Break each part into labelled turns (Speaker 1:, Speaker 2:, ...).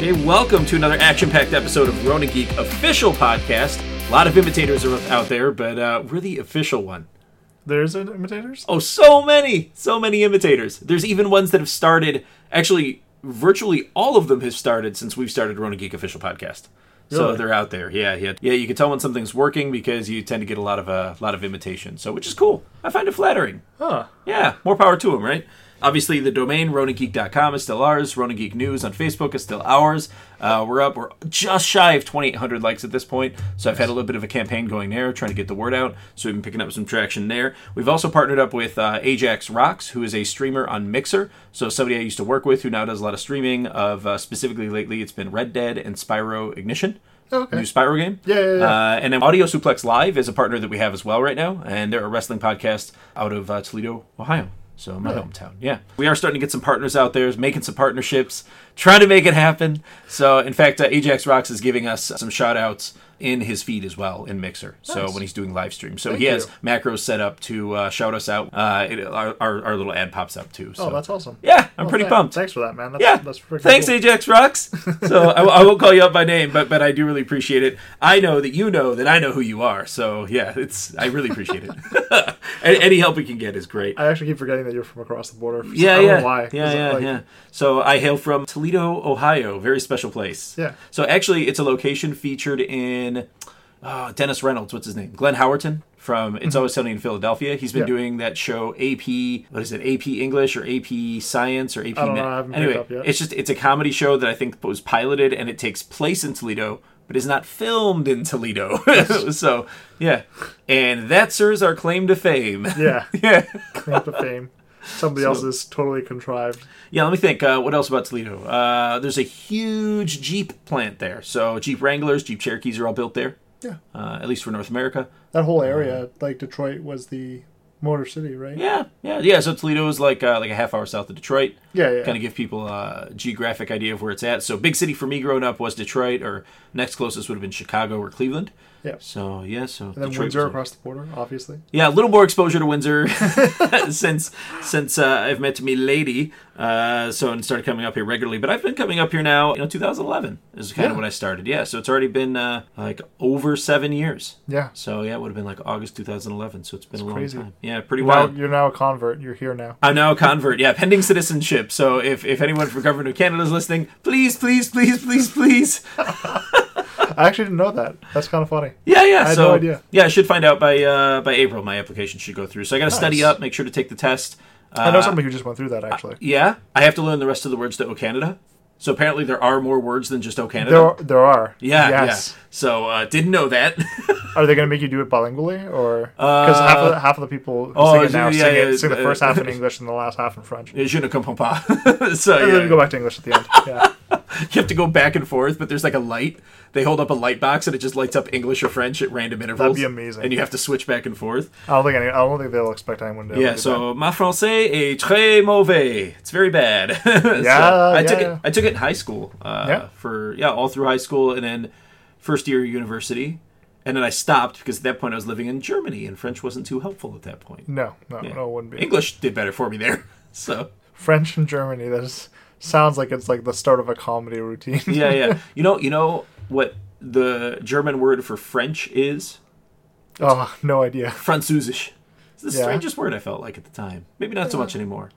Speaker 1: and welcome to another action-packed episode of Rona Geek official podcast. A lot of imitators are out there, but uh, we're the official one.
Speaker 2: There's an imitators.
Speaker 1: Oh, so many, so many imitators. There's even ones that have started. Actually, virtually all of them have started since we've started Rona Geek official podcast. So
Speaker 2: Really?
Speaker 1: they're out there. Yeah, yeah, yeah. You can tell when something's working because you tend to get a lot of a uh, lot of imitation. So which is cool. I find it flattering.
Speaker 2: Huh.
Speaker 1: Yeah, more power to them, right? Obviously, the domain, RonaGeek.com, is still ours. Ronan Geek News on Facebook is still ours. Uh, we're up. We're just shy of 2,800 likes at this point. So I've had a little bit of a campaign going there, trying to get the word out. So we've been picking up some traction there. We've also partnered up with uh, Ajax Rocks, who is a streamer on Mixer. So somebody I used to work with who now does a lot of streaming of uh, specifically lately, it's been Red Dead and Spyro Ignition.
Speaker 2: Okay.
Speaker 1: New Spyro game.
Speaker 2: Yeah, yeah, yeah.
Speaker 1: Uh, and then Audio Suplex Live is a partner that we have as well right now, and they're a wrestling podcast out of uh, Toledo, Ohio. So my hometown. Yeah, we are starting to get some partners out there, making some partnerships, trying to make it happen. So in fact, uh, Ajax Rocks is giving us some shout outs in his feed as well in Mixer. So
Speaker 2: Nice.
Speaker 1: when he's doing live streams, so
Speaker 2: Thank
Speaker 1: he has
Speaker 2: you.
Speaker 1: macros set up to uh, shout us out. Uh, it, our, our our little ad pops up too. So.
Speaker 2: Oh, that's awesome.
Speaker 1: yeah, I'm
Speaker 2: Well,
Speaker 1: pretty
Speaker 2: thank-
Speaker 1: pumped.
Speaker 2: Thanks for that, man. That's,
Speaker 1: Yeah.
Speaker 2: That's freaking
Speaker 1: Thanks,
Speaker 2: cool.
Speaker 1: Ajax Rocks. So I, I won't call you out by name, but but I do really appreciate it. I know that you know that I know who you are. So yeah, it's I really appreciate it. And Any help we can get is great.
Speaker 2: I actually keep forgetting that you're from across the border. For
Speaker 1: Yeah,
Speaker 2: I don't
Speaker 1: yeah,
Speaker 2: Know why?
Speaker 1: yeah,
Speaker 2: 'Cause,
Speaker 1: yeah,
Speaker 2: like,
Speaker 1: yeah. So I hail from Toledo, Ohio. Very special place.
Speaker 2: Yeah.
Speaker 1: So actually, it's a location featured in oh, Dennis Reynolds. What's his name? Glenn Howerton from It's Always Sunny in Philadelphia. He's been
Speaker 2: Mm-hmm. Yeah.
Speaker 1: doing that show AP. What is it? AP English or AP Science or AP?
Speaker 2: don't
Speaker 1: Math.
Speaker 2: know, I haven't picked
Speaker 1: anyway,
Speaker 2: up yet.
Speaker 1: it's just it's a comedy show that I think was piloted and it takes place in Toledo. But is not filmed in Toledo, so yeah, and that sir is our claim to fame.
Speaker 2: Yeah.
Speaker 1: yeah,
Speaker 2: Claim to fame. Somebody else is totally contrived.
Speaker 1: Yeah, let me think. Uh, what else about Toledo? Uh, there's a huge Jeep plant there. So Jeep Wranglers, Jeep Cherokees are all built there,
Speaker 2: Yeah.
Speaker 1: uh, at least for North America.
Speaker 2: That whole area, like Detroit, was the Motor City, right?
Speaker 1: Uh, Yeah, yeah, yeah. So Toledo is like uh, like a half hour south of Detroit.
Speaker 2: Yeah, yeah.
Speaker 1: Kind of give people a geographic idea of where it's at. So big city for me growing up was Detroit, or next closest would have been Chicago or Cleveland.
Speaker 2: Yeah.
Speaker 1: So yeah, so
Speaker 2: And then
Speaker 1: Detroit was
Speaker 2: Windsor
Speaker 1: a-
Speaker 2: across the border, obviously.
Speaker 1: yeah, a little more exposure to Windsor since since uh, I've met me lady, uh, so and started coming up here regularly. But I've been coming up here now, you know, 2011 is kind of
Speaker 2: Yeah.
Speaker 1: when I started. Yeah, so it's already been uh, like over seven years.
Speaker 2: Yeah.
Speaker 1: So yeah, it would have been like August 2011. So it's been a long
Speaker 2: crazy.
Speaker 1: time. Yeah, pretty
Speaker 2: Now
Speaker 1: wild.
Speaker 2: you're now a convert. You're here now.
Speaker 1: I'm now a convert. Yeah, pending citizenship. So if, if anyone from Government of Canada is listening, please, please, please, please, please.
Speaker 2: I actually didn't know that. That's kind of funny.
Speaker 1: Yeah, yeah.
Speaker 2: I had
Speaker 1: so,
Speaker 2: no idea.
Speaker 1: Yeah, I should find out by uh, by April. My application should go through. So I got to study
Speaker 2: Nice.
Speaker 1: up, make sure to take the test. Uh,
Speaker 2: I know somebody who just went through that actually.
Speaker 1: Yeah, I have to learn the rest of the words to O Canada. So apparently there are more words than just O Canada.
Speaker 2: there, are, there are.
Speaker 1: yeah,
Speaker 2: Yes.
Speaker 1: yeah. So uh, didn't know that.
Speaker 2: Are they going to make you do it bilingually, or because half, of the, half of the people who
Speaker 1: oh,
Speaker 2: sing it now
Speaker 1: yeah,
Speaker 2: sing,
Speaker 1: yeah,
Speaker 2: it, sing the
Speaker 1: uh,
Speaker 2: first half in English and the last half in French, and
Speaker 1: Je ne comprends pas. so
Speaker 2: then you go
Speaker 1: yeah,
Speaker 2: back to English at the end. Yeah,
Speaker 1: you have to go back and forth, but there's like a light. They hold up a light box and it just lights up English or French at random intervals.
Speaker 2: be amazing.
Speaker 1: And you have to switch back and forth.
Speaker 2: I don't think any, I don't think they'll expect anyone to. ever
Speaker 1: Yeah,
Speaker 2: do
Speaker 1: so ma français est très mauvais. It's very bad. yeah, I
Speaker 2: yeah,
Speaker 1: took it.
Speaker 2: yeah.
Speaker 1: I took it in high school. Uh,
Speaker 2: Yeah.
Speaker 1: for yeah, all through high school and then first year of university, and then I stopped because at that point I was living in Germany and French wasn't too helpful at that point.
Speaker 2: that. no, no, no, it wouldn't be
Speaker 1: English did better for me there. So
Speaker 2: French and Germany. That is, sounds like it's like the start of a comedy routine.
Speaker 1: yeah, yeah. you know, you know what the German word for French is?
Speaker 2: oh, no idea.
Speaker 1: Französisch. It's the
Speaker 2: Yeah.
Speaker 1: strangest word I felt like at the time. Maybe not so much anymore.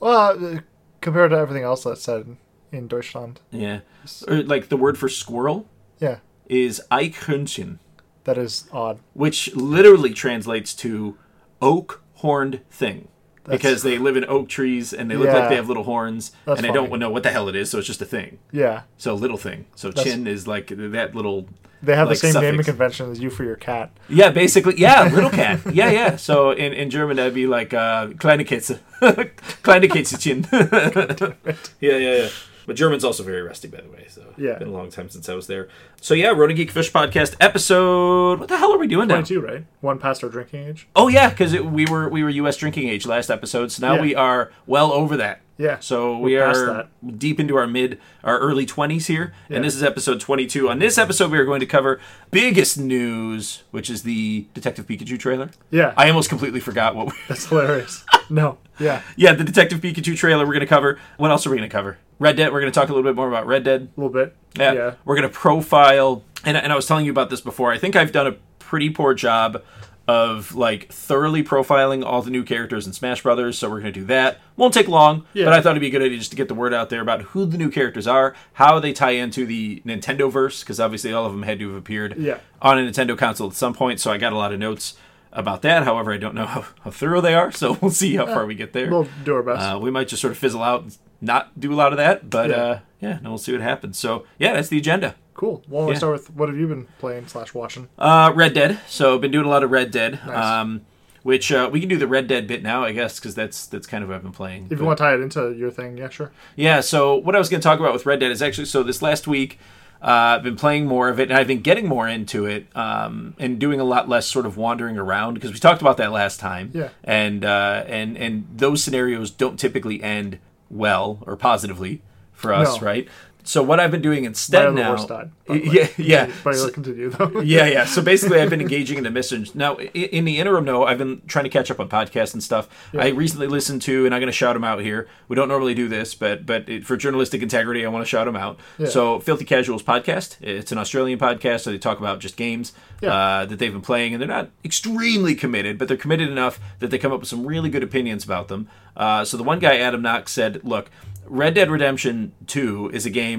Speaker 2: Well, uh, compared to everything else that's said in Deutschland,
Speaker 1: Yeah, or like the word for squirrel
Speaker 2: yeah,
Speaker 1: is Eichhörnchen.
Speaker 2: that is odd.
Speaker 1: which literally translates to oak horned thing because they live in oak trees and they look like
Speaker 2: Yeah.
Speaker 1: they have little horns
Speaker 2: That's
Speaker 1: and I don't
Speaker 2: funny.
Speaker 1: know what the hell it is so it's just a thing
Speaker 2: Yeah,
Speaker 1: so little thing so chin is like that little
Speaker 2: they have
Speaker 1: Like
Speaker 2: the same naming
Speaker 1: suffix.
Speaker 2: convention as you for your cat.
Speaker 1: yeah basically yeah little cat yeah yeah so in, in German that'd be like uh, kleine Katze kleine Kätzchen yeah yeah yeah but German's also very rusty by the way so
Speaker 2: Yeah.
Speaker 1: been a long time since I was there so yeah Ronan Geek Fish Podcast episode what the hell are we doing now
Speaker 2: Twenty-two, right? One past our drinking age.
Speaker 1: Oh yeah, because we were we were U.S. drinking age last episode, so now
Speaker 2: Yeah.
Speaker 1: we are well over that.
Speaker 2: Yeah,
Speaker 1: So we
Speaker 2: we're past
Speaker 1: are deep into our mid, our early twenties here, and this is episode twenty-two. On this episode, we are going to cover biggest news, which is the Detective Pikachu trailer.
Speaker 2: Yeah,
Speaker 1: I almost completely forgot what. We,
Speaker 2: that's hilarious. no, yeah.
Speaker 1: yeah, the Detective Pikachu trailer. We're going to cover. What else are we going to cover? Red Dead. We're going to talk a little bit more about Red Dead.
Speaker 2: A little bit.
Speaker 1: Yeah. We're going to profile. And, and I was telling you about this before. I think I've done a pretty poor job of like thoroughly profiling all the new characters in Smash Brothers. So we're going to do that. Won't take long,
Speaker 2: Yeah.
Speaker 1: but I thought it'd be a good idea just to get the word out there about who the new characters are, how they tie into the Nintendo verse, because obviously all of them had to have appeared
Speaker 2: Yeah.
Speaker 1: on a Nintendo console at some point. So I got a lot of notes about that. However, I don't know how, how thorough they are. So we'll see how far we get there.
Speaker 2: Uh, We'll do our best.
Speaker 1: Uh, we might just sort of fizzle out and not do a lot of that, but
Speaker 2: Yeah.
Speaker 1: uh, yeah, and we'll see what happens. So yeah, that's the agenda.
Speaker 2: cool. Well, let's
Speaker 1: yeah.
Speaker 2: start with what have you been playing slash watching?
Speaker 1: Uh, Red Dead. So I've been doing a lot of Red Dead,
Speaker 2: Nice.
Speaker 1: um, which uh, we can do the Red Dead bit now, I guess, because that's that's kind of what I've been playing.
Speaker 2: If
Speaker 1: But-
Speaker 2: you want to tie it into your thing, yeah, sure.
Speaker 1: yeah, so what I was going to talk about with Red Dead is actually so this last week uh, I've been playing more of it and I've been getting more into it um, and doing a lot less sort of wandering around because we talked about that last time.
Speaker 2: Yeah.
Speaker 1: And uh, and and those scenarios don't typically end well or positively for us,
Speaker 2: No.
Speaker 1: right? So what I've been doing instead
Speaker 2: Ryan the
Speaker 1: now,
Speaker 2: Horse died, by the way.
Speaker 1: yeah, yeah.
Speaker 2: But
Speaker 1: So-
Speaker 2: we'll continue though.
Speaker 1: yeah, yeah. So basically, I've been engaging in the missions. Now, i- in the interim, though, I've been trying to catch up on podcasts and stuff. I recently listened to, and I'm going to shout them out here. We don't normally do this, but but it, for journalistic integrity, I want to shout them out. So, Filthy Casuals podcast. It's an Australian podcast, so they talk about just games
Speaker 2: Yeah.
Speaker 1: uh, that they've been playing, and they're not extremely committed, but they're committed enough that they come up with some really good opinions about them. Uh, so, the one guy, Adam Knox, said, "Look, Red Dead Redemption Two is a game."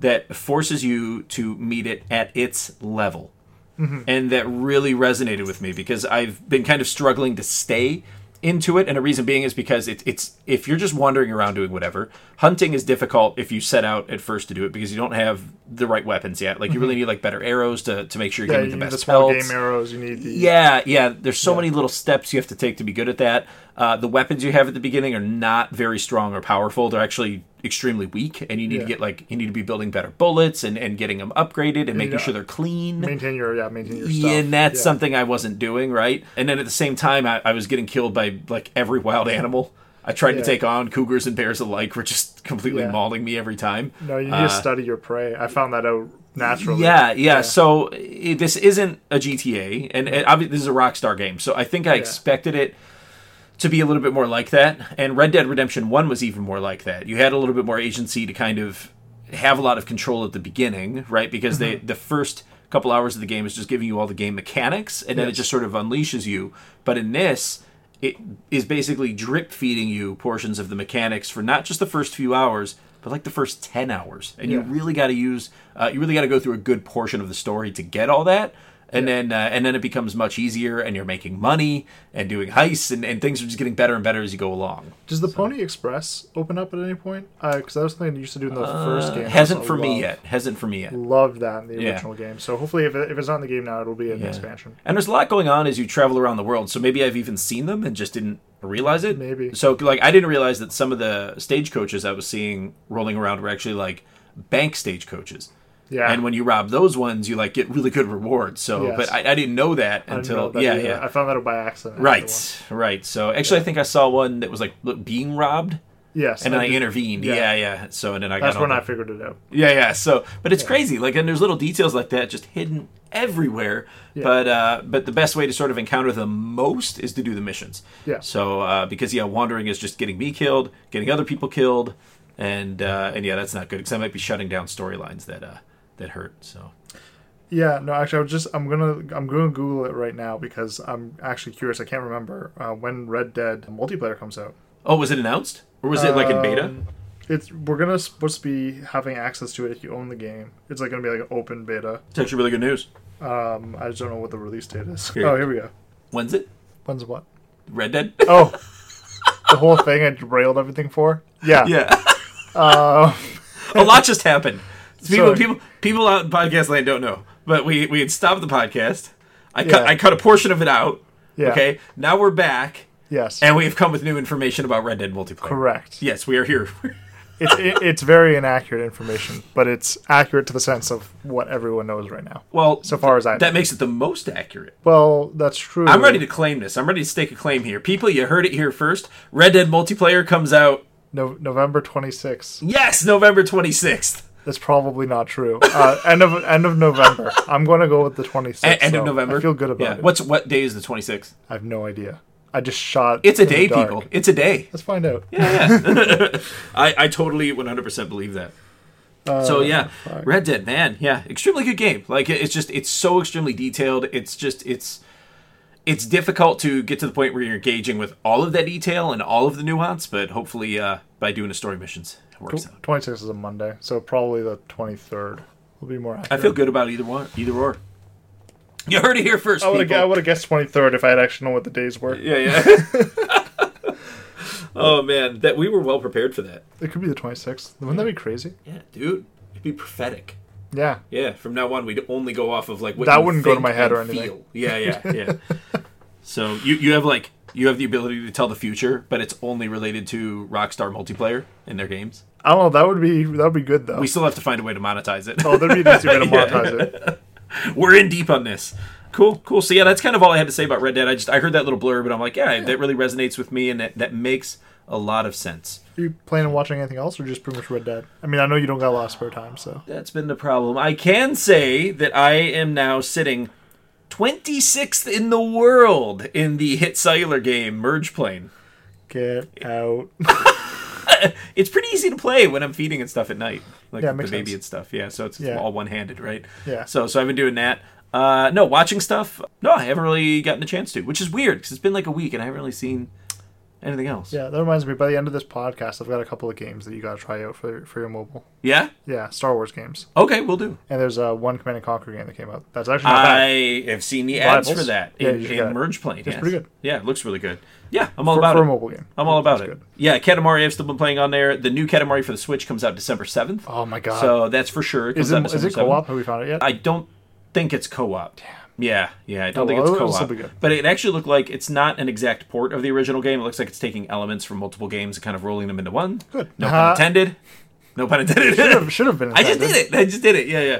Speaker 1: That forces you to meet it at its level and that really resonated with me because I've been kind of struggling to stay into it, and a reason being is because it, it's if you're just wandering around doing whatever, hunting is difficult if you set out at first to do it because you don't have the right weapons yet. Like you really need like better arrows to, to make sure you're
Speaker 2: Mhm. Yeah,
Speaker 1: getting
Speaker 2: you
Speaker 1: the
Speaker 2: need the
Speaker 1: best
Speaker 2: small
Speaker 1: pelts.
Speaker 2: game arrows. You need the
Speaker 1: Yeah, yeah. There's so many little steps you have to take to be good at that. Uh, the weapons you have at the beginning are not very strong or powerful. They're actually extremely weak, and you need to
Speaker 2: Yeah.
Speaker 1: get like you need to be building better bullets and, and getting them upgraded and making
Speaker 2: know,
Speaker 1: sure they're clean.
Speaker 2: maintain your yeah maintain your
Speaker 1: Yeah,
Speaker 2: stuff.
Speaker 1: and that's
Speaker 2: yeah.
Speaker 1: something I wasn't doing right. And then at the same time, I, I was getting killed by like every wild animal. I tried to
Speaker 2: Yeah.
Speaker 1: take on cougars and bears alike were just completely
Speaker 2: Yeah.
Speaker 1: mauling me every time.
Speaker 2: No, you need
Speaker 1: Uh,
Speaker 2: to study your prey. I found that out naturally.
Speaker 1: yeah, yeah, So i this isn't a GTA, and, and obvi- this is a Rockstar game. So I think I expected it to be a little bit more like that. And Red Dead Redemption One was even more like that. You had a little bit more agency to kind of have a lot of control at the beginning, right? Because
Speaker 2: Mm-hmm.
Speaker 1: they the first couple hours of the game is just giving you all the game mechanics, and then it
Speaker 2: Yes.
Speaker 1: just sort of unleashes you. But in this. It is basically drip feeding you portions of the mechanics for not just the first few hours, but like the first 10 hours. And you
Speaker 2: Yeah.
Speaker 1: really got to use uh, you really got to go through a good portion of the story to get all that and then uh, and then it becomes much easier and you're making money and doing heists and, and things are just getting better and better as you go along
Speaker 2: Does the Pony Express open up at any point? Because I was something you used to do in the first game.
Speaker 1: Uh, hasn't for
Speaker 2: Love-
Speaker 1: me yet hasn't for me yet
Speaker 2: Loved that in the
Speaker 1: Yeah.
Speaker 2: original game. So hopefully, if, it, if it's not in the game now, it'll be an
Speaker 1: Yeah.
Speaker 2: expansion.
Speaker 1: and there's a lot going on as you travel around the world so maybe i've even seen them and just didn't realize it
Speaker 2: Maybe.
Speaker 1: so like i didn't realize that some of the stagecoaches i was seeing rolling around were actually like bank stagecoaches
Speaker 2: Yeah.
Speaker 1: and when you rob those ones you like get really good rewards so
Speaker 2: Yes.
Speaker 1: but I, I didn't know that
Speaker 2: I didn't
Speaker 1: until
Speaker 2: know that
Speaker 1: yeah
Speaker 2: either.
Speaker 1: yeah
Speaker 2: I found that out by accident. actually.
Speaker 1: Right, right. So actually, I think I saw one that was like look, being robbed,
Speaker 2: Yes.
Speaker 1: and then I,
Speaker 2: did-
Speaker 1: intervened. Yeah.
Speaker 2: yeah.
Speaker 1: yeah, So and then I
Speaker 2: That's
Speaker 1: got all
Speaker 2: when I
Speaker 1: the-
Speaker 2: figured it out.
Speaker 1: yeah, yeah. So, but it's crazy. Like, and there's little details like that just hidden everywhere. But uh, but the best way to sort of encounter them most is to do the missions.
Speaker 2: Yeah.
Speaker 1: So uh, because yeah, wandering is just getting me killed, getting other people killed, and uh, and yeah, that's not good because I might be shutting down storylines that uh, that hurt. So
Speaker 2: Yeah, no, actually, I was just I'm gonna I'm gonna Google it right now because I'm actually curious. I can't remember uh, when Red Dead multiplayer comes out.
Speaker 1: oh, was it announced or was it like in beta?
Speaker 2: Um, It's we're gonna supposed to be having access to it if you own the game. It's like gonna be like an open beta.
Speaker 1: It's actually really good news.
Speaker 2: Um, I just don't know what the release date is.
Speaker 1: Here.
Speaker 2: Oh, here we go.
Speaker 1: When's it?
Speaker 2: When's what?
Speaker 1: Red Dead.
Speaker 2: Oh, the whole thing I derailed everything for. Yeah.
Speaker 1: yeah.
Speaker 2: Uh,
Speaker 1: a lot just happened. People,
Speaker 2: Sorry.
Speaker 1: people, people out in podcast land don't know, but we we had stopped the podcast. I cut
Speaker 2: Yeah.
Speaker 1: I cut a portion of it out.
Speaker 2: Yeah.
Speaker 1: Okay, now we're back,
Speaker 2: yes.
Speaker 1: and we have come with new information about Red Dead Multiplayer.
Speaker 2: correct.
Speaker 1: Yes, we are here.
Speaker 2: It's it, it's very inaccurate information, but it's accurate to the sense of what everyone knows right now.
Speaker 1: well,
Speaker 2: So far as I know.
Speaker 1: that makes it the most accurate.
Speaker 2: well, that's true.
Speaker 1: I'm ready to claim this. I'm ready to stake a claim here. People, you heard it here first. Red Dead Multiplayer comes out
Speaker 2: No, November 26th.
Speaker 1: yes, November 26th.
Speaker 2: That's probably not true. Uh, end of end of November. I'm going to go with the 26th.
Speaker 1: A- E-, end
Speaker 2: though.
Speaker 1: of November.
Speaker 2: I feel good about
Speaker 1: yeah.
Speaker 2: it.
Speaker 1: What's what day is the 26th?
Speaker 2: I have no idea. I just shot.
Speaker 1: It's a
Speaker 2: in the
Speaker 1: day,
Speaker 2: dark.
Speaker 1: people. It's a day.
Speaker 2: Let's find out.
Speaker 1: Yeah, yeah. I, I totally 100% believe that. so yeah,
Speaker 2: Oh, fuck.
Speaker 1: Red Dead, man, yeah, extremely good game. Like it- it's just it's so extremely detailed. It's just it's it's difficult to get to the point where you're engaging with all of that detail and all of the nuance, but hopefully uh, by doing a story missions, it works out.
Speaker 2: Twenty sixth is a Monday, so probably the twenty third will be more. Accurate.
Speaker 1: I feel good about either one, either or. You heard it here first,
Speaker 2: I would
Speaker 1: people.
Speaker 2: have guessed twenty third if I had actually known what the days were.
Speaker 1: Yeah, yeah. oh man, that we were well prepared for that.
Speaker 2: It could be the twenty sixth. Wouldn't that be crazy?
Speaker 1: Yeah, dude, it'd be prophetic.
Speaker 2: Yeah.
Speaker 1: Yeah, from now on, we'd only go off of like what
Speaker 2: That
Speaker 1: you
Speaker 2: wouldn't go to
Speaker 1: think
Speaker 2: my head or
Speaker 1: and
Speaker 2: anything.
Speaker 1: Yeah, yeah, yeah. so you you have like you have the ability to tell the future, but it's only related to Rockstar multiplayer in their games.
Speaker 2: I don't know. That would be that would be good though.
Speaker 1: We still have to find a way to monetize it.
Speaker 2: oh, there'd be an easy way to
Speaker 1: Yeah.
Speaker 2: monetize it.
Speaker 1: We're in deep on this. Cool, cool. So yeah, that's kind of all I had to say about Red Dead. I just I heard that little blurb, and I'm like, yeah, that really resonates with me, and that, that makes a lot of sense.
Speaker 2: Are you planning on watching anything else, or just pretty much Red Dead? I mean, I know you don't got a lot of spare time, so
Speaker 1: That's been the problem. I can say that I am now sitting 26th in the world in the hit cellular game Merge Plane.
Speaker 2: get out.
Speaker 1: It's pretty easy to play when I'm feeding and stuff at night, like
Speaker 2: Yeah, it
Speaker 1: the
Speaker 2: makes
Speaker 1: baby
Speaker 2: sense.
Speaker 1: and stuff. Yeah, so it's, it's
Speaker 2: Yeah.
Speaker 1: all one-handed, right?
Speaker 2: Yeah.
Speaker 1: So so I've been doing that. Uh, no, watching stuff. No, I haven't really gotten a chance to, which is weird because it's been like a week and I haven't really seen anything else.
Speaker 2: Yeah, that reminds me. By the end of this podcast, I've got a couple of games that you got to try out for for your mobile.
Speaker 1: Yeah?
Speaker 2: Yeah, Star Wars games,
Speaker 1: Okay, we'll do.
Speaker 2: and there's uh, one Command and Conquer game that came out. That's actually not bad.
Speaker 1: I have seen the ads
Speaker 2: Rivals?
Speaker 1: for that
Speaker 2: Yeah,
Speaker 1: in,
Speaker 2: you should
Speaker 1: in
Speaker 2: get it.
Speaker 1: Merge Plane. It's
Speaker 2: pretty good.
Speaker 1: Yeah, it looks really good. Yeah, I'm all
Speaker 2: For,
Speaker 1: about
Speaker 2: for
Speaker 1: it.
Speaker 2: a mobile game.
Speaker 1: I'm all about
Speaker 2: That's
Speaker 1: it.
Speaker 2: good.
Speaker 1: Yeah, Katamari I've still been playing on there. The new Katamari for the Switch comes out December 7th.
Speaker 2: Oh my god.
Speaker 1: so that's for sure.
Speaker 2: is
Speaker 1: comes out
Speaker 2: it is
Speaker 1: December
Speaker 2: it
Speaker 1: 7th.
Speaker 2: co-op? Have we found it yet?
Speaker 1: I don't think it's co-op. Yeah, yeah, I don't
Speaker 2: Oh,
Speaker 1: think
Speaker 2: well, it'll
Speaker 1: it's
Speaker 2: still be
Speaker 1: co-op.
Speaker 2: good.
Speaker 1: But it actually looked like it's not an exact port of the original game. It looks like it's taking elements from multiple games and kind of rolling them into one.
Speaker 2: Good.
Speaker 1: No
Speaker 2: Uh-huh.
Speaker 1: pun intended. No pun intended.
Speaker 2: should, have, should have been.
Speaker 1: I just
Speaker 2: intended.
Speaker 1: did it. I just did it. Yeah, yeah.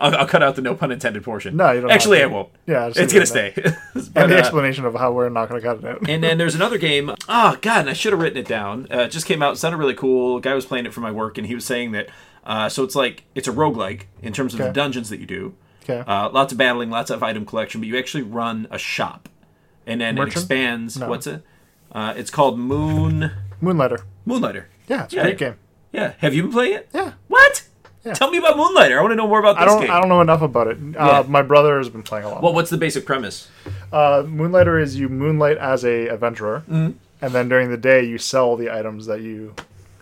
Speaker 1: I'll, I'll cut out the no pun intended portion.
Speaker 2: No, you don't have
Speaker 1: Actually,
Speaker 2: to.
Speaker 1: I won't.
Speaker 2: Yeah, just
Speaker 1: it's
Speaker 2: leave
Speaker 1: gonna
Speaker 2: it
Speaker 1: stay.
Speaker 2: And
Speaker 1: But,
Speaker 2: the
Speaker 1: uh,
Speaker 2: explanation of how we're not going to cut it out.
Speaker 1: and then there's another game. Oh God, and I should have written it down. Uh, it just came out. It sounded really cool. A guy was playing it for my work, and he was saying that. Uh, so it's like it's a roguelike in terms of the
Speaker 2: Okay.
Speaker 1: dungeons that you do.
Speaker 2: Okay.
Speaker 1: Uh, lots of battling, lots of item collection, but you actually run a shop, and then
Speaker 2: Merchant?
Speaker 1: it expands.
Speaker 2: No.
Speaker 1: What's it? Uh, it's called Moon
Speaker 2: Moonlighter.
Speaker 1: Moonlighter.
Speaker 2: Yeah, it's
Speaker 1: Yeah,
Speaker 2: a great
Speaker 1: yeah.
Speaker 2: game.
Speaker 1: Yeah. Have you been playing it?
Speaker 2: Yeah.
Speaker 1: What?
Speaker 2: Yeah.
Speaker 1: Tell me about Moonlighter. I want to know more about this
Speaker 2: I don't.
Speaker 1: game.
Speaker 2: I don't know enough about it. Uh, My brother has been playing a lot.
Speaker 1: Well, what's the basic premise?
Speaker 2: Uh, Moonlighter is you moonlight as a adventurer,
Speaker 1: Mm-hmm.
Speaker 2: and then during the day you sell the items that you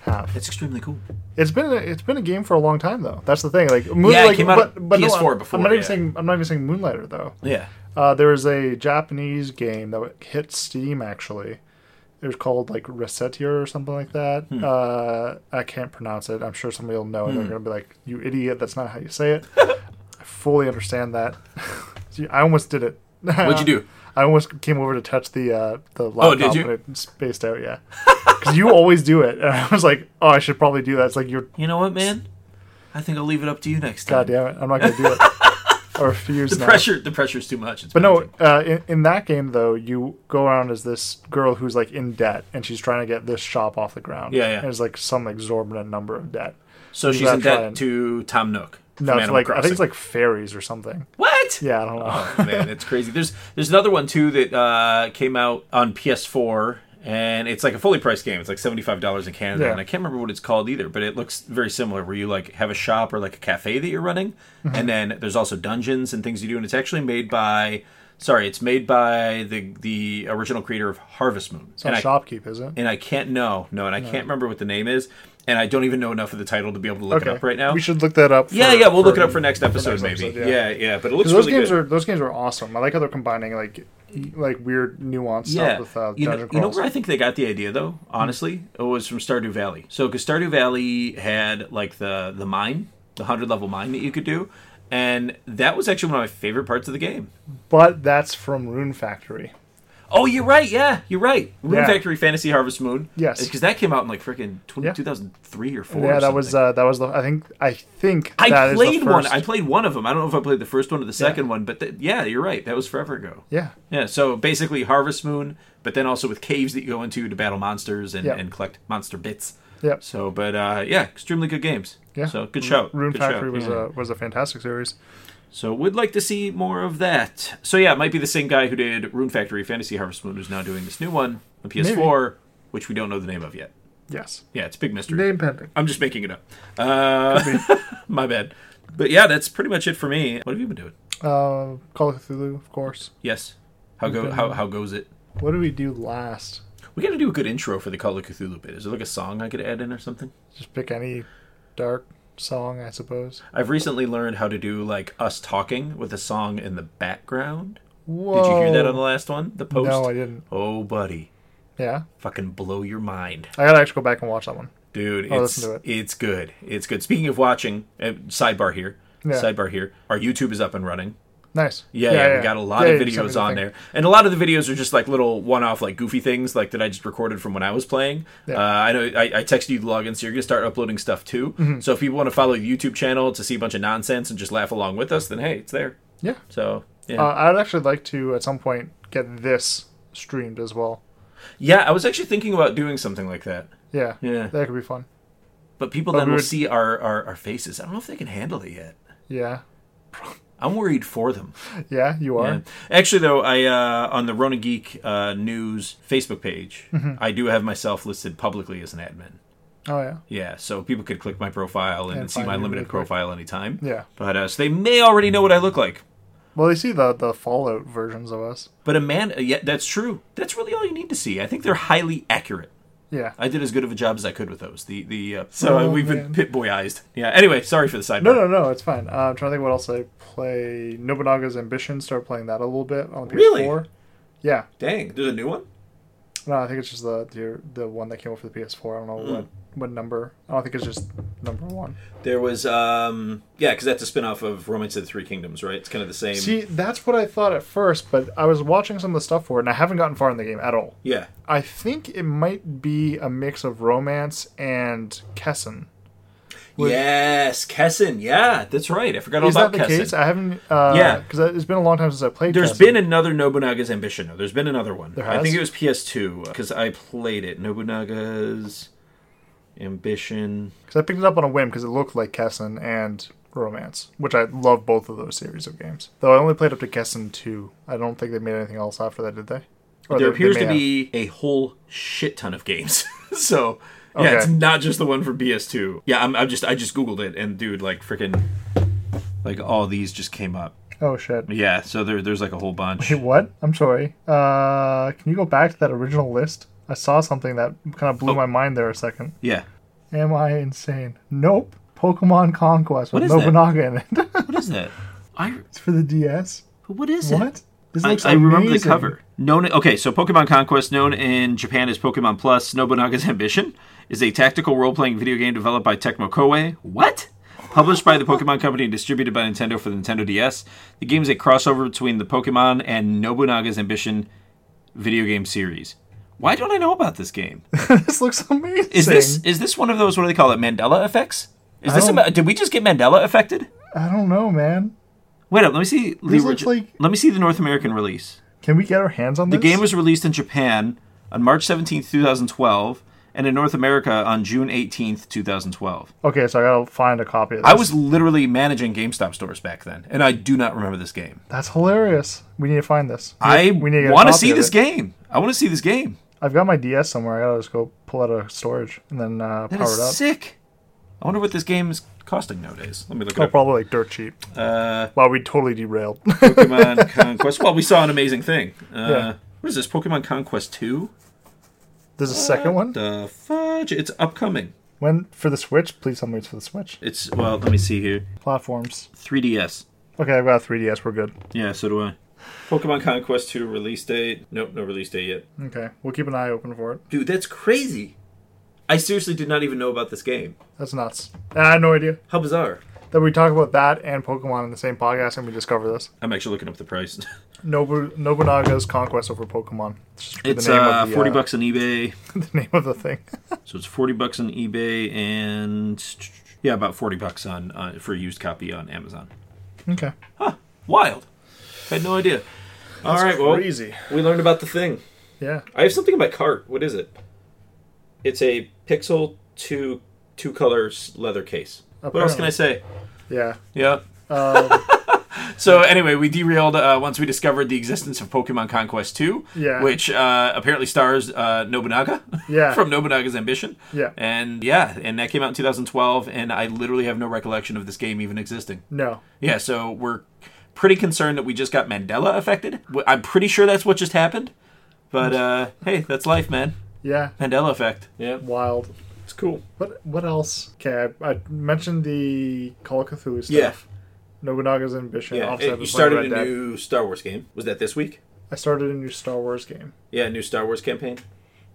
Speaker 2: have.
Speaker 1: It's extremely cool.
Speaker 2: It's been a, it's been a game for a long time though. That's the thing. Like Moon-
Speaker 1: Yeah, it
Speaker 2: like,
Speaker 1: came out on
Speaker 2: no,
Speaker 1: PS4
Speaker 2: I'm-
Speaker 1: before,
Speaker 2: I'm not even
Speaker 1: yeah.
Speaker 2: saying I'm not even saying Moonlighter though.
Speaker 1: Yeah.
Speaker 2: Uh, there was a Japanese game that hit Steam actually. It was called like Resetia or something like that.
Speaker 1: Hmm.
Speaker 2: Uh, I can't pronounce it. I'm sure somebody will know, and they're gonna be like, "You idiot! That's not how you say it." I fully understand that. See, I almost did it.
Speaker 1: What'd you do? Oh,
Speaker 2: I almost came over to touch the uh, the laptop,
Speaker 1: did you?
Speaker 2: and it spaced out. Yeah, because you always do it, and I was like, "Oh, I should probably do that." It's like you're,
Speaker 1: You know what, man? I think I'll leave it up to you next time.
Speaker 2: God damn it, I'm not gonna do it. I refuse.
Speaker 1: The
Speaker 2: now.
Speaker 1: pressure, the pressure's too much. It's
Speaker 2: But no,
Speaker 1: painful.
Speaker 2: uh, in, in that game though, you go around as this girl who's like in debt, and she's trying to get this shop off the ground.
Speaker 1: Yeah, yeah.
Speaker 2: And it's like some exorbitant number of debt.
Speaker 1: so she's
Speaker 2: gotta
Speaker 1: in
Speaker 2: try
Speaker 1: debt
Speaker 2: and-
Speaker 1: to Tom Nook. from
Speaker 2: No, it's
Speaker 1: Animal
Speaker 2: like I
Speaker 1: Crossing.
Speaker 2: think it's like fairies or something.
Speaker 1: what?
Speaker 2: Yeah, I don't know.
Speaker 1: Oh, man, it's crazy. There's there's another one too that uh, came out on PS4, and it's like a fully priced game. It's like seventy five dollars in Canada,
Speaker 2: Yeah.
Speaker 1: and I can't remember what it's called either. But it looks very similar, where you like have a shop or like a cafe that you're running,
Speaker 2: Mm-hmm.
Speaker 1: and then there's also dungeons and things you do. And it's actually made by, sorry, it's made by the the original creator of Harvest Moon.
Speaker 2: It's not
Speaker 1: and I-
Speaker 2: shopkeep, is it?
Speaker 1: and I can't know, no, and I can't remember what the name is, and I don't even know enough of the title to be able to look it up right now.
Speaker 2: We should look that up.
Speaker 1: yeah,
Speaker 2: for-
Speaker 1: yeah, we'll look it up for next episode,
Speaker 2: next
Speaker 1: maybe.
Speaker 2: episode,
Speaker 1: yeah.
Speaker 2: yeah.
Speaker 1: yeah, but it looks
Speaker 2: 'Cause those
Speaker 1: really
Speaker 2: games
Speaker 1: good.
Speaker 2: are those games are awesome. I like how they're combining like like weird nuanced stuff with uh,
Speaker 1: you, know,
Speaker 2: dungeon
Speaker 1: you know
Speaker 2: crawls.
Speaker 1: where I think they got the idea though. Honestly, it was from Stardew Valley. So because Stardew Valley had like the the mine, the hundred level mine that you could do, and that was actually one of my favorite parts of the game.
Speaker 2: But that's from Rune Factory.
Speaker 1: Oh, you're right. Yeah, you're right. Rune
Speaker 2: Yeah.
Speaker 1: Factory Fantasy Harvest Moon.
Speaker 2: Yes.
Speaker 1: because that came out in like freaking 20,
Speaker 2: Yeah.
Speaker 1: 2003 or four.
Speaker 2: Yeah,
Speaker 1: or
Speaker 2: that was
Speaker 1: something.
Speaker 2: uh, that was the I think I think that
Speaker 1: I
Speaker 2: is the
Speaker 1: played one.
Speaker 2: first-
Speaker 1: I played one of them. I don't know if I played the first one or the second one, but th- yeah, you're right. That was forever ago.
Speaker 2: yeah.
Speaker 1: Yeah, so basically Harvest Moon, but then also with caves that you go into to battle monsters and,
Speaker 2: Yep.
Speaker 1: and collect monster bits.
Speaker 2: Yep.
Speaker 1: So, but uh, yeah, extremely good games.
Speaker 2: Yeah.
Speaker 1: So good shout.
Speaker 2: Rune
Speaker 1: good
Speaker 2: Factory
Speaker 1: shout.
Speaker 2: was uh,
Speaker 1: yeah.
Speaker 2: a was a fantastic series.
Speaker 1: So would like to see more of that. So yeah, it might be the same guy who did Rune Factory Fantasy Harvest Moon who's now doing this new one on PS4, which we don't know the name of yet.
Speaker 2: Yes.
Speaker 1: Yeah, it's a big mystery.
Speaker 2: Name pending.
Speaker 1: I'm just making it up. Uh, my bad. But yeah, that's pretty much it for me. What have you been doing?
Speaker 2: Uh, Call of Cthulhu, of course.
Speaker 1: Yes. How go? How, how goes it?
Speaker 2: What did we do last?
Speaker 1: We got to do a good intro for the Call of Cthulhu bit. Is there like a song I could add in or something?
Speaker 2: Just pick any dark song, I suppose.
Speaker 1: I've recently learned how to do like us talking with a song in the background.
Speaker 2: Whoa.
Speaker 1: Did you hear that on the last one? The post?
Speaker 2: No, I didn't.
Speaker 1: Oh, buddy.
Speaker 2: Yeah.
Speaker 1: Fucking blow your mind.
Speaker 2: I gotta actually go back and watch that one.
Speaker 1: Dude,
Speaker 2: I'll
Speaker 1: it's,
Speaker 2: Oh, listen to it.
Speaker 1: it's good. It's good. Speaking of watching, uh, sidebar here.
Speaker 2: Yeah.
Speaker 1: Sidebar here. Our YouTube is up and running.
Speaker 2: Nice.
Speaker 1: Yeah, yeah, we got a lot
Speaker 2: Yeah,
Speaker 1: of
Speaker 2: you sent me
Speaker 1: videos
Speaker 2: the
Speaker 1: on
Speaker 2: thing.
Speaker 1: there, and a lot of the videos are just like little one-off, like goofy things, like that I just recorded from when I was playing.
Speaker 2: Yeah.
Speaker 1: Uh, I know I, I texted you the login, so you're gonna start uploading stuff too.
Speaker 2: Mm-hmm.
Speaker 1: So if people want to follow the YouTube channel to see a bunch of nonsense and just laugh along with us, then hey, it's there.
Speaker 2: Yeah.
Speaker 1: So yeah,
Speaker 2: Uh, I'd actually like to at some point get this streamed as well.
Speaker 1: yeah, I was actually thinking about doing something like that,
Speaker 2: Yeah.
Speaker 1: Yeah.
Speaker 2: That could be fun.
Speaker 1: but people
Speaker 2: But
Speaker 1: then
Speaker 2: we
Speaker 1: will
Speaker 2: would-
Speaker 1: see our, our our faces. I don't know if they can handle it yet.
Speaker 2: Yeah.
Speaker 1: I'm worried for them.
Speaker 2: Yeah, you are.
Speaker 1: Yeah. Actually, though, I uh, on the Rona Geek uh, News Facebook page,
Speaker 2: Mm-hmm.
Speaker 1: I do have myself listed publicly as an admin.
Speaker 2: Oh yeah.
Speaker 1: Yeah, so people could click my profile and,
Speaker 2: And
Speaker 1: see
Speaker 2: find
Speaker 1: my
Speaker 2: you
Speaker 1: limited
Speaker 2: really quick.
Speaker 1: profile anytime.
Speaker 2: Yeah.
Speaker 1: But uh, so they may already know what I look like.
Speaker 2: Well, they see the the Fallout versions of us.
Speaker 1: But Amanda, yeah, that's true. That's really all you need to see. I think they're highly accurate.
Speaker 2: Yeah.
Speaker 1: I did as good of a job as I could with those. The the uh, so
Speaker 2: Oh,
Speaker 1: we've
Speaker 2: man.
Speaker 1: been pit boyized. Yeah. Anyway, sorry for the sidebar.
Speaker 2: No, no, no. It's fine. Uh, I'm trying to think what else I play. Nobunaga's Ambition. Start playing that a little bit on the PS4.
Speaker 1: Really?
Speaker 2: Yeah.
Speaker 1: Dang, there's a new one.
Speaker 2: No, I think it's just the the, the one that came out for the PS4. I don't know
Speaker 1: Hmm.
Speaker 2: what what number. I don't think it's just number one.
Speaker 1: There was um yeah, because that's a spin-off of Romance of the Three Kingdoms, right? It's kind of the same.
Speaker 2: See, that's what I thought at first, but I was watching some of the stuff for it, and I haven't gotten far in the game at all.
Speaker 1: yeah.
Speaker 2: I think it might be a mix of romance and Kessen. Was-
Speaker 1: yes, Kessen. Yeah, that's right. I forgot all
Speaker 2: Is that
Speaker 1: about
Speaker 2: the
Speaker 1: Kessen.
Speaker 2: case? I haven't. Uh,
Speaker 1: Yeah.
Speaker 2: because it's been a long time since I played.
Speaker 1: There's
Speaker 2: Kessen.
Speaker 1: been another Nobunaga's Ambition. though. There's been another one.
Speaker 2: There
Speaker 1: I
Speaker 2: has?
Speaker 1: think it was PS2 because I played it. Nobunaga's Ambition.
Speaker 2: Because I picked it up on a whim because it looked like Kessen and Romance, which I love both of those series of games. Though I only played up to Kessen 2. I don't think they made anything else after that, did they?
Speaker 1: there
Speaker 2: Or they- they
Speaker 1: appears
Speaker 2: may
Speaker 1: to
Speaker 2: have.
Speaker 1: be a whole shit ton of games. so yeah,
Speaker 2: Okay.
Speaker 1: it's not just the one for PS2. Yeah, I'm, I'm just I just googled it and dude, like freaking, like all these just came up.
Speaker 2: Oh, shit.
Speaker 1: Yeah, so there there's like a whole bunch.
Speaker 2: Hey, what? I'm sorry. Uh, can you go back to that original list? I saw something that kind of blew
Speaker 1: Oh.
Speaker 2: my mind there a second.
Speaker 1: Yeah,
Speaker 2: Am I insane? Nope. Pokemon Conquest with
Speaker 1: What is that?
Speaker 2: Nobunaga in it.
Speaker 1: what is that? I
Speaker 2: it's for the DS.
Speaker 1: what is it?
Speaker 2: What? This
Speaker 1: I,
Speaker 2: looks
Speaker 1: I remember the
Speaker 2: amazing.
Speaker 1: cover. Known okay, so Pokemon Conquest, known in Japan as Pokemon Plus, Nobunaga's Ambition, is a tactical role-playing video game developed by Tecmo Koei. What? Published by the Pokemon Company and distributed by Nintendo for the Nintendo DS, the game is a crossover between the Pokemon and Nobunaga's Ambition video game series. Why don't I know about this game?
Speaker 2: this looks amazing.
Speaker 1: Is this is this one of those what do they call it? Mandela effects? Is this a,
Speaker 2: don't-
Speaker 1: ma- did we just get Mandela affected?
Speaker 2: I don't know, man.
Speaker 1: Wait up, let me see. the
Speaker 2: This looks
Speaker 1: origi-
Speaker 2: like-
Speaker 1: let me see the North American release.
Speaker 2: Can we get our hands on this?
Speaker 1: The game was released in Japan on March 17, 2012, and in North America on June 18, 2012.
Speaker 2: Okay, so I gotta find a copy of this.
Speaker 1: I was literally managing GameStop stores back then, and I do not remember this game.
Speaker 2: That's hilarious. We need to find this.
Speaker 1: I
Speaker 2: we need to get a
Speaker 1: want to
Speaker 2: copy
Speaker 1: see
Speaker 2: of
Speaker 1: this
Speaker 2: it.
Speaker 1: game. I want to see this game.
Speaker 2: I've got my DS somewhere. I gotta just go pull out of storage and then uh,
Speaker 1: That
Speaker 2: power
Speaker 1: is
Speaker 2: it up.
Speaker 1: sick. I wonder what this game is costing nowadays. Let me look it
Speaker 2: Oh,
Speaker 1: up.
Speaker 2: probably like dirt cheap.
Speaker 1: Uh,
Speaker 2: Wow, we totally derailed.
Speaker 1: Pokemon Conquest. Well, we saw an amazing thing. Uh,
Speaker 2: Yeah.
Speaker 1: What is this? Pokemon Conquest 2?
Speaker 2: There's a second one.
Speaker 1: The fudge. It's upcoming.
Speaker 2: When for the Switch? Please tell me it's for the Switch
Speaker 1: It's, well, let me see here.
Speaker 2: platforms.
Speaker 1: 3DS.
Speaker 2: Okay, I've got a 3DS. We're good.
Speaker 1: Yeah, so do I. Pokemon Conquest 2 release date. Nope, no release date yet.
Speaker 2: Okay, we'll keep an eye open for it.
Speaker 1: Dude, that's crazy. I seriously did not even know about this game.
Speaker 2: That's nuts. I had no idea
Speaker 1: How bizarre.
Speaker 2: that we talk about that and Pokemon in the same podcast and we discover this.
Speaker 1: I'm actually looking up the price.
Speaker 2: Nobu- Nobunaga's conquest over Pokemon. just the
Speaker 1: It's
Speaker 2: name of
Speaker 1: uh,
Speaker 2: the,
Speaker 1: 40
Speaker 2: uh,
Speaker 1: bucks on eBay.
Speaker 2: the name of the thing.
Speaker 1: So it's 40 bucks on eBay and yeah, about 40 bucks on uh, for a used copy on Amazon.
Speaker 2: okay.
Speaker 1: Wild. Had no idea. All right, well,
Speaker 2: Crazy.
Speaker 1: we learned about the thing.
Speaker 2: Yeah.
Speaker 1: I have something in my cart. What is it? It's a Pixel 2 two colors leather case. What else can I say?
Speaker 2: Yeah.
Speaker 1: Yeah.
Speaker 2: Um,
Speaker 1: So anyway, we derailed uh, once we discovered the existence of Pokemon Conquest 2,
Speaker 2: Yeah.
Speaker 1: which uh, apparently stars uh, Nobunaga
Speaker 2: Yeah.
Speaker 1: from Nobunaga's Ambition.
Speaker 2: Yeah.
Speaker 1: And yeah, and that came out in 2012, and I literally have no recollection of this game even existing.
Speaker 2: No.
Speaker 1: Yeah, so we're pretty concerned that we just got Mandela affected. W- I'm pretty sure that's what just happened. But uh, hey, that's life, man.
Speaker 2: Yeah.
Speaker 1: Mandela effect. Yeah,
Speaker 2: Wild.
Speaker 1: it's cool.
Speaker 2: What what else? Okay, I, I mentioned the Call of Cthulhu stuff.
Speaker 1: Yeah.
Speaker 2: Nobunaga's ambition.
Speaker 1: Yeah,
Speaker 2: Obviously, I've
Speaker 1: you
Speaker 2: been
Speaker 1: started
Speaker 2: playing
Speaker 1: a
Speaker 2: Red Dead.
Speaker 1: new Star Wars game. Was that this week?
Speaker 2: I started a new Star Wars game.
Speaker 1: Yeah, new Star Wars campaign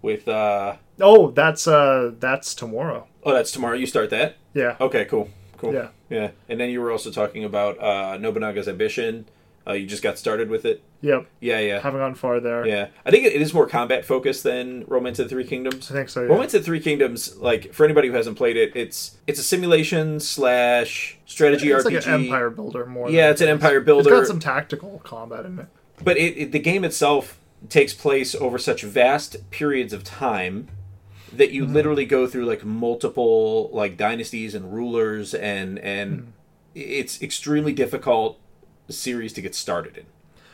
Speaker 1: with. uh
Speaker 2: Oh, that's uh, that's tomorrow.
Speaker 1: Oh, that's tomorrow. You start that.
Speaker 2: Yeah.
Speaker 1: Okay, cool, cool.
Speaker 2: Yeah.
Speaker 1: yeah. And then you were also talking about uh, Nobunaga's ambition. Uh, you just got started with it.
Speaker 2: Yep.
Speaker 1: Yeah, yeah,
Speaker 2: Haven't gone far there.
Speaker 1: yeah. I think it, it is more combat focused than Romance of the Three Kingdoms.
Speaker 2: I think so. Yeah.
Speaker 1: Romance of the Three Kingdoms, like for anybody who hasn't played it, it's it's a simulation slash strategy
Speaker 2: it's
Speaker 1: RPG.
Speaker 2: like an empire builder more.
Speaker 1: Yeah,
Speaker 2: than-
Speaker 1: it's an empire
Speaker 2: It's
Speaker 1: builder.
Speaker 2: got some tactical combat in it.
Speaker 1: but it, it, the game itself takes place over such vast periods of time that you
Speaker 2: Mm-hmm.
Speaker 1: literally go through like multiple like dynasties and rulers and and
Speaker 2: Hmm.
Speaker 1: it's extremely difficult series to get started in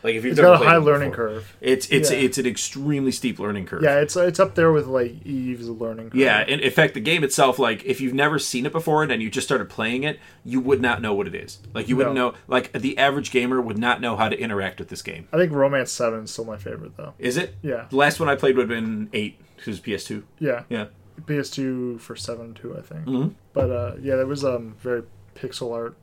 Speaker 1: like if you've
Speaker 2: It's
Speaker 1: never
Speaker 2: got a
Speaker 1: played
Speaker 2: high
Speaker 1: them
Speaker 2: learning
Speaker 1: before.
Speaker 2: curve.
Speaker 1: it's it's
Speaker 2: Yeah.
Speaker 1: it's an extremely steep learning curve
Speaker 2: Yeah, it's it's up there with like Eve's learning curve.
Speaker 1: yeah in, in fact the game itself like if you've never seen it before and you just started playing it you would not know what it is like you wouldn't
Speaker 2: No.
Speaker 1: know like the average gamer would not know how to interact with this game
Speaker 2: I think Romance Seven is still my favorite though.
Speaker 1: is it
Speaker 2: Yeah.
Speaker 1: the last one i played would have been 8 because ps2
Speaker 2: Yeah.
Speaker 1: yeah
Speaker 2: PS2 for seven too, I think.
Speaker 1: Mm-hmm.
Speaker 2: But uh, yeah, that was um very pixel art.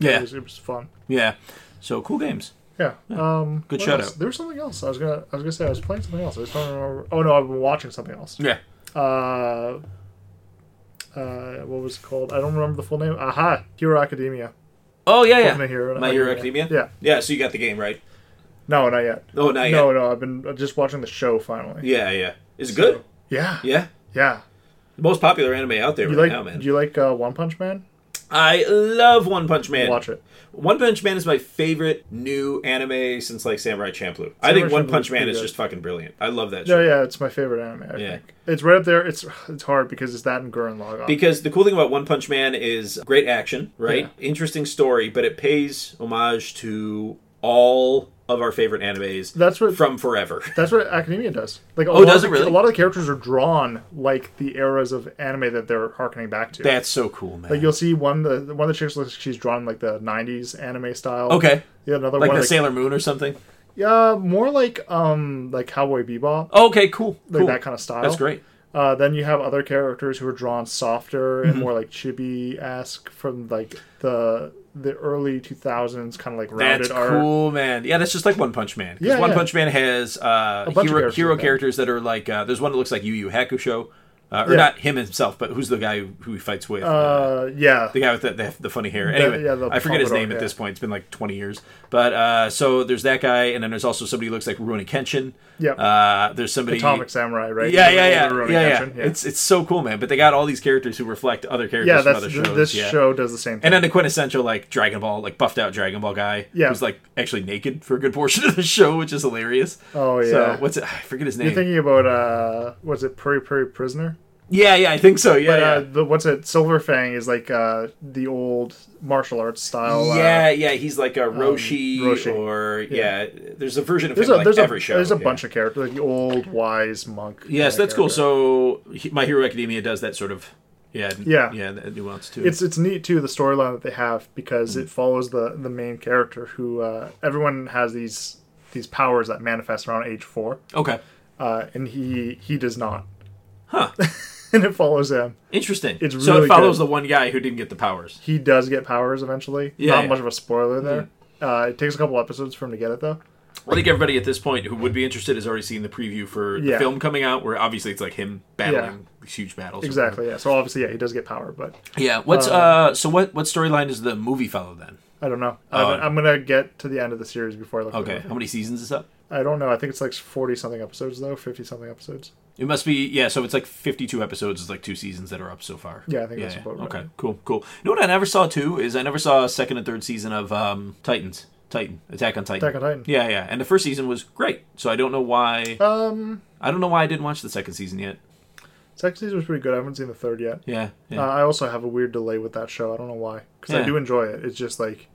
Speaker 2: It
Speaker 1: Yeah,
Speaker 2: was, it was fun.
Speaker 1: yeah. So cool games.
Speaker 2: Yeah. Um,
Speaker 1: Good
Speaker 2: what
Speaker 1: shout
Speaker 2: else?
Speaker 1: out.
Speaker 2: There was something else. I was gonna. I was gonna say I was playing something else. I just don't remember. Oh no, I've been watching something else.
Speaker 1: Yeah.
Speaker 2: Uh, uh, what was it called? I don't remember the full name. Aha, Hero Academia.
Speaker 1: Oh yeah,
Speaker 2: My
Speaker 1: yeah.
Speaker 2: Hero,
Speaker 1: My Hero Academia.
Speaker 2: Yeah.
Speaker 1: Yeah. So you got the game right.
Speaker 2: No, not yet.
Speaker 1: Oh, not yet.
Speaker 2: no, no. I've been uh, just watching the show finally.
Speaker 1: Yeah, yeah. Is it good?
Speaker 2: Yeah. Yeah.
Speaker 1: Yeah. The most popular anime out there
Speaker 2: You
Speaker 1: right
Speaker 2: like?
Speaker 1: now, man.
Speaker 2: Do you like uh, One Punch Man?
Speaker 1: I love One Punch Man.
Speaker 2: Watch it.
Speaker 1: One Punch Man is my favorite new anime since like Samurai Champloo. I
Speaker 2: Samurai
Speaker 1: think One
Speaker 2: Champloo
Speaker 1: Punch
Speaker 2: is
Speaker 1: Man
Speaker 2: pretty
Speaker 1: is
Speaker 2: good.
Speaker 1: just fucking brilliant. I love that. shit.
Speaker 2: No, Oh, yeah, it's my favorite anime. I
Speaker 1: Yeah.
Speaker 2: think it's right up there. It's it's hard because it's that and Gurren Lagann.
Speaker 1: Because the cool thing about One Punch Man is great action, right? Interesting story, but it pays homage to all of our favorite animes
Speaker 2: that's what
Speaker 1: from forever.
Speaker 2: that's what Academia does. Like, a
Speaker 1: Oh,
Speaker 2: lot
Speaker 1: does
Speaker 2: of
Speaker 1: it
Speaker 2: the-
Speaker 1: really?
Speaker 2: A lot of the characters are drawn like the eras of anime that they're harkening back to.
Speaker 1: That's so cool, man.
Speaker 2: Like you'll see one the one of the chicks looks like she's drawn like the '90s anime style.
Speaker 1: okay.
Speaker 2: Yeah, another
Speaker 1: Like
Speaker 2: one
Speaker 1: the
Speaker 2: like,
Speaker 1: Sailor Moon or something.
Speaker 2: yeah, more like um like Cowboy Bebop,
Speaker 1: Okay, cool.
Speaker 2: like
Speaker 1: cool.
Speaker 2: that kind of style.
Speaker 1: That's great.
Speaker 2: Uh, then you have other characters who are drawn softer
Speaker 1: Mm-hmm.
Speaker 2: and more like chibi esque from like the the early 2000s, kind of like rounded
Speaker 1: That's
Speaker 2: art.
Speaker 1: cool, man. Yeah, that's just like One Punch Man. 'Cause
Speaker 2: Yeah,
Speaker 1: One
Speaker 2: yeah.
Speaker 1: Punch Man has uh,
Speaker 2: bunch of
Speaker 1: hero,
Speaker 2: characters
Speaker 1: hero
Speaker 2: like that.
Speaker 1: characters that are like. Uh, there's one that looks like Yu Yu Hakusho, uh, or
Speaker 2: Yeah.
Speaker 1: not him himself, but who's the guy who, who he fights with? Uh,
Speaker 2: Uh, yeah,
Speaker 1: the guy with the, the, the funny hair. Anyway,
Speaker 2: yeah, the
Speaker 1: I forget his
Speaker 2: pompadour,
Speaker 1: name at
Speaker 2: yeah.
Speaker 1: this point. It's been like 20 years. But uh, so there's that guy, and then there's also somebody who looks like Rurouni Kenshin.
Speaker 2: Yep.
Speaker 1: Uh, there's somebody.
Speaker 2: Atomic Samurai, right?
Speaker 1: Yeah,
Speaker 2: The
Speaker 1: yeah,
Speaker 2: older
Speaker 1: yeah,
Speaker 2: Rurouni
Speaker 1: yeah, yeah.
Speaker 2: Kenshin,
Speaker 1: It's it's so cool, man. But they got all these characters who reflect other characters
Speaker 2: Yeah,
Speaker 1: from
Speaker 2: that's
Speaker 1: other
Speaker 2: th-
Speaker 1: shows.
Speaker 2: this
Speaker 1: yeah.
Speaker 2: show does the same thing.
Speaker 1: And then the quintessential like Dragon Ball, like buffed out Dragon Ball guy,
Speaker 2: Yeah.
Speaker 1: who's like actually naked for a good portion of the show, which is hilarious.
Speaker 2: Oh,
Speaker 1: So
Speaker 2: yeah.
Speaker 1: what's it? I forget his
Speaker 2: You're
Speaker 1: name.
Speaker 2: thinking about uh, was it Prairie Prairie Prisoner?
Speaker 1: yeah, yeah, I think so. Yeah,
Speaker 2: But,
Speaker 1: yeah.
Speaker 2: uh, the, what's it? Silver Fang is like uh, the old martial arts style. uh, um,
Speaker 1: yeah, yeah, he's like a Roshi,
Speaker 2: Roshi.
Speaker 1: or yeah. There's a version of
Speaker 2: there's
Speaker 1: him
Speaker 2: a
Speaker 1: like
Speaker 2: there's
Speaker 1: every
Speaker 2: a
Speaker 1: show.
Speaker 2: there's a
Speaker 1: yeah.
Speaker 2: bunch of characters like the old wise monk.
Speaker 1: Yes,
Speaker 2: kinda
Speaker 1: that's cool.
Speaker 2: character.
Speaker 1: So he- My Hero Academia does that sort of yeah,
Speaker 2: Yeah.
Speaker 1: yeah, that nuance too.
Speaker 2: it's it's neat too the storyline that they have because
Speaker 1: Mm.
Speaker 2: it follows the the main character who uh, everyone has these these powers that manifest around age four,
Speaker 1: okay,
Speaker 2: uh, and he he does not,
Speaker 1: huh?
Speaker 2: and it follows him.
Speaker 1: Interesting.
Speaker 2: It's
Speaker 1: so it
Speaker 2: really
Speaker 1: follows
Speaker 2: good.
Speaker 1: the one guy who didn't get the powers.
Speaker 2: He does get powers eventually.
Speaker 1: Yeah,
Speaker 2: not
Speaker 1: yeah. Mm-hmm.
Speaker 2: much of a spoiler there. Uh, it takes a couple episodes for him to get it though.
Speaker 1: I think everybody at this point who would be interested has already seen the preview for the
Speaker 2: Yeah.
Speaker 1: film coming out, where obviously it's like him battling these huge battles. or whatever.
Speaker 2: Exactly. Yeah. So obviously, yeah, he does get power, but
Speaker 1: Yeah. What's uh? So what what storyline does the movie follow then?
Speaker 2: I don't know.
Speaker 1: Oh.
Speaker 2: I'm, I'm gonna get to the end of the series before I look.
Speaker 1: Okay.
Speaker 2: It
Speaker 1: How
Speaker 2: up.
Speaker 1: many seasons is up?
Speaker 2: I don't know. I think it's like forty something episodes though, fifty something episodes.
Speaker 1: It must be yeah. So it's like fifty two episodes. It's like two seasons that are up so far.
Speaker 2: Yeah, I think that's about right.
Speaker 1: Okay. Cool. Cool. You know what I never saw too is I never saw a second and third season of um Titans. Titan. Attack on Titan.
Speaker 2: Attack on Titan.
Speaker 1: Yeah, yeah. And the first season was great. So I don't know why
Speaker 2: Um,
Speaker 1: I don't know why I didn't watch the second season yet.
Speaker 2: second season was pretty good. I haven't seen the third yet.
Speaker 1: Yeah. yeah.
Speaker 2: Uh, I also have a weird delay with that show. I don't know why. Because
Speaker 1: Yeah.
Speaker 2: I do enjoy it. It's just like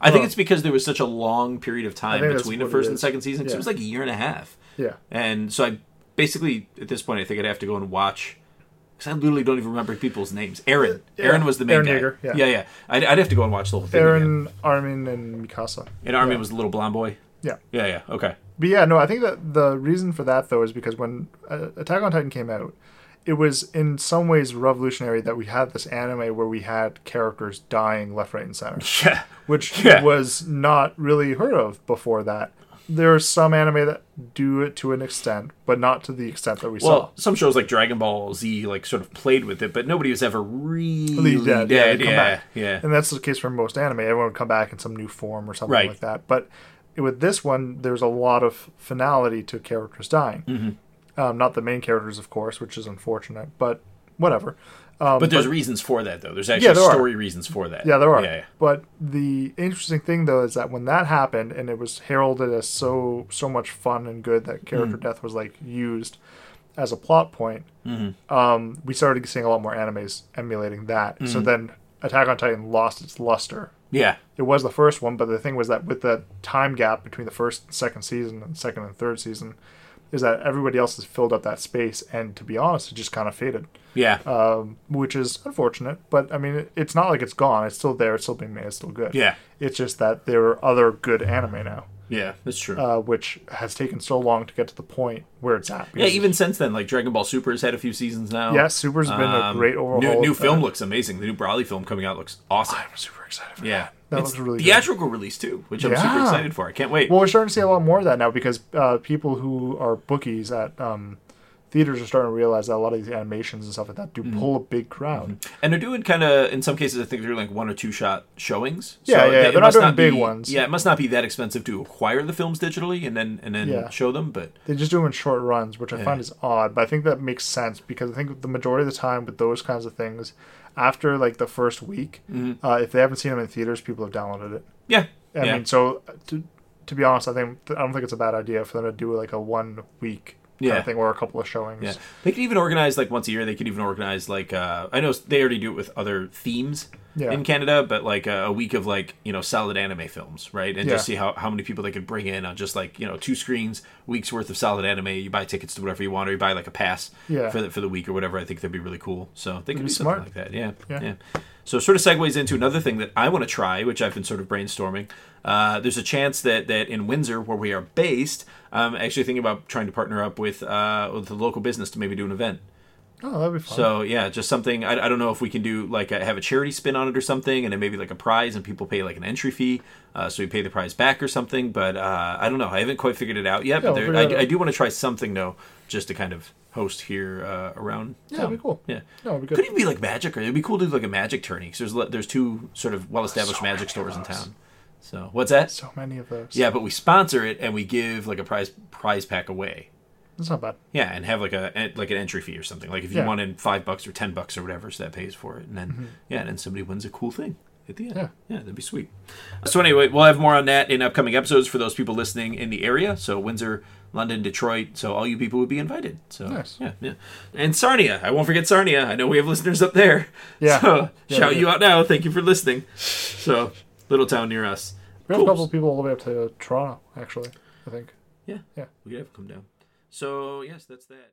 Speaker 1: I think
Speaker 2: Well-
Speaker 1: it's because there was such a long period of time
Speaker 2: think that's
Speaker 1: between the
Speaker 2: what it
Speaker 1: first and
Speaker 2: is.
Speaker 1: second season. 'cause It
Speaker 2: Yeah.
Speaker 1: was like a year and a half.
Speaker 2: Yeah.
Speaker 1: And so I basically, at this point, I think I'd have to go and watch. Because I literally don't even remember people's names. Aaron.
Speaker 2: Yeah.
Speaker 1: Aaron was the main
Speaker 2: Aaron
Speaker 1: guy.
Speaker 2: Yeager, yeah.
Speaker 1: yeah, I'd, I'd have to go and watch the whole thing. again.
Speaker 2: Aaron, Armin, and Mikasa.
Speaker 1: And Armin
Speaker 2: yeah.
Speaker 1: was the little blonde boy.
Speaker 2: Yeah.
Speaker 1: Yeah, yeah. Okay.
Speaker 2: But yeah, no, I think that the reason for that though is because when uh, Attack on Titan came out, it was in some ways revolutionary that we had this anime where we had characters dying left, right, and center,
Speaker 1: Yeah.
Speaker 2: which
Speaker 1: Yeah.
Speaker 2: was not really heard of before that. There are some anime that do it to an extent, but not to the extent that we saw.
Speaker 1: Well, some shows like Dragon Ball Z like sort of played with it, but nobody was ever really
Speaker 2: Yeah,
Speaker 1: dead.
Speaker 2: yeah, they
Speaker 1: Yeah,
Speaker 2: come
Speaker 1: yeah,
Speaker 2: back. And that's the case for most anime. Everyone would come back in some new form or something
Speaker 1: Right.
Speaker 2: like that. But with this one, there's a lot of finality to characters dying.
Speaker 1: Mm-hmm.
Speaker 2: Um, not the main characters, of course, which is unfortunate, but whatever.
Speaker 1: But there's reasons for that, though. There's actually
Speaker 2: Um, there are.
Speaker 1: story reasons for that.
Speaker 2: Yeah, there are.
Speaker 1: Yeah, yeah.
Speaker 2: But the interesting thing, though, is that when that happened and it was heralded as so so much fun and good that character
Speaker 1: Mm-hmm.
Speaker 2: death was like used as a plot point,
Speaker 1: Mm-hmm.
Speaker 2: um, we started seeing a lot more animes emulating that. So
Speaker 1: Mm-hmm.
Speaker 2: then Attack on Titan lost its luster
Speaker 1: Yeah.
Speaker 2: it was the first one, but the thing was that with the time gap between the first and second season and second and third season, is that everybody else has filled up that space, and to be honest, it just kind of faded,
Speaker 1: Yeah.
Speaker 2: um, which is unfortunate. But I mean, it- it's not like it's gone; it's still there, it's still being made, it's still good.
Speaker 1: Yeah.
Speaker 2: it's just that there are other good anime now,
Speaker 1: yeah, that's true.
Speaker 2: uh, which has taken so long to get to the point where it's at.
Speaker 1: yeah,
Speaker 2: because-
Speaker 1: even since then, like Dragon Ball Super has had a few seasons now.
Speaker 2: yeah, Super's been a
Speaker 1: Um,
Speaker 2: great overhaul.
Speaker 1: New, new
Speaker 2: of that.
Speaker 1: film looks amazing. The new Broly film coming out looks awesome.
Speaker 2: I'm super excited. For
Speaker 1: Yeah.
Speaker 2: that
Speaker 1: It's
Speaker 2: looks really good.
Speaker 1: theatrical release too, which I'm super
Speaker 2: Yeah.
Speaker 1: excited for. I can't wait.
Speaker 2: Well, we're starting to see a lot more of that now because uh, people who are bookies at um, theaters are starting to realize that a lot of these animations and stuff like that do
Speaker 1: Mm-hmm.
Speaker 2: pull a big crowd.
Speaker 1: And they're doing kind of, in some cases, I think they're doing like one or two shot showings.
Speaker 2: Yeah, yeah,
Speaker 1: it
Speaker 2: they're not
Speaker 1: must
Speaker 2: doing big
Speaker 1: be-
Speaker 2: ones.
Speaker 1: Yeah, it must not be that expensive to acquire the films digitally and then and then
Speaker 2: Yeah.
Speaker 1: show them. But
Speaker 2: They just do them in short runs, which I find is odd, but I think that makes sense because I think the majority of the time with those kinds of things, after like the first week, uh, if they haven't seen them in theaters, people have downloaded it.
Speaker 1: yeah,
Speaker 2: I
Speaker 1: Mm-hmm. yeah,
Speaker 2: mean, so uh, to, to be honest, I think I don't think it's a bad idea for them to do like a one week kind
Speaker 1: Yeah.
Speaker 2: of thing or a couple of showings.
Speaker 1: yeah. They could even organize like once a year. They could even organize like uh, I know they already do it with other themes
Speaker 2: Yeah.
Speaker 1: in Canada, but like uh, a week of like you know solid anime films, right? And just
Speaker 2: Yeah.
Speaker 1: see how how many people they could bring in on just like you know two screens, weeks worth of solid anime. You buy tickets to whatever you want, or you buy like a pass
Speaker 2: Yeah.
Speaker 1: for the for the week or whatever. I think that'd be really cool. So they could
Speaker 2: be
Speaker 1: do
Speaker 2: smart.
Speaker 1: something like that. Yeah, yeah.
Speaker 2: Yeah.
Speaker 1: So it sort of segues into another thing that I want to try, which I've been sort of brainstorming. Uh, there's a chance that that in Windsor, where we are based, I'm actually thinking about trying to partner up with uh, with the local business to maybe do an event.
Speaker 2: Oh, that'd be fun.
Speaker 1: So yeah, just something. I, I don't know if we can do like a, have a charity spin on it or something, and then maybe like a prize, and people pay like an entry fee, uh, so we pay the prize back or something. But uh, I don't know. I haven't quite figured it out yet.
Speaker 2: Yeah,
Speaker 1: but
Speaker 2: we'll
Speaker 1: there,
Speaker 2: figure that
Speaker 1: I, I
Speaker 2: out.
Speaker 1: do want to try something though, just to kind of host here uh, around.
Speaker 2: yeah, that'd be cool.
Speaker 1: Yeah.
Speaker 2: No, it'd be good.
Speaker 1: Could even be like magic, or it'd be cool to do like a magic tourney. 'cause there's le- there's two sort of well-established
Speaker 2: So
Speaker 1: magic
Speaker 2: many
Speaker 1: stores in
Speaker 2: of those.
Speaker 1: town. So what's that?
Speaker 2: so many of those.
Speaker 1: Yeah, but we sponsor it and we give like a prize prize pack away.
Speaker 2: That's not bad.
Speaker 1: Yeah, and have like a en- like an entry fee or something. Like if you
Speaker 2: Yeah. Mm-hmm.
Speaker 1: want in five bucks or ten bucks or whatever, so that pays for it. And then yeah, and then somebody wins a cool thing at the end.
Speaker 2: Yeah.
Speaker 1: that'd be sweet. So anyway, we'll have more on that in upcoming episodes for those people listening in the area. So Windsor, London, Detroit. So all you people would be invited. So
Speaker 2: Nice.
Speaker 1: yeah, yeah. And Sarnia, I won't forget Sarnia. I know we have listeners up there.
Speaker 2: Yeah.
Speaker 1: So
Speaker 2: Yeah,
Speaker 1: shout
Speaker 2: we do.
Speaker 1: you out now. Thank you for listening. So little town near us.
Speaker 2: We have
Speaker 1: Cool.
Speaker 2: a couple of people all the way up to Toronto, actually. I think.
Speaker 1: Yeah.
Speaker 2: Yeah.
Speaker 1: We could have him come down. So yes, that's that.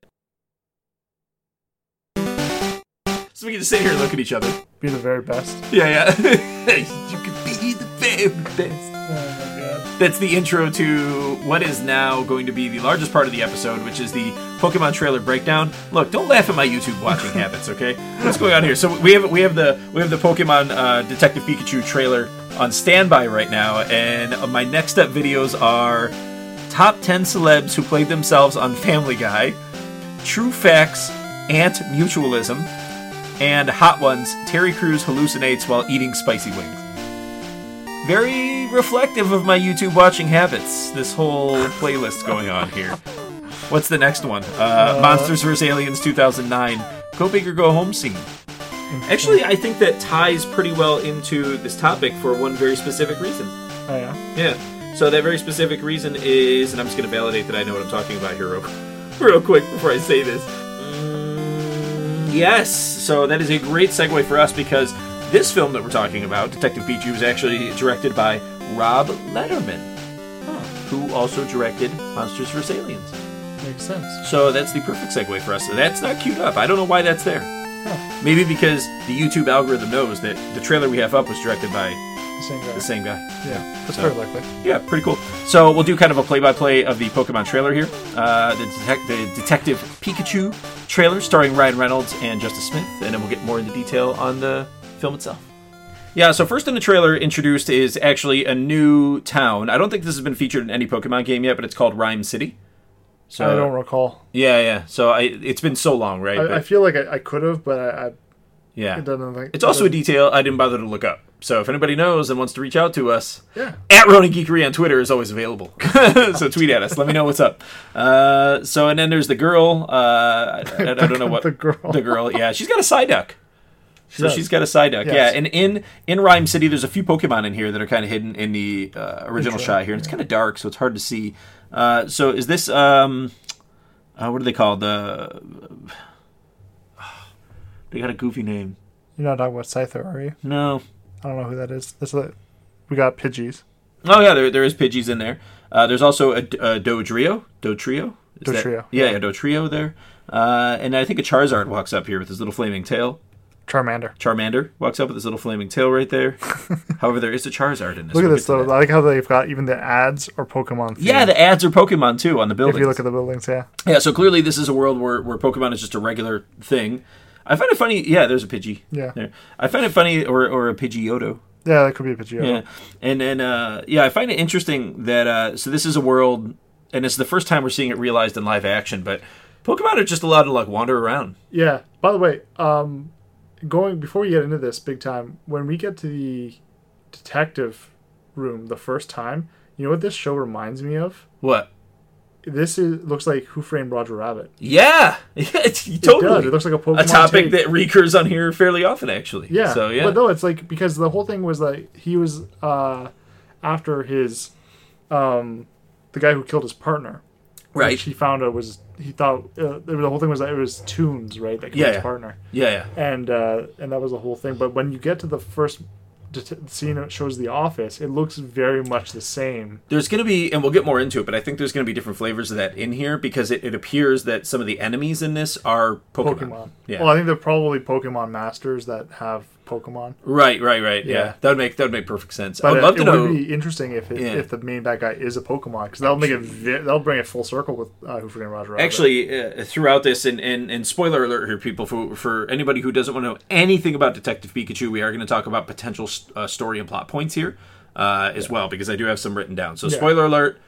Speaker 1: So we can just sit here and look at each other.
Speaker 2: Be the very best.
Speaker 1: Yeah, yeah. you can be the very best.
Speaker 2: Oh
Speaker 1: That's the intro to what is now going to be the largest part of the episode, which is the Pokemon trailer breakdown. Look, don't laugh at my YouTube watching habits, okay? What's going on here? So we have we have the we have the Pokemon uh, Detective Pikachu trailer on standby right now, and my next up videos are top 10 celebs who played themselves on Family Guy, True Facts, Ant Mutualism, and Hot Ones, Terry Crews hallucinates while eating spicy wings. Very reflective of my YouTube watching habits, this whole playlist going on here. What's the next one? Uh, Monsters vs. Aliens 2009. Go big or go home scene. Actually, I think that ties pretty well into this topic for one very specific reason.
Speaker 2: Oh, yeah.
Speaker 1: Yeah. So that very specific reason is, and I'm just going to validate that I know what I'm talking about here real, real quick before I say this. Mm, Yes. So that is a great segue for us because this film that we're talking about, Detective Pikachu, was actually directed by Rob Letterman, who also directed Monsters vs. Aliens.
Speaker 2: Makes sense.
Speaker 1: So that's the perfect segue for us. That's not queued up. I don't know why that's there. Maybe because the YouTube algorithm knows that the trailer we have up was directed by
Speaker 2: The same guy.
Speaker 1: the same guy.
Speaker 2: Yeah, that's
Speaker 1: So-
Speaker 2: very likely.
Speaker 1: Yeah, pretty cool. So we'll do kind of a play-by-play of the Pokemon trailer here. Uh, the, detec- the Detective Pikachu trailer starring Ryan Reynolds and Justice Smith, and then we'll get more into detail on the film itself. Yeah, so first in the trailer introduced is actually a new town. I don't think this has been featured in any Pokemon game yet, but it's called Rhyme City. So
Speaker 2: I don't recall.
Speaker 1: yeah, yeah. So I, it's been so long, right?
Speaker 2: I,
Speaker 1: But-
Speaker 2: I feel like I, I could have, but I, I
Speaker 1: yeah,
Speaker 2: it doesn't think
Speaker 1: it's also a detail I didn't bother to look up. So if anybody knows and wants to reach out to us,
Speaker 2: yeah.
Speaker 1: at Ronin Geekery on Twitter is always available. so tweet at us. Let me know what's up. Uh, so and then there's the girl. Uh, I, I- I don't know what
Speaker 2: The girl.
Speaker 1: The girl. Yeah, she's got a Psyduck. So
Speaker 2: does.
Speaker 1: she's got a Psyduck,
Speaker 2: Yes.
Speaker 1: yeah. And in in Rhyme City, there's a few Pokemon in here that are kind of hidden in the uh, original shot here, and it's kind of dark, so it's hard to see. Uh, so is this um, uh, what are they called? The they got a goofy name.
Speaker 2: You're not talking about Scyther, are you?
Speaker 1: No,
Speaker 2: I don't know who that is. That's a, we got Pidgeys.
Speaker 1: Oh yeah, there there is Pidgeys in there. Uh, there's also a, a Dodrio, Dotrio, Is that-
Speaker 2: Dotrio.
Speaker 1: yeah, yeah, Dotrio there. Uh, and I think a Charizard walks up here with his little flaming tail.
Speaker 2: Charmander.
Speaker 1: Charmander walks up with his little flaming tail right there. However, there is a Charizard in this.
Speaker 2: Look at
Speaker 1: We'll
Speaker 2: this
Speaker 1: get to
Speaker 2: though.
Speaker 1: that.
Speaker 2: I like how they've got even the ads or Pokemon. Themed.
Speaker 1: Yeah, the ads are Pokemon too on the building.
Speaker 2: if you look at the buildings, yeah.
Speaker 1: yeah, so clearly this is a world where, where Pokemon is just a regular thing. I find it funny. Yeah, there's a Pidgey.
Speaker 2: Yeah.
Speaker 1: There. I find it funny, or or a Pidgeotto.
Speaker 2: Yeah, that could be a Pidgeot.
Speaker 1: yeah and and uh yeah i find it interesting that uh so this is a world and it's the first time we're seeing it realized in live action but pokemon are just allowed to like wander around
Speaker 2: Yeah. By the way, um, going before we get into this big time, when we get to the detective room the first time, you know what this show reminds me of?
Speaker 1: what
Speaker 2: This is looks like Who Framed Roger Rabbit.
Speaker 1: yeah it's
Speaker 2: It does.
Speaker 1: totally
Speaker 2: It looks like a Pokemon.
Speaker 1: a topic
Speaker 2: take.
Speaker 1: that recurs on here fairly often actually
Speaker 2: Yeah.
Speaker 1: so yeah
Speaker 2: But no, it's like because the whole thing was like he was uh, after his um, the guy who killed his partner.
Speaker 1: right
Speaker 2: Which he found out was he thought uh, the whole thing was that it was Tunes, right? That killed
Speaker 1: Yeah,
Speaker 2: his
Speaker 1: yeah.
Speaker 2: partner.
Speaker 1: yeah yeah
Speaker 2: and uh, and that was the whole thing. But when you get to the first det- scene, that shows the office. It looks very much the same.
Speaker 1: there's going to be and we'll get more into it but i think there's going to be different flavors of that in here because it, it appears that some of the enemies in this are pokemon,
Speaker 2: Pokemon.
Speaker 1: yeah
Speaker 2: Well, I think they're probably Pokemon masters that have Pokemon.
Speaker 1: right right right yeah.
Speaker 2: Yeah.
Speaker 1: that would make that would make perfect sense
Speaker 2: But uh,
Speaker 1: i'd love to
Speaker 2: it, it
Speaker 1: know
Speaker 2: would be interesting if it,
Speaker 1: Yeah.
Speaker 2: if the main bad guy is a Pokemon because that'll make it ve- that'll bring it full circle with uh, Who Framed Roger Rabbit.
Speaker 1: actually uh, throughout this and, and and spoiler alert here people for for anybody who doesn't want to know anything about detective pikachu we are going to talk about potential uh, story and plot points here uh, as well because i do have some written down so spoiler alert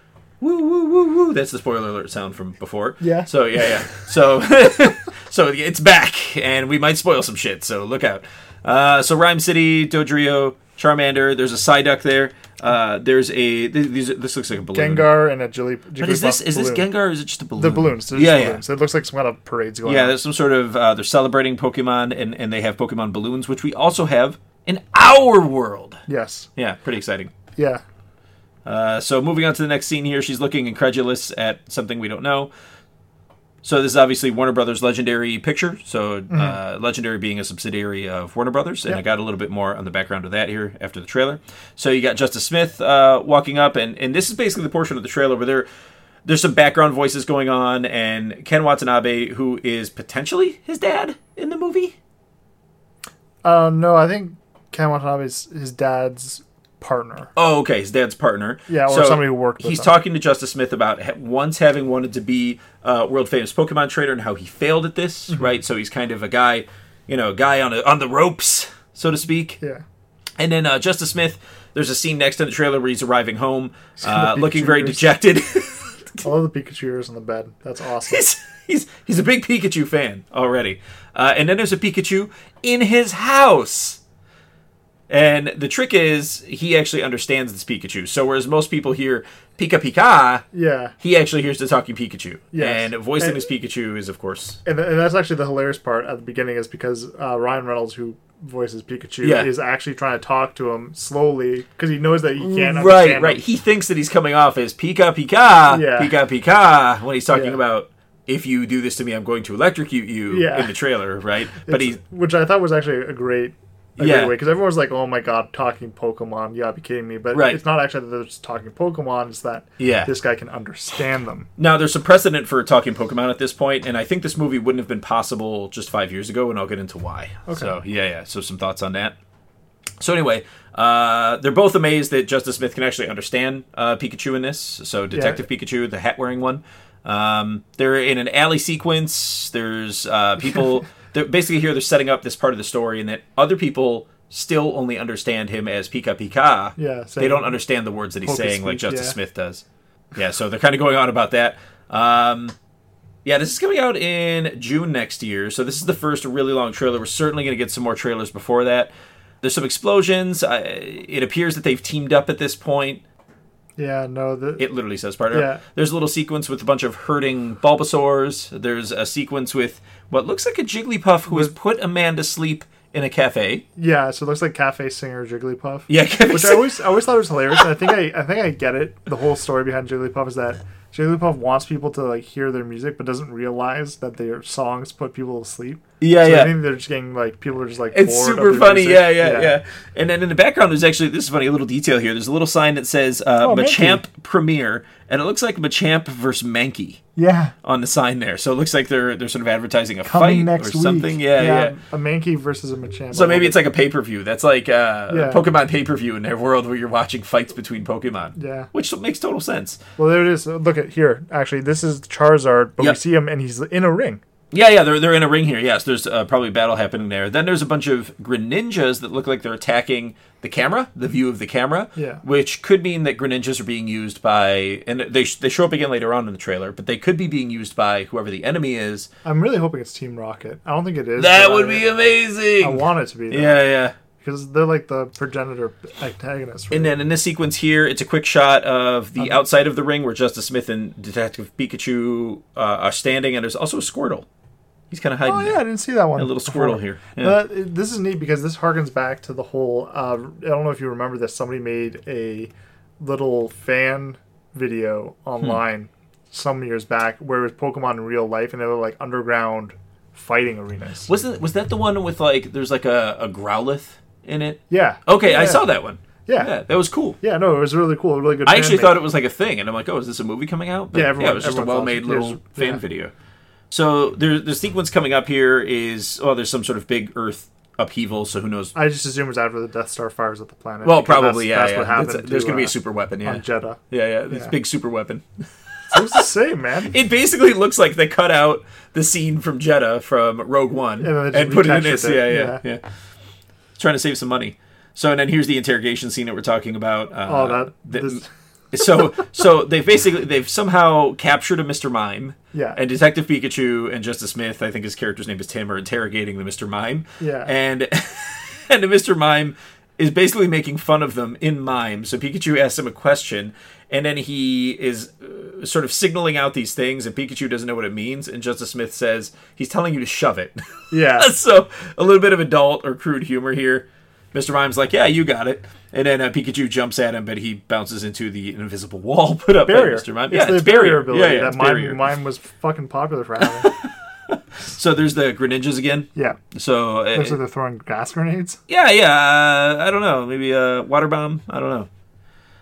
Speaker 1: woo woo woo woo that's the spoiler alert sound from before
Speaker 2: Yeah.
Speaker 1: so yeah yeah so so it's back and we might spoil some shit so look out uh, so rhyme city dodrio charmander there's a psyduck there uh, there's a th- these, are- this looks like a balloon
Speaker 2: Gengar and a Jilly.
Speaker 1: but is this is this Gengar or is it just a balloon?
Speaker 2: The balloons. There's
Speaker 1: yeah,
Speaker 2: yeah,
Speaker 1: yeah.
Speaker 2: balloons. It looks like some kind of parades going
Speaker 1: Yeah,
Speaker 2: on.
Speaker 1: there's some sort of uh, they're celebrating Pokemon, and and they have Pokemon balloons, which we also have in our world.
Speaker 2: Yes.
Speaker 1: Yeah, pretty exciting.
Speaker 2: Yeah.
Speaker 1: Uh, so moving on to the next scene here, she's looking incredulous at something we don't know. So this is obviously Warner Brothers Legendary Picture. So uh, Legendary being a subsidiary of Warner Brothers, and I got a little bit more on the background of that here after the trailer. So you got Justice Smith uh, walking up, and and this is basically the portion of the trailer where there there's some background voices going on, and Ken Watanabe, who is potentially his dad in the movie.
Speaker 2: Uh, no, I think Ken Watanabe's his dad's partner.
Speaker 1: Oh, okay, his dad's partner.
Speaker 2: Yeah, or somebody who worked with
Speaker 1: He's
Speaker 2: him.
Speaker 1: talking to Justice Smith about ha- once having wanted to be a world famous Pokemon trader and how he failed at this,
Speaker 2: Mhm.
Speaker 1: right? So he's kind of a guy, you know, a guy on a, on the ropes, so to speak.
Speaker 2: Yeah.
Speaker 1: And then uh, Justice Smith, there's a scene next to the trailer where he's arriving home, uh,
Speaker 2: got the
Speaker 1: looking
Speaker 2: Pikachu
Speaker 1: very
Speaker 2: ears.
Speaker 1: dejected.
Speaker 2: I love the Pikachu ears on the bed. That's awesome.
Speaker 1: he's, he's he's a big Pikachu fan already. Uh, and then there's a Pikachu in his house. And the trick is he actually understands this Pikachu. So whereas most people hear Pika Pika,
Speaker 2: Yeah.
Speaker 1: he actually hears the talking Pikachu.
Speaker 2: Yes.
Speaker 1: And voicing
Speaker 2: And-
Speaker 1: his Pikachu is of course
Speaker 2: And, th- and that's actually the hilarious part at the beginning is because uh, Ryan Reynolds, who voices Pikachu,
Speaker 1: Yeah.
Speaker 2: is actually trying to talk to him slowly because he knows that he can't
Speaker 1: Right,
Speaker 2: understand
Speaker 1: right.
Speaker 2: him.
Speaker 1: He thinks that he's coming off as Pika Pika,
Speaker 2: Yeah.
Speaker 1: Pika Pika, when he's talking
Speaker 2: Yeah.
Speaker 1: about if you do this to me, I'm going to electrocute you
Speaker 2: Yeah.
Speaker 1: in the trailer, right? But he,
Speaker 2: Which I thought was actually a great Like,
Speaker 1: Yeah.
Speaker 2: right away, because everyone's like, "Oh my god, talking Pokemon! You gotta be kidding me!" But
Speaker 1: Right.
Speaker 2: it's not actually that they're just talking Pokemon; it's that
Speaker 1: Yeah.
Speaker 2: this guy can understand them.
Speaker 1: Now, there's a precedent for talking Pokemon at this point, and I think this movie wouldn't have been possible just five years ago, and I'll get into why. Okay. So, yeah, yeah. So, some thoughts on that. So, anyway, uh, they're both amazed that Justice Smith can actually understand uh, Pikachu in this. So, Detective Pikachu, the hat wearing one. Um, they're in an alley sequence. There's uh, people. they're basically, here they're setting up this part of the story, and that other people still only understand him as Pika Pika.
Speaker 2: Yeah,
Speaker 1: they
Speaker 2: saying-
Speaker 1: don't understand the words that he's
Speaker 2: Poker
Speaker 1: saying like
Speaker 2: speech,
Speaker 1: Justice
Speaker 2: yeah.
Speaker 1: Smith does. Yeah, so they're kind of going on about that. Um, yeah, this is coming out in June next year, so this is the first really long trailer. We're certainly going to get some more trailers before that. There's some explosions. I, it appears that they've teamed up at this point.
Speaker 2: Yeah, no, the,
Speaker 1: It literally says partner.
Speaker 2: Yeah.
Speaker 1: There's a little sequence with a bunch of hurting Bulbasaurs. There's a sequence with what looks like a Jigglypuff who has put a man to sleep in a cafe.
Speaker 2: yeah. So it looks like Cafe Singer Jigglypuff.
Speaker 1: Yeah, cafe.
Speaker 2: which I always I always thought it was hilarious. And I think I I think I get it. The whole story behind Jigglypuff is that Jigglypuff wants people to like hear their music, but doesn't realize that their songs put people to sleep.
Speaker 1: yeah,
Speaker 2: So
Speaker 1: yeah.
Speaker 2: I think they're just getting like people are just like
Speaker 1: It's
Speaker 2: bored of
Speaker 1: super
Speaker 2: their
Speaker 1: funny.
Speaker 2: music.
Speaker 1: Yeah, yeah, yeah, And then in the background, there's actually this is funny a little detail here. There's a little sign that says uh,
Speaker 2: Oh, Mankey.
Speaker 1: Machamp Premier, and it looks like Machamp versus Mankey
Speaker 2: Yeah.
Speaker 1: on the sign there. So it looks like they're they're sort of advertising a
Speaker 2: Coming
Speaker 1: fight
Speaker 2: next
Speaker 1: or
Speaker 2: week.
Speaker 1: something. Yeah, yeah.
Speaker 2: A Mankey versus a Machamp.
Speaker 1: So maybe it's like a pay per view. That's like uh,
Speaker 2: Yeah.
Speaker 1: Pokemon pay per view in their world where you're watching fights between Pokemon.
Speaker 2: Yeah.
Speaker 1: which makes total sense.
Speaker 2: well, there it is. Look at here. Actually, this is Charizard, but
Speaker 1: Yep.
Speaker 2: we see him and he's in a ring.
Speaker 1: Yeah, yeah, they're they're in a ring here. Yes, there's uh, probably a battle happening there. Then there's a bunch of Greninjas that look like they're attacking the camera, the view of the camera.
Speaker 2: Yeah.
Speaker 1: which could mean that Greninjas are being used by, and they sh- they show up again later on in the trailer, but they could be being used by whoever the enemy is.
Speaker 2: I'm really hoping it's Team Rocket. I don't think it is.
Speaker 1: That
Speaker 2: but
Speaker 1: would
Speaker 2: I,
Speaker 1: be
Speaker 2: I
Speaker 1: amazing.
Speaker 2: want it to be. Though,
Speaker 1: Yeah, yeah.
Speaker 2: Because they're like the progenitor antagonists.
Speaker 1: And then in this sequence here, it's a quick shot of the outside of the ring where Justice Smith and Detective Pikachu uh, are standing, and there's also a Squirtle. He's kind of hiding
Speaker 2: Oh yeah,
Speaker 1: there.
Speaker 2: I didn't see that one.
Speaker 1: a little
Speaker 2: before.
Speaker 1: Squirtle here. Yeah.
Speaker 2: But it- this is neat because this harkens back to the whole. Uh, I don't know if you remember this. Somebody made a little fan video
Speaker 1: Hmm.
Speaker 2: online some years back where it was Pokemon in real life, and they were like underground fighting arenas.
Speaker 1: Wasn't was that the one with like there's like a, a Growlithe in it?
Speaker 2: Yeah.
Speaker 1: Okay, I
Speaker 2: Yeah.
Speaker 1: saw that one.
Speaker 2: Yeah.
Speaker 1: yeah, that was cool.
Speaker 2: Yeah, no, it was really cool. Really good.
Speaker 1: I actually thought it was like a thing, and I'm like, oh, is this a movie coming out? But,
Speaker 2: Yeah, everyone-
Speaker 1: it was just a
Speaker 2: everyone thought
Speaker 1: well-made
Speaker 2: it
Speaker 1: little
Speaker 2: was-
Speaker 1: fan
Speaker 2: yeah.
Speaker 1: video. So there, the sequence coming up here is oh, there's some sort of big Earth upheaval. So who knows?
Speaker 2: I just assumed it was after the Death Star fires at the planet.
Speaker 1: Well,
Speaker 2: because
Speaker 1: probably yeah.
Speaker 2: that's,
Speaker 1: yeah.
Speaker 2: That's what happened.
Speaker 1: That's- there's
Speaker 2: to,
Speaker 1: gonna be
Speaker 2: uh,
Speaker 1: a super weapon. Yeah,
Speaker 2: on Jeddah.
Speaker 1: yeah, yeah. This
Speaker 2: Yeah.
Speaker 1: big super weapon.
Speaker 2: So it's the same man.
Speaker 1: It basically looks like they cut out the scene from Jeddah from Rogue One
Speaker 2: And then they
Speaker 1: and,
Speaker 2: just
Speaker 1: put it in
Speaker 2: retextured
Speaker 1: this.
Speaker 2: it.
Speaker 1: Yeah, yeah, yeah, Trying to save some money. So and then here's the interrogation scene that we're talking about. Uh,
Speaker 2: Oh, that.
Speaker 1: that-
Speaker 2: this,
Speaker 1: so so they've basically they've somehow captured a Mr. Mime.
Speaker 2: Yeah.
Speaker 1: And Detective Pikachu and Justice Smith, I think his character's name is Tim, are interrogating the Mr. Mime.
Speaker 2: Yeah.
Speaker 1: And and the Mr. Mime is basically making fun of them in mime. So Pikachu asks him a question, and then he is uh, sort of signaling out these things, and Pikachu doesn't know what it means. And Justice Smith says he's telling you to shove it.
Speaker 2: yeah.
Speaker 1: so a little bit of adult or crude humor here. Mr. Mime's like, "Yeah, you got it," and then uh, Pikachu jumps at him, but he bounces into the invisible wall put up
Speaker 2: barrier.
Speaker 1: by Mr. Mime.
Speaker 2: It's
Speaker 1: yeah,
Speaker 2: the
Speaker 1: it's
Speaker 2: barrier,
Speaker 1: barrier
Speaker 2: ability
Speaker 1: Yeah, yeah, it's
Speaker 2: that mine,
Speaker 1: barrier.
Speaker 2: mine was fucking popular for having.
Speaker 1: So there's the Greninjas again.
Speaker 2: yeah.
Speaker 1: So uh,
Speaker 2: Looks like they're throwing gas grenades.
Speaker 1: Yeah, yeah. Uh, I don't know. Maybe a water bomb. I don't know.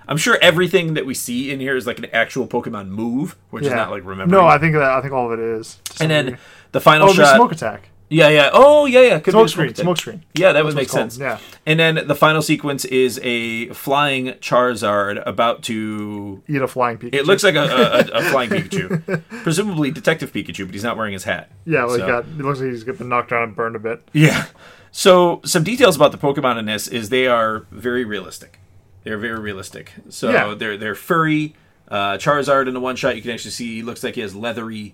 Speaker 1: I'm sure everything that we see in here is like an actual Pokemon move, which is
Speaker 2: Yeah.
Speaker 1: not like remembering.
Speaker 2: No, I think that I think all of it is. To some
Speaker 1: and then
Speaker 2: degree.
Speaker 1: the final
Speaker 2: oh, the
Speaker 1: shot.
Speaker 2: smoke attack,
Speaker 1: Yeah, yeah. Oh, yeah, yeah. Could be
Speaker 2: smoke
Speaker 1: the
Speaker 2: screen,
Speaker 1: attack.
Speaker 2: smoke screen.
Speaker 1: Yeah, that would make
Speaker 2: That's what
Speaker 1: sense.
Speaker 2: it's called,
Speaker 1: And then the final sequence is a flying Charizard about to.
Speaker 2: Yeah, eat a flying Pikachu.
Speaker 1: It looks like a, a, a- a flying Pikachu, presumably Detective Pikachu, but he's not wearing his hat.
Speaker 2: yeah, like
Speaker 1: so-
Speaker 2: got, it looks like he's getting knocked down and burned a bit.
Speaker 1: Yeah. So some details about the Pokemon in this is they are very realistic. They're very realistic. So
Speaker 2: Yeah.
Speaker 1: they're they're furry. Uh, Charizard in the one shot you can actually see he looks like he has leathery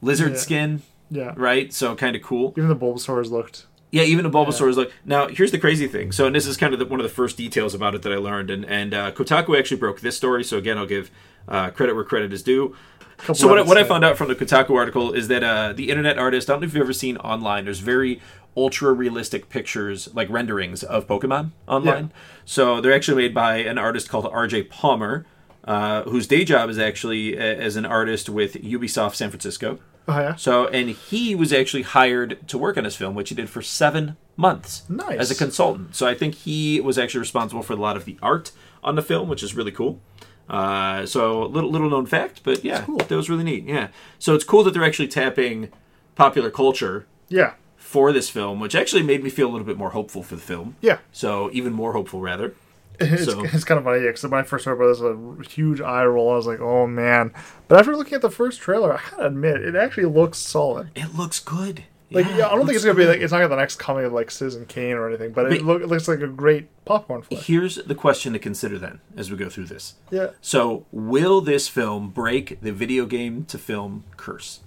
Speaker 1: lizard
Speaker 2: Yeah.
Speaker 1: skin,
Speaker 2: Yeah,
Speaker 1: right? So kind of cool.
Speaker 2: even the Bulbasaur's looked.
Speaker 1: Yeah, even a Bulbasaur is like. Now here's the crazy thing. So and this is kind of the, one of the first details about it that I learned. And and uh, Kotaku actually broke this story. So again, I'll give uh, credit where credit is due.
Speaker 2: couple
Speaker 1: So what, I- what I
Speaker 2: episodes.
Speaker 1: found out from the Kotaku article is that uh, the internet artist, I don't know if you've ever seen online, there's very ultra realistic pictures, like renderings of Pokemon online. So they're actually made by an artist called RJ uh, Palmer, uh, whose day job is actually a- as an artist with Ubisoft San Francisco.
Speaker 2: Oh yeah.
Speaker 1: So, and he was actually hired to work on this film, which he did for seven months
Speaker 2: Nice.
Speaker 1: as a consultant. So, I think he was actually responsible for a lot of the art on the film, which is really cool. Uh, so, little little known fact, but yeah,
Speaker 2: cool.
Speaker 1: that was really neat. Yeah. So, it's cool that they're actually tapping popular culture
Speaker 2: Yeah.
Speaker 1: for this film, which actually made me feel a little bit more hopeful for the film.
Speaker 2: Yeah.
Speaker 1: So, even more hopeful, rather.
Speaker 2: It's,
Speaker 1: So-
Speaker 2: it's kind of funny because when I first heard about this, a huge eye roll. I was like, "Oh man!" But after looking at the first trailer, I gotta admit, it actually looks solid.
Speaker 1: It looks good.
Speaker 2: Like, yeah, I don't
Speaker 1: it
Speaker 2: think
Speaker 1: looks
Speaker 2: it's gonna be like it's not gonna the next coming of like Citizen Kane or anything, but it,
Speaker 1: But-
Speaker 2: look, it looks like a great popcorn flick.
Speaker 1: Here's the question to consider then as we go through this.
Speaker 2: Yeah,
Speaker 1: So, will this film break the video game to film curse?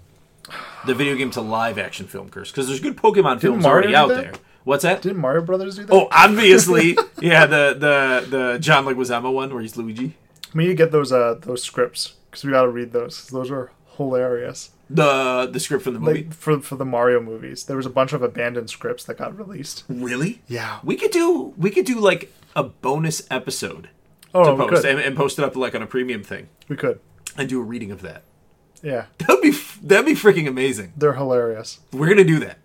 Speaker 1: The video game to live action film curse? Because there's good Pokemon films
Speaker 2: Mario
Speaker 1: already
Speaker 2: do
Speaker 1: out
Speaker 2: that?
Speaker 1: there. What's that?
Speaker 2: did Mario Brothers do that?
Speaker 1: oh, obviously, yeah, the the the John Leguizamo one where he's Luigi.
Speaker 2: we need to get those uh those scripts because we gotta read those 'cause those are hilarious.
Speaker 1: The the script from the movie.
Speaker 2: Like for for the Mario movies, there was a bunch of abandoned scripts that got released.
Speaker 1: really?
Speaker 2: Yeah.
Speaker 1: We could do we could do like a bonus episode
Speaker 2: Oh,
Speaker 1: to
Speaker 2: we
Speaker 1: post
Speaker 2: could.
Speaker 1: and, and post it up like on a premium thing
Speaker 2: We could.
Speaker 1: and do a reading of that.
Speaker 2: Yeah,
Speaker 1: That'd be f- that'd be freaking amazing.
Speaker 2: they're hilarious.
Speaker 1: We're gonna do that.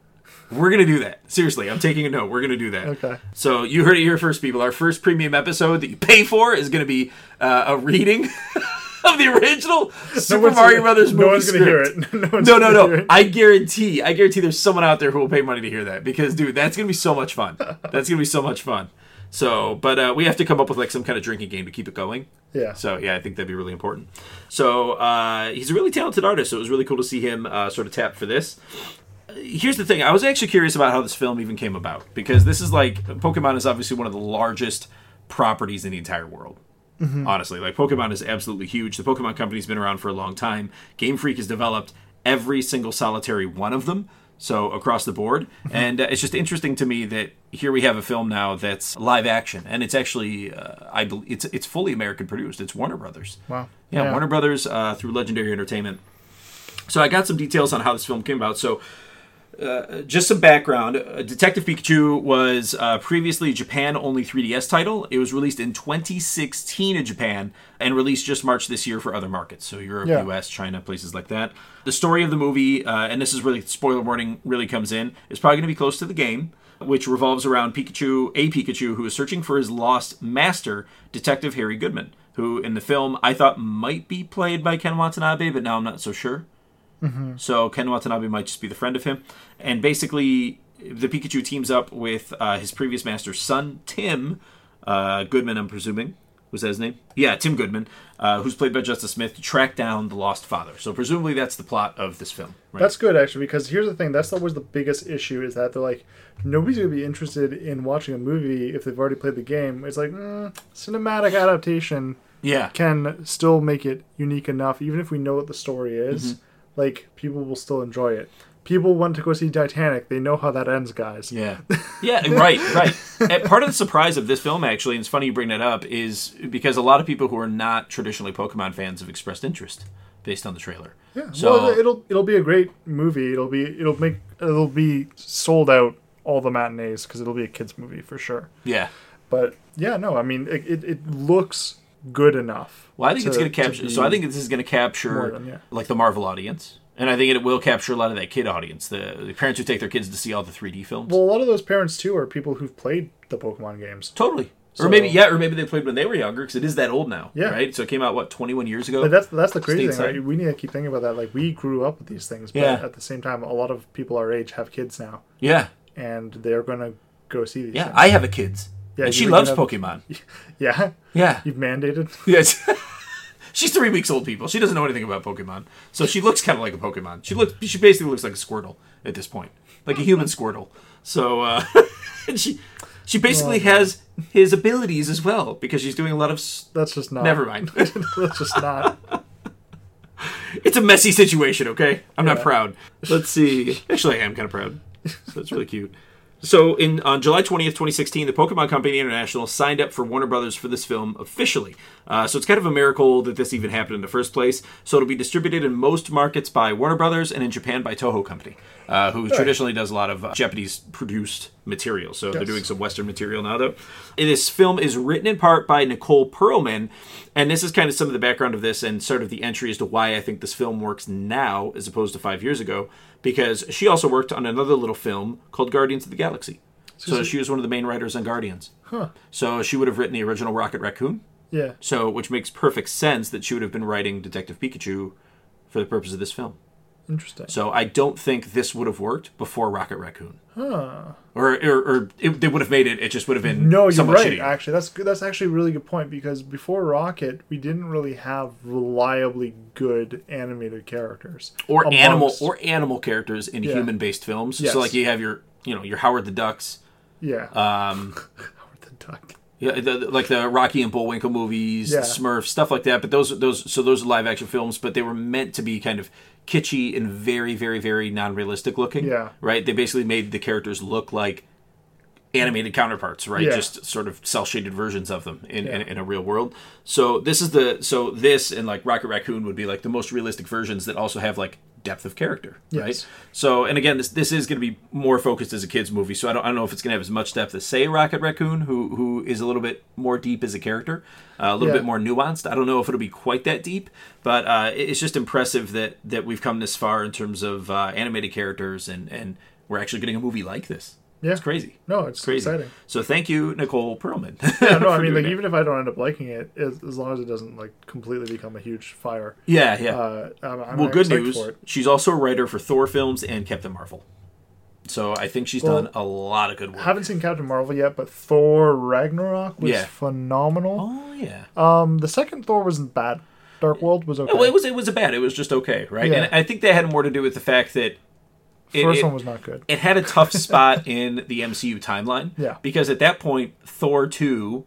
Speaker 1: We're gonna do that. Seriously, I'm taking a note. We're gonna do that.
Speaker 2: Okay.
Speaker 1: So you heard it here first, people. Our first premium episode that you pay for is gonna be uh, a reading of the original Super
Speaker 2: one's
Speaker 1: Mario
Speaker 2: gonna-
Speaker 1: Brothers
Speaker 2: no
Speaker 1: movie
Speaker 2: one's gonna hear
Speaker 1: script.
Speaker 2: it. No one's
Speaker 1: no, no,
Speaker 2: gonna
Speaker 1: no.
Speaker 2: hear it.
Speaker 1: I guarantee. I guarantee. There's someone out there who will pay money to hear that because, dude, that's gonna be so much fun. That's gonna be so much fun. So, but uh, we have to come up with like some kind of drinking game to keep it going.
Speaker 2: Yeah.
Speaker 1: So yeah, I think that'd be really important. So uh, he's a really talented artist. So it was really cool to see him uh, sort of tap for this. Uh, Here's the thing: I was actually curious about how this film even came about because this is like Pokemon is obviously one of the largest properties in the entire world.
Speaker 2: Mm.
Speaker 1: Honestly, like Pokemon is absolutely huge. The Pokemon company's been around for a long time. Game Freak has developed every single solitary one of them. So across the board,
Speaker 2: Mm-hmm.
Speaker 1: and uh, it's just interesting to me that here we have a film now that's live action, and it's actually, uh, I believe, it's it's fully American produced. It's Warner Brothers.
Speaker 2: Wow.
Speaker 1: Yeah,
Speaker 2: Yeah.
Speaker 1: Warner Brothers uh, through Legendary Entertainment. So I got some details on how this film came about. So just some background uh, detective pikachu was uh, previously japan only 3ds title it was released in 2016 in japan and released just march this year for other markets so europe
Speaker 2: Yeah.
Speaker 1: us china places like that the story of the movie uh, and this is really spoiler warning really comes in is probably going to be close to the game which revolves around pikachu a pikachu who is searching for his lost master detective harry goodman who in the film i thought might be played by ken watanabe but now i'm not so sure so Ken Watanabe might just be the friend of him. And basically, the Pikachu teams up with uh, his previous master's son, Tim uh, Goodman, I'm presuming. Was that his name? Yeah, Tim Goodman, uh, who's played by Justice Smith, to track down the lost father. So presumably that's the plot of this film. Right?
Speaker 2: That's good actually because here's the thing. That's always the biggest issue is that they're like nobody's gonna be interested in watching a movie if they've already played the game. It's like mm, cinematic adaptation
Speaker 1: yeah.
Speaker 2: can still make it unique enough, even if we know what the story is. Like people will still enjoy it. People want to go see Titanic. They know how that ends, guys.
Speaker 1: Yeah. Yeah, right, right. And part of the surprise of this film, actually, and it's funny you bring that up, is because a lot of people who are not traditionally Pokemon fans have expressed interest based on the trailer. Yeah.
Speaker 2: well, it'll it'll be a great movie. It'll be it'll make it'll be sold out all the matinees because it'll be a kids movie for sure.
Speaker 1: yeah.
Speaker 2: But yeah, no, I mean it it, it looks good enough.
Speaker 1: Well, I think it's
Speaker 2: to-
Speaker 1: going to
Speaker 2: to
Speaker 1: capture.
Speaker 2: be-
Speaker 1: so I think this is going to capture
Speaker 2: More than, yeah.
Speaker 1: like the Marvel audience, and I think it will capture a lot of that kid audience, the, the parents who take their kids to see all the 3D films.
Speaker 2: well, a lot of those parents too are people who've played the Pokemon games.
Speaker 1: totally. or
Speaker 2: so-
Speaker 1: maybe yeah, or maybe they played when they were younger because it is that old now,
Speaker 2: Yeah.
Speaker 1: right? So it came out what 21 years ago.
Speaker 2: But that's that's the crazy
Speaker 1: Stateside.
Speaker 2: thing. Right? We need to keep thinking about that. Like we grew up with these things, but
Speaker 1: Yeah.
Speaker 2: at the same time, a lot of people our age have kids now,
Speaker 1: yeah,
Speaker 2: and they're gonna go see these.
Speaker 1: yeah.
Speaker 2: things.
Speaker 1: I have a kids,
Speaker 2: Yeah,
Speaker 1: and
Speaker 2: you
Speaker 1: she
Speaker 2: would
Speaker 1: loves
Speaker 2: have-
Speaker 1: Pokemon.
Speaker 2: yeah.
Speaker 1: Yeah,
Speaker 2: You've mandated.
Speaker 1: yes. She's three weeks old, people. She doesn't know anything about Pokemon, so she looks kind of like a Pokemon. She looks, she basically looks like a Squirtle at this point, like a human Squirtle. So, uh, and she, she basically has his abilities as well because she's doing a lot of. S-
Speaker 2: That's just not.
Speaker 1: Never mind.
Speaker 2: That's just not.
Speaker 1: It's a messy situation, okay? I'm not
Speaker 2: Yeah.
Speaker 1: proud. Let's see. Actually, I am kind of proud. So it's really cute. So in on July 20th, 2016, the Pokemon Company International signed up for Warner Brothers for this film officially. Uh, so it's kind of a miracle that this even happened in the first place. So it'll be distributed in most markets by Warner Brothers and in Japan by Toho Company, uh, who traditionally does a lot of uh, Japanese produced material. So they're
Speaker 2: Yes.
Speaker 1: doing some Western material now, though. And This film is written in part by Nicole Perlman, and this is kind of some of the background of this and sort of the entry as to why I think this film works now as opposed to five years ago, because she also worked on another little film called Guardians of the Galaxy. So she was one of the main writers on Guardians.
Speaker 2: Huh.
Speaker 1: So she would have written the original Rocket Raccoon,
Speaker 2: Yeah.
Speaker 1: so which makes perfect sense that she would have been writing Detective Pikachu for the purpose of this film.
Speaker 2: Interesting.
Speaker 1: So I don't think this would have worked before Rocket Raccoon. Or, or, or it, they would have made it. It just would have been
Speaker 2: No, you're
Speaker 1: somewhat
Speaker 2: right.
Speaker 1: shittier.
Speaker 2: Actually, that's good. That's actually a really good point because before Rocket, we didn't really have reliably good animated characters
Speaker 1: or
Speaker 2: amongst-
Speaker 1: animal or animal characters in
Speaker 2: Yeah.
Speaker 1: human based films.
Speaker 2: Yes.
Speaker 1: So like you have your you know your Howard the Ducks,
Speaker 2: yeah,
Speaker 1: um,
Speaker 2: Howard the Duck.
Speaker 1: yeah, the, the- like the Rocky and Bullwinkle movies,
Speaker 2: Yeah.
Speaker 1: the Smurfs, stuff like that. But those those so those are live action films, but they were meant to be kind of kitschy and very very very non realistic looking.
Speaker 2: Yeah.
Speaker 1: right. They basically made the characters look like animated counterparts, right?
Speaker 2: Yeah.
Speaker 1: Just sort of cell shaded versions of them in, in, in a real world. So this is the so this and like Rocket Raccoon would be like the most realistic versions that also have like depth of character, right?
Speaker 2: Yes.
Speaker 1: So and again, this this is going to be more focused as a kids movie. So I don't I don't know if it's going to have as much depth as say Rocket Raccoon, who who is a little bit more deep as a character, uh, a little
Speaker 2: Yeah.
Speaker 1: bit more nuanced. I don't know if it'll be quite that deep, but uh, it- it's just impressive that that we've come this far in terms of uh, animated characters and and we're actually getting a movie like this.
Speaker 2: Yeah.
Speaker 1: It's crazy.
Speaker 2: No, it's
Speaker 1: Crazy.
Speaker 2: exciting.
Speaker 1: So thank you, Nicole Perlman.
Speaker 2: Yeah, no, I
Speaker 1: for
Speaker 2: mean,
Speaker 1: doing
Speaker 2: like
Speaker 1: that.
Speaker 2: even if I don't end up liking it, as, as long as it doesn't like completely become a huge fire.
Speaker 1: yeah, yeah.
Speaker 2: Uh, I'm, I'm
Speaker 1: well, good
Speaker 2: psyched
Speaker 1: news.
Speaker 2: For it.
Speaker 1: She's also a writer for Thor films and Captain Marvel. So I think she's
Speaker 2: Well,
Speaker 1: done a lot of good work.
Speaker 2: Haven't seen Captain Marvel yet, but Thor Ragnarok was
Speaker 1: Yeah.
Speaker 2: phenomenal.
Speaker 1: oh yeah.
Speaker 2: Um, the second Thor wasn't bad. Dark World was okay.
Speaker 1: Well, it was it was a bad. It was just okay, right?
Speaker 2: Yeah.
Speaker 1: And I think that had more to do with the fact that it,
Speaker 2: First
Speaker 1: it-
Speaker 2: one was not good.
Speaker 1: it had a tough spot in the MCU timeline.
Speaker 2: Yeah.
Speaker 1: Because at that point, Thor 2,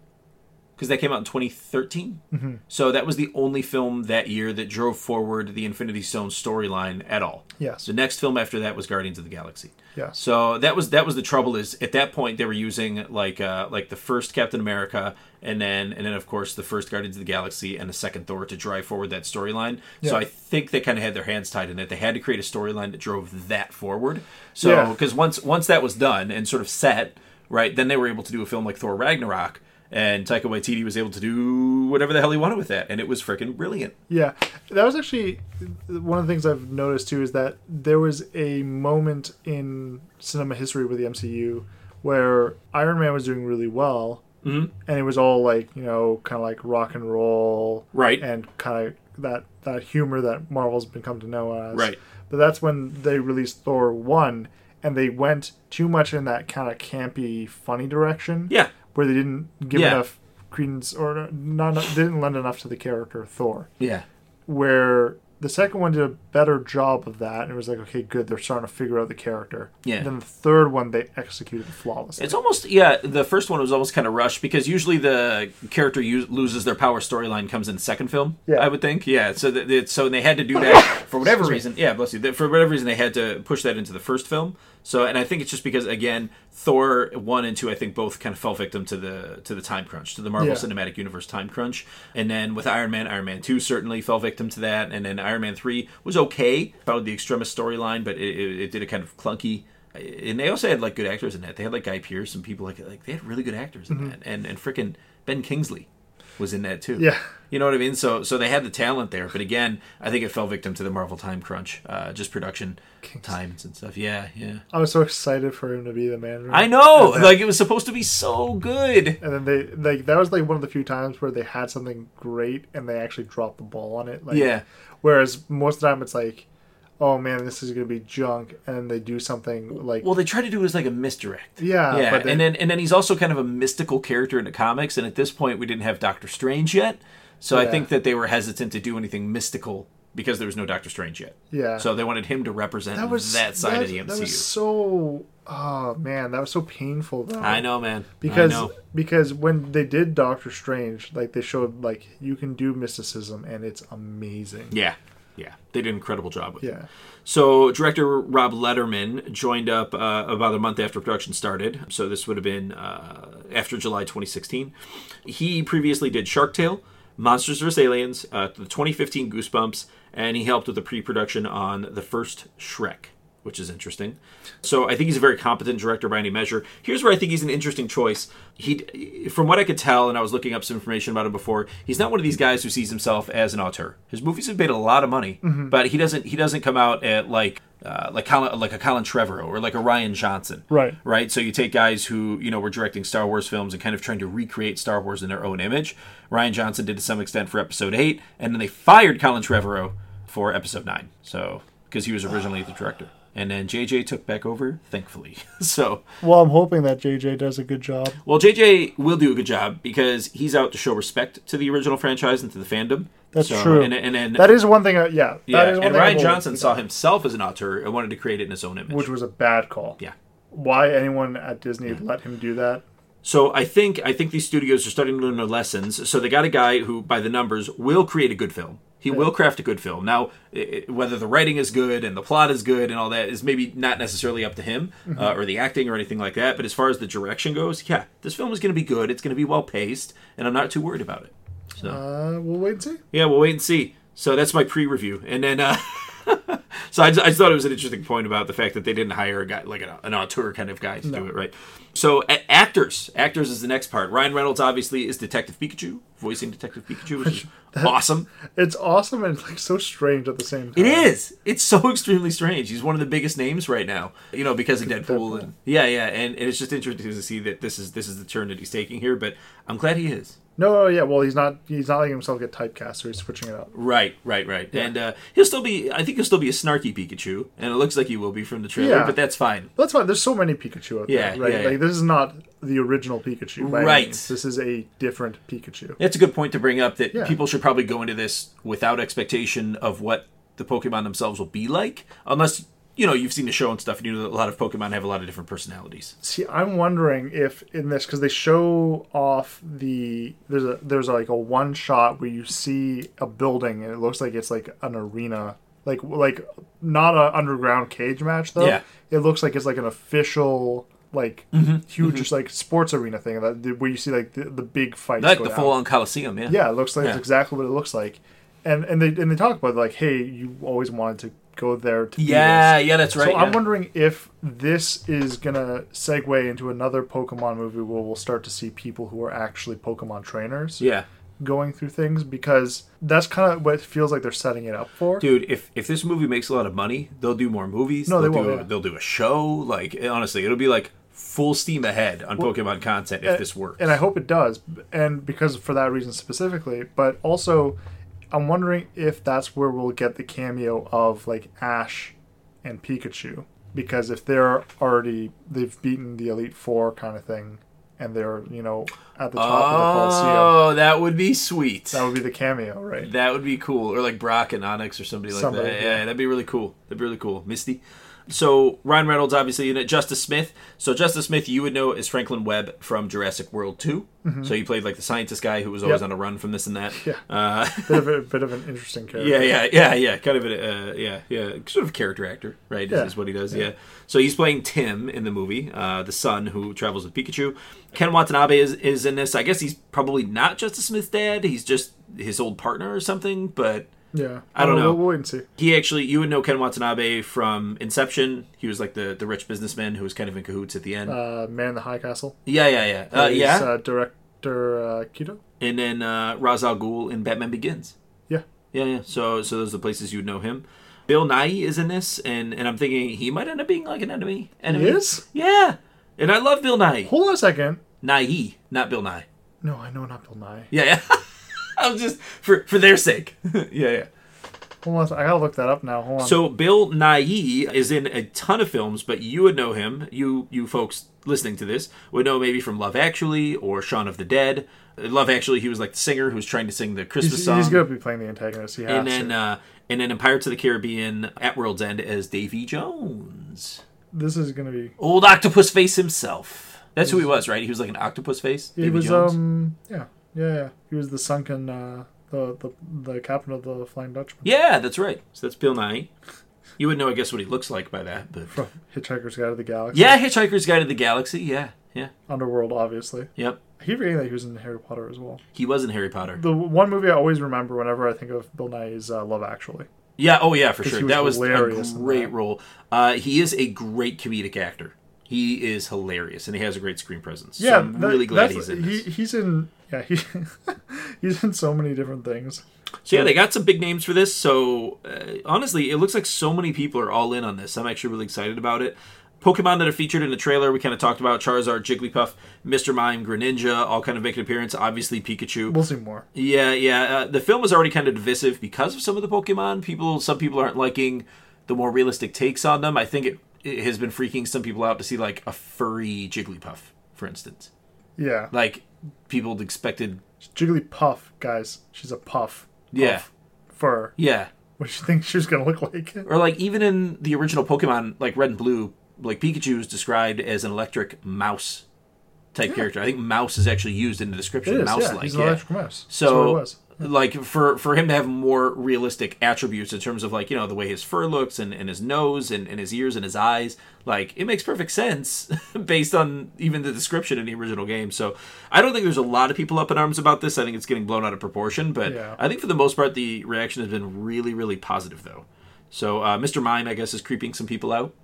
Speaker 1: because that came out in 2013.
Speaker 2: Mm-hmm.
Speaker 1: So that was the only film that year that drove forward the Infinity Stone storyline at all.
Speaker 2: Yes.
Speaker 1: The next film after that was Guardians of the Galaxy.
Speaker 2: Yes.
Speaker 1: So that was that was the trouble is at that point they were using like uh, like the first Captain America and then and then of course the first Guardians of the Galaxy and the second Thor to drive forward that storyline. So
Speaker 2: Yeah.
Speaker 1: I think they kind of had their hands tied in that they had to create a storyline that drove that forward. So
Speaker 2: Yeah.
Speaker 1: because once once that was done and sort of set right, then they were able to do a film like Thor Ragnarok. And Taika Waititi was able to do whatever the hell he wanted with that, and it was freaking brilliant.
Speaker 2: Yeah, that was actually one of the things I've noticed too is that there was a moment in cinema history with the MCU where Iron Man was doing really well,
Speaker 1: Mm-hmm.
Speaker 2: and it was all like you know kind of like rock and roll,
Speaker 1: Right.
Speaker 2: And kind of that that humor that Marvel's been come to know as,
Speaker 1: Right.
Speaker 2: But that's when they released Thor one, and they went too much in that kind of campy, funny direction,
Speaker 1: Yeah,
Speaker 2: where they didn't give
Speaker 1: Yeah.
Speaker 2: enough credence or not enough, didn't lend enough to the character Thor
Speaker 1: yeah,
Speaker 2: where the second one did a better job of that and it was like okay good they're starting to figure out the character
Speaker 1: Yeah.
Speaker 2: then the third one they executed flawlessly
Speaker 1: It's almost yeah. The first one was almost kind of rushed because usually the character u- loses their power storyline comes in the second film.
Speaker 2: Yeah.
Speaker 1: I would think. Yeah, so that that- so they had to do that for whatever reason. Yeah, bless you. That- For whatever reason, they had to push that into the first film. So, and I think it's just because again, Thor one and two, I think both kind of fell victim to the to the time crunch, to the Marvel
Speaker 2: Yeah.
Speaker 1: Cinematic Universe time crunch. And then with Iron Man, Iron Man two certainly fell victim to that. And then Iron Man three was okay, followed the extremist storyline, but it, it, it did a kind of clunky and they also had like good actors in that. They had like Guy Pearce and people like like they had really good actors in that, and and freaking Ben Kingsley was in that too.
Speaker 2: Yeah.
Speaker 1: you know what I mean. So so they had the talent there, but again, I think it fell victim to the Marvel time crunch, uh, just production times and stuff. Yeah, yeah.
Speaker 2: i was so excited for him to be the manager
Speaker 1: I know, like it was supposed to be so good.
Speaker 2: and then they like that was like one of the few times where they had something great and they actually dropped the ball on it like
Speaker 1: Yeah.
Speaker 2: whereas most of the time it's like oh man this is gonna be junk and they do something like
Speaker 1: Well, they try to do it as like a misdirect.
Speaker 2: yeah,
Speaker 1: yeah,
Speaker 2: Uh, but they,
Speaker 1: and then and then he's also kind of a mystical character in the comics, and at this point we didn't have Doctor Strange yet, so I
Speaker 2: Yeah.
Speaker 1: think that they were hesitant to do anything mystical because there was no Doctor Strange yet.
Speaker 2: yeah
Speaker 1: So they wanted him to represent that,
Speaker 2: that was
Speaker 1: side of
Speaker 2: that-
Speaker 1: the MCU.
Speaker 2: that was so oh man that was so painful though
Speaker 1: I know, man.
Speaker 2: because
Speaker 1: I know.
Speaker 2: because when they did Doctor Strange, like they showed like you can do mysticism and it's amazing.
Speaker 1: yeah,
Speaker 3: Yeah.
Speaker 1: They did an incredible job with it.
Speaker 2: Yeah.
Speaker 1: So director Rob Letterman joined up uh, about a month after production started. So this would have been uh, after July 2016. He previously did Shark Tale, Monsters vs. Aliens, uh, the 2015 Goosebumps, and he helped with the pre-production on the first Shrek. Which is interesting. So I think he's a very competent director by any measure. Here's where I think he's an interesting choice. He, from what I could tell, and I was looking up some information about him before, he's not one of these guys who sees himself as an auteur. His movies have made a lot of money, but he doesn't. He doesn't come out at like uh, like Colin, like a Colin Trevorrow or like a Ryan Johnson,
Speaker 2: Right.
Speaker 1: Right. So you take guys who you know were directing Star Wars films and kind of trying to recreate Star Wars in their own image. Ryan Johnson did to some extent for Episode Eight, and then they fired Colin Trevorrow for Episode Nine. So because he was originally the director, and then JJ took back over, thankfully. so
Speaker 2: Well, I'm hoping that JJ does a good job.
Speaker 1: well, JJ will do a good job because he's out to show respect to the original franchise and to the fandom.
Speaker 2: That's
Speaker 1: So-
Speaker 2: true.
Speaker 1: And and, and
Speaker 2: That is one thing. I, yeah.
Speaker 1: yeah,
Speaker 2: that is one
Speaker 1: and
Speaker 2: thing
Speaker 1: Ryan
Speaker 2: I've always-
Speaker 1: Johnson saw himself as an auteur and wanted to create it in his own image.
Speaker 2: which was a bad call.
Speaker 1: yeah.
Speaker 2: Why anyone at Disney let him do that?
Speaker 1: So I think I think these studios are starting to learn their lessons. So they got a guy who, by the numbers, will create a good film. He will craft a good film. Now, i- i- whether the writing is good and the plot is good and all that is maybe not necessarily up to him uh, or the acting or anything like that. But as far as the direction goes, yeah, this film is going to be good. It's going to be well paced, and I'm not too worried about it. So
Speaker 2: Uh, we'll wait and see.
Speaker 1: yeah, we'll wait and see. So that's my pre-review, and then uh, so I just, I just thought it was an interesting point about the fact that they didn't hire a guy like an, an auteur kind of guy to do it, right? So a- actors, actors is the next part. Ryan Reynolds obviously is Detective Pikachu, voicing Detective Pikachu, which is awesome.
Speaker 2: It's awesome and like so strange at the same
Speaker 1: It
Speaker 2: time.
Speaker 1: is. It's so extremely strange. He's one of the biggest names right now, you know, because of Deadpool. And, yeah, yeah, and, and it's just interesting to see that this is this is the turn that he's taking here. But I'm glad he is.
Speaker 2: No, yeah. Well, he's not. He's not letting himself get typecast, so he's switching it up.
Speaker 1: Right, right, right. And uh, he'll still be. I think he'll still be a snarky Pikachu, and it looks like he will be from the trailer.
Speaker 2: Yeah.
Speaker 1: But that's fine.
Speaker 2: That's why there's so many Pikachu out
Speaker 1: Yeah,
Speaker 2: there, right?
Speaker 1: yeah, yeah.
Speaker 2: Like this is not the original Pikachu, by any
Speaker 1: Right.
Speaker 2: means. This is a different Pikachu.
Speaker 1: That's a good point to bring up. That
Speaker 2: Yeah.
Speaker 1: people should probably go into this without expectation of what the Pokemon themselves will be like, unless you know you've seen the show and stuff, and you know that a lot of Pokemon have a lot of different personalities.
Speaker 2: See, I'm wondering if in this because they show off the there's a there's like a one shot where you see a building and it looks like it's like an arena, like like not a underground cage match though.
Speaker 1: Yeah.
Speaker 2: it looks like it's like an official like
Speaker 1: Mm-hmm.
Speaker 2: huge like sports arena thing that where you see like the, the big fights
Speaker 1: Like
Speaker 2: go
Speaker 1: the
Speaker 2: down.
Speaker 1: full-on Coliseum, yeah.
Speaker 2: Yeah, it looks like
Speaker 1: Yeah.
Speaker 2: it's exactly what it looks like. And and they and they talk about like, hey, you always wanted to go there to do
Speaker 1: yeah,
Speaker 2: this.
Speaker 1: yeah, that's right.
Speaker 2: So I'm
Speaker 1: yeah.
Speaker 2: wondering if this is gonna segue into another Pokemon movie where we'll start to see people who are actually Pokemon trainers
Speaker 1: yeah.
Speaker 2: going through things because that's kind of what it feels like they're setting it up for.
Speaker 1: Dude, if, if this movie makes a lot of money, they'll do more movies.
Speaker 2: No, they
Speaker 1: they'll
Speaker 2: will,
Speaker 1: Do,
Speaker 2: yeah.
Speaker 1: They'll do a show. Like honestly, it'll be like full steam ahead on Pokemon content if this works.
Speaker 2: uh, and I hope it does, and because for that reason specifically, but also I'm wondering if that's where we'll get the cameo of like Ash and Pikachu because if they're already they've beaten the Elite Four kind of thing, and they're you know at the top of the Coliseum,
Speaker 1: Oh, that would be sweet.
Speaker 2: that would be the cameo, right?
Speaker 1: That would be cool. Or like Brock and Onyx or somebody like
Speaker 2: Somebody,
Speaker 1: that. Yeah,
Speaker 2: yeah.
Speaker 1: that'd be really cool. That'd be really cool. Misty. So Ryan Reynolds obviously in it. Justice Smith. So Justice Smith, you would know is Franklin Webb from Jurassic World 2 So he played like the scientist guy who was always
Speaker 2: Mm-hmm.
Speaker 1: on
Speaker 2: Yep.
Speaker 1: a run from this and that.
Speaker 2: Yeah.
Speaker 1: Uh,
Speaker 2: bit of a bit of an interesting character.
Speaker 1: yeah, yeah, yeah, yeah. Kind of a uh, yeah, yeah, sort of a character actor, right? Is,
Speaker 2: Yeah.
Speaker 1: is what he does. Yeah. So he's playing Tim in the movie, uh, the son who travels with Pikachu. Ken Watanabe is is in this. I guess he's probably not Justice Smith's dad. He's just his old partner or something. But
Speaker 2: yeah.
Speaker 1: I don't know.
Speaker 2: We'll, we'll wait and see.
Speaker 1: he actually, you would know Ken Watanabe from Inception. He was like the the rich businessman who was kind of in cahoots at the end.
Speaker 2: Uh, Man in the High Castle.
Speaker 1: yeah, yeah, yeah, uh,
Speaker 2: He's,
Speaker 1: yeah.
Speaker 2: Uh, director uh, Kido.
Speaker 1: and then uh, Ra's al Ghul in Batman Begins.
Speaker 2: Yeah.
Speaker 1: Yeah, yeah. So, so those are the places you'd know him. Bill Nye is in this, and and I'm thinking he might end up being like an enemy.
Speaker 2: He
Speaker 1: enemy.
Speaker 2: is.
Speaker 1: Yeah. And I love Bill Nye.
Speaker 2: Hold on a second.
Speaker 1: Nye, not Bill Nye.
Speaker 2: No, I know not Bill Nye.
Speaker 1: Yeah, yeah. I was just for for their sake. yeah, yeah.
Speaker 2: Hold on, a sec- I gotta look that up now. Hold on.
Speaker 1: So Bill Nye is in a ton of films, but you would know him. You you folks listening to this would know maybe from Love Actually or Shaun of the Dead. Love Actually, he was like the singer who was trying to sing the Christmas
Speaker 2: he's,
Speaker 1: song.
Speaker 2: he's gonna be playing the antagonist. He has
Speaker 1: and then
Speaker 2: to.
Speaker 1: uh, and then in Pirates of the Caribbean at World's End as Davy Jones,
Speaker 2: this is gonna be.
Speaker 1: old Octopus Face himself. That's who he was, right? He was like an octopus face.
Speaker 2: He
Speaker 1: Davy
Speaker 2: was
Speaker 1: Jones?
Speaker 2: um yeah yeah yeah. He was the sunken uh the the, the captain of the Flying Dutchman
Speaker 1: Yeah, that's right. So that's Bill Nye. You would know, I guess, what he looks like by that. But
Speaker 2: from Hitchhiker's Guide to the Galaxy.
Speaker 1: yeah, Hitchhiker's Guide to the Galaxy. Yeah, yeah,
Speaker 2: Underworld, obviously.
Speaker 1: yep.
Speaker 2: I keep forgetting that he was in Harry Potter as well.
Speaker 1: He was in Harry Potter.
Speaker 2: The one movie I always remember whenever I think of Bill Nye is uh, Love Actually.
Speaker 1: Yeah, oh yeah, for
Speaker 2: 'Cause
Speaker 1: sure.
Speaker 2: he was
Speaker 1: that was
Speaker 2: hilarious
Speaker 1: a
Speaker 2: in
Speaker 1: great
Speaker 2: that.
Speaker 1: role. Uh, he is a great comedic actor. He is hilarious, and he has a great screen presence. so
Speaker 2: Yeah,
Speaker 1: I'm
Speaker 2: that-
Speaker 1: really glad
Speaker 2: that's-
Speaker 1: he's in
Speaker 2: he,
Speaker 1: this.
Speaker 2: He's in yeah he he's in so many different things.
Speaker 1: so yeah, they got some big names for this. So uh, honestly, it looks like so many people are all in on this. I'm actually really excited about it. Pokemon that are featured in the trailer, we kind of talked about Charizard, Jigglypuff, Mr. Mime, Greninja, all kind of make an appearance. Obviously, Pikachu.
Speaker 2: We'll see more.
Speaker 1: Yeah, yeah. Uh, the film was already kind of divisive because of some of the Pokemon people. Some people aren't liking the more realistic takes on them. I think it, it has been freaking some people out to see like a furry Jigglypuff, for instance.
Speaker 2: Yeah,
Speaker 1: Like people expected.
Speaker 2: Jigglypuff, guys. She's a puff.
Speaker 1: Yeah.
Speaker 2: Puff. Fur.
Speaker 1: Yeah,
Speaker 2: What do you think she's gonna look like?
Speaker 1: or like even in the original Pokemon, like Red and Blue, like Pikachu is described as an electric mouse type character. I think mouse is actually used in the description.
Speaker 2: Hmm. It is,
Speaker 1: mouse
Speaker 2: yeah.
Speaker 1: like,
Speaker 2: He's an electric mouse.
Speaker 1: So,
Speaker 2: That's what it was.
Speaker 1: like for for him to have more realistic attributes in terms of like you know the way his fur looks and, and his nose and, and his ears and his eyes like it makes perfect sense based on even the description in the original game so i don't think there's a lot of people up in arms about this i think it's getting blown out of proportion but
Speaker 2: Yeah.
Speaker 1: i think for the most part the reaction has been really really positive though so uh, mr mime i guess is creeping some people out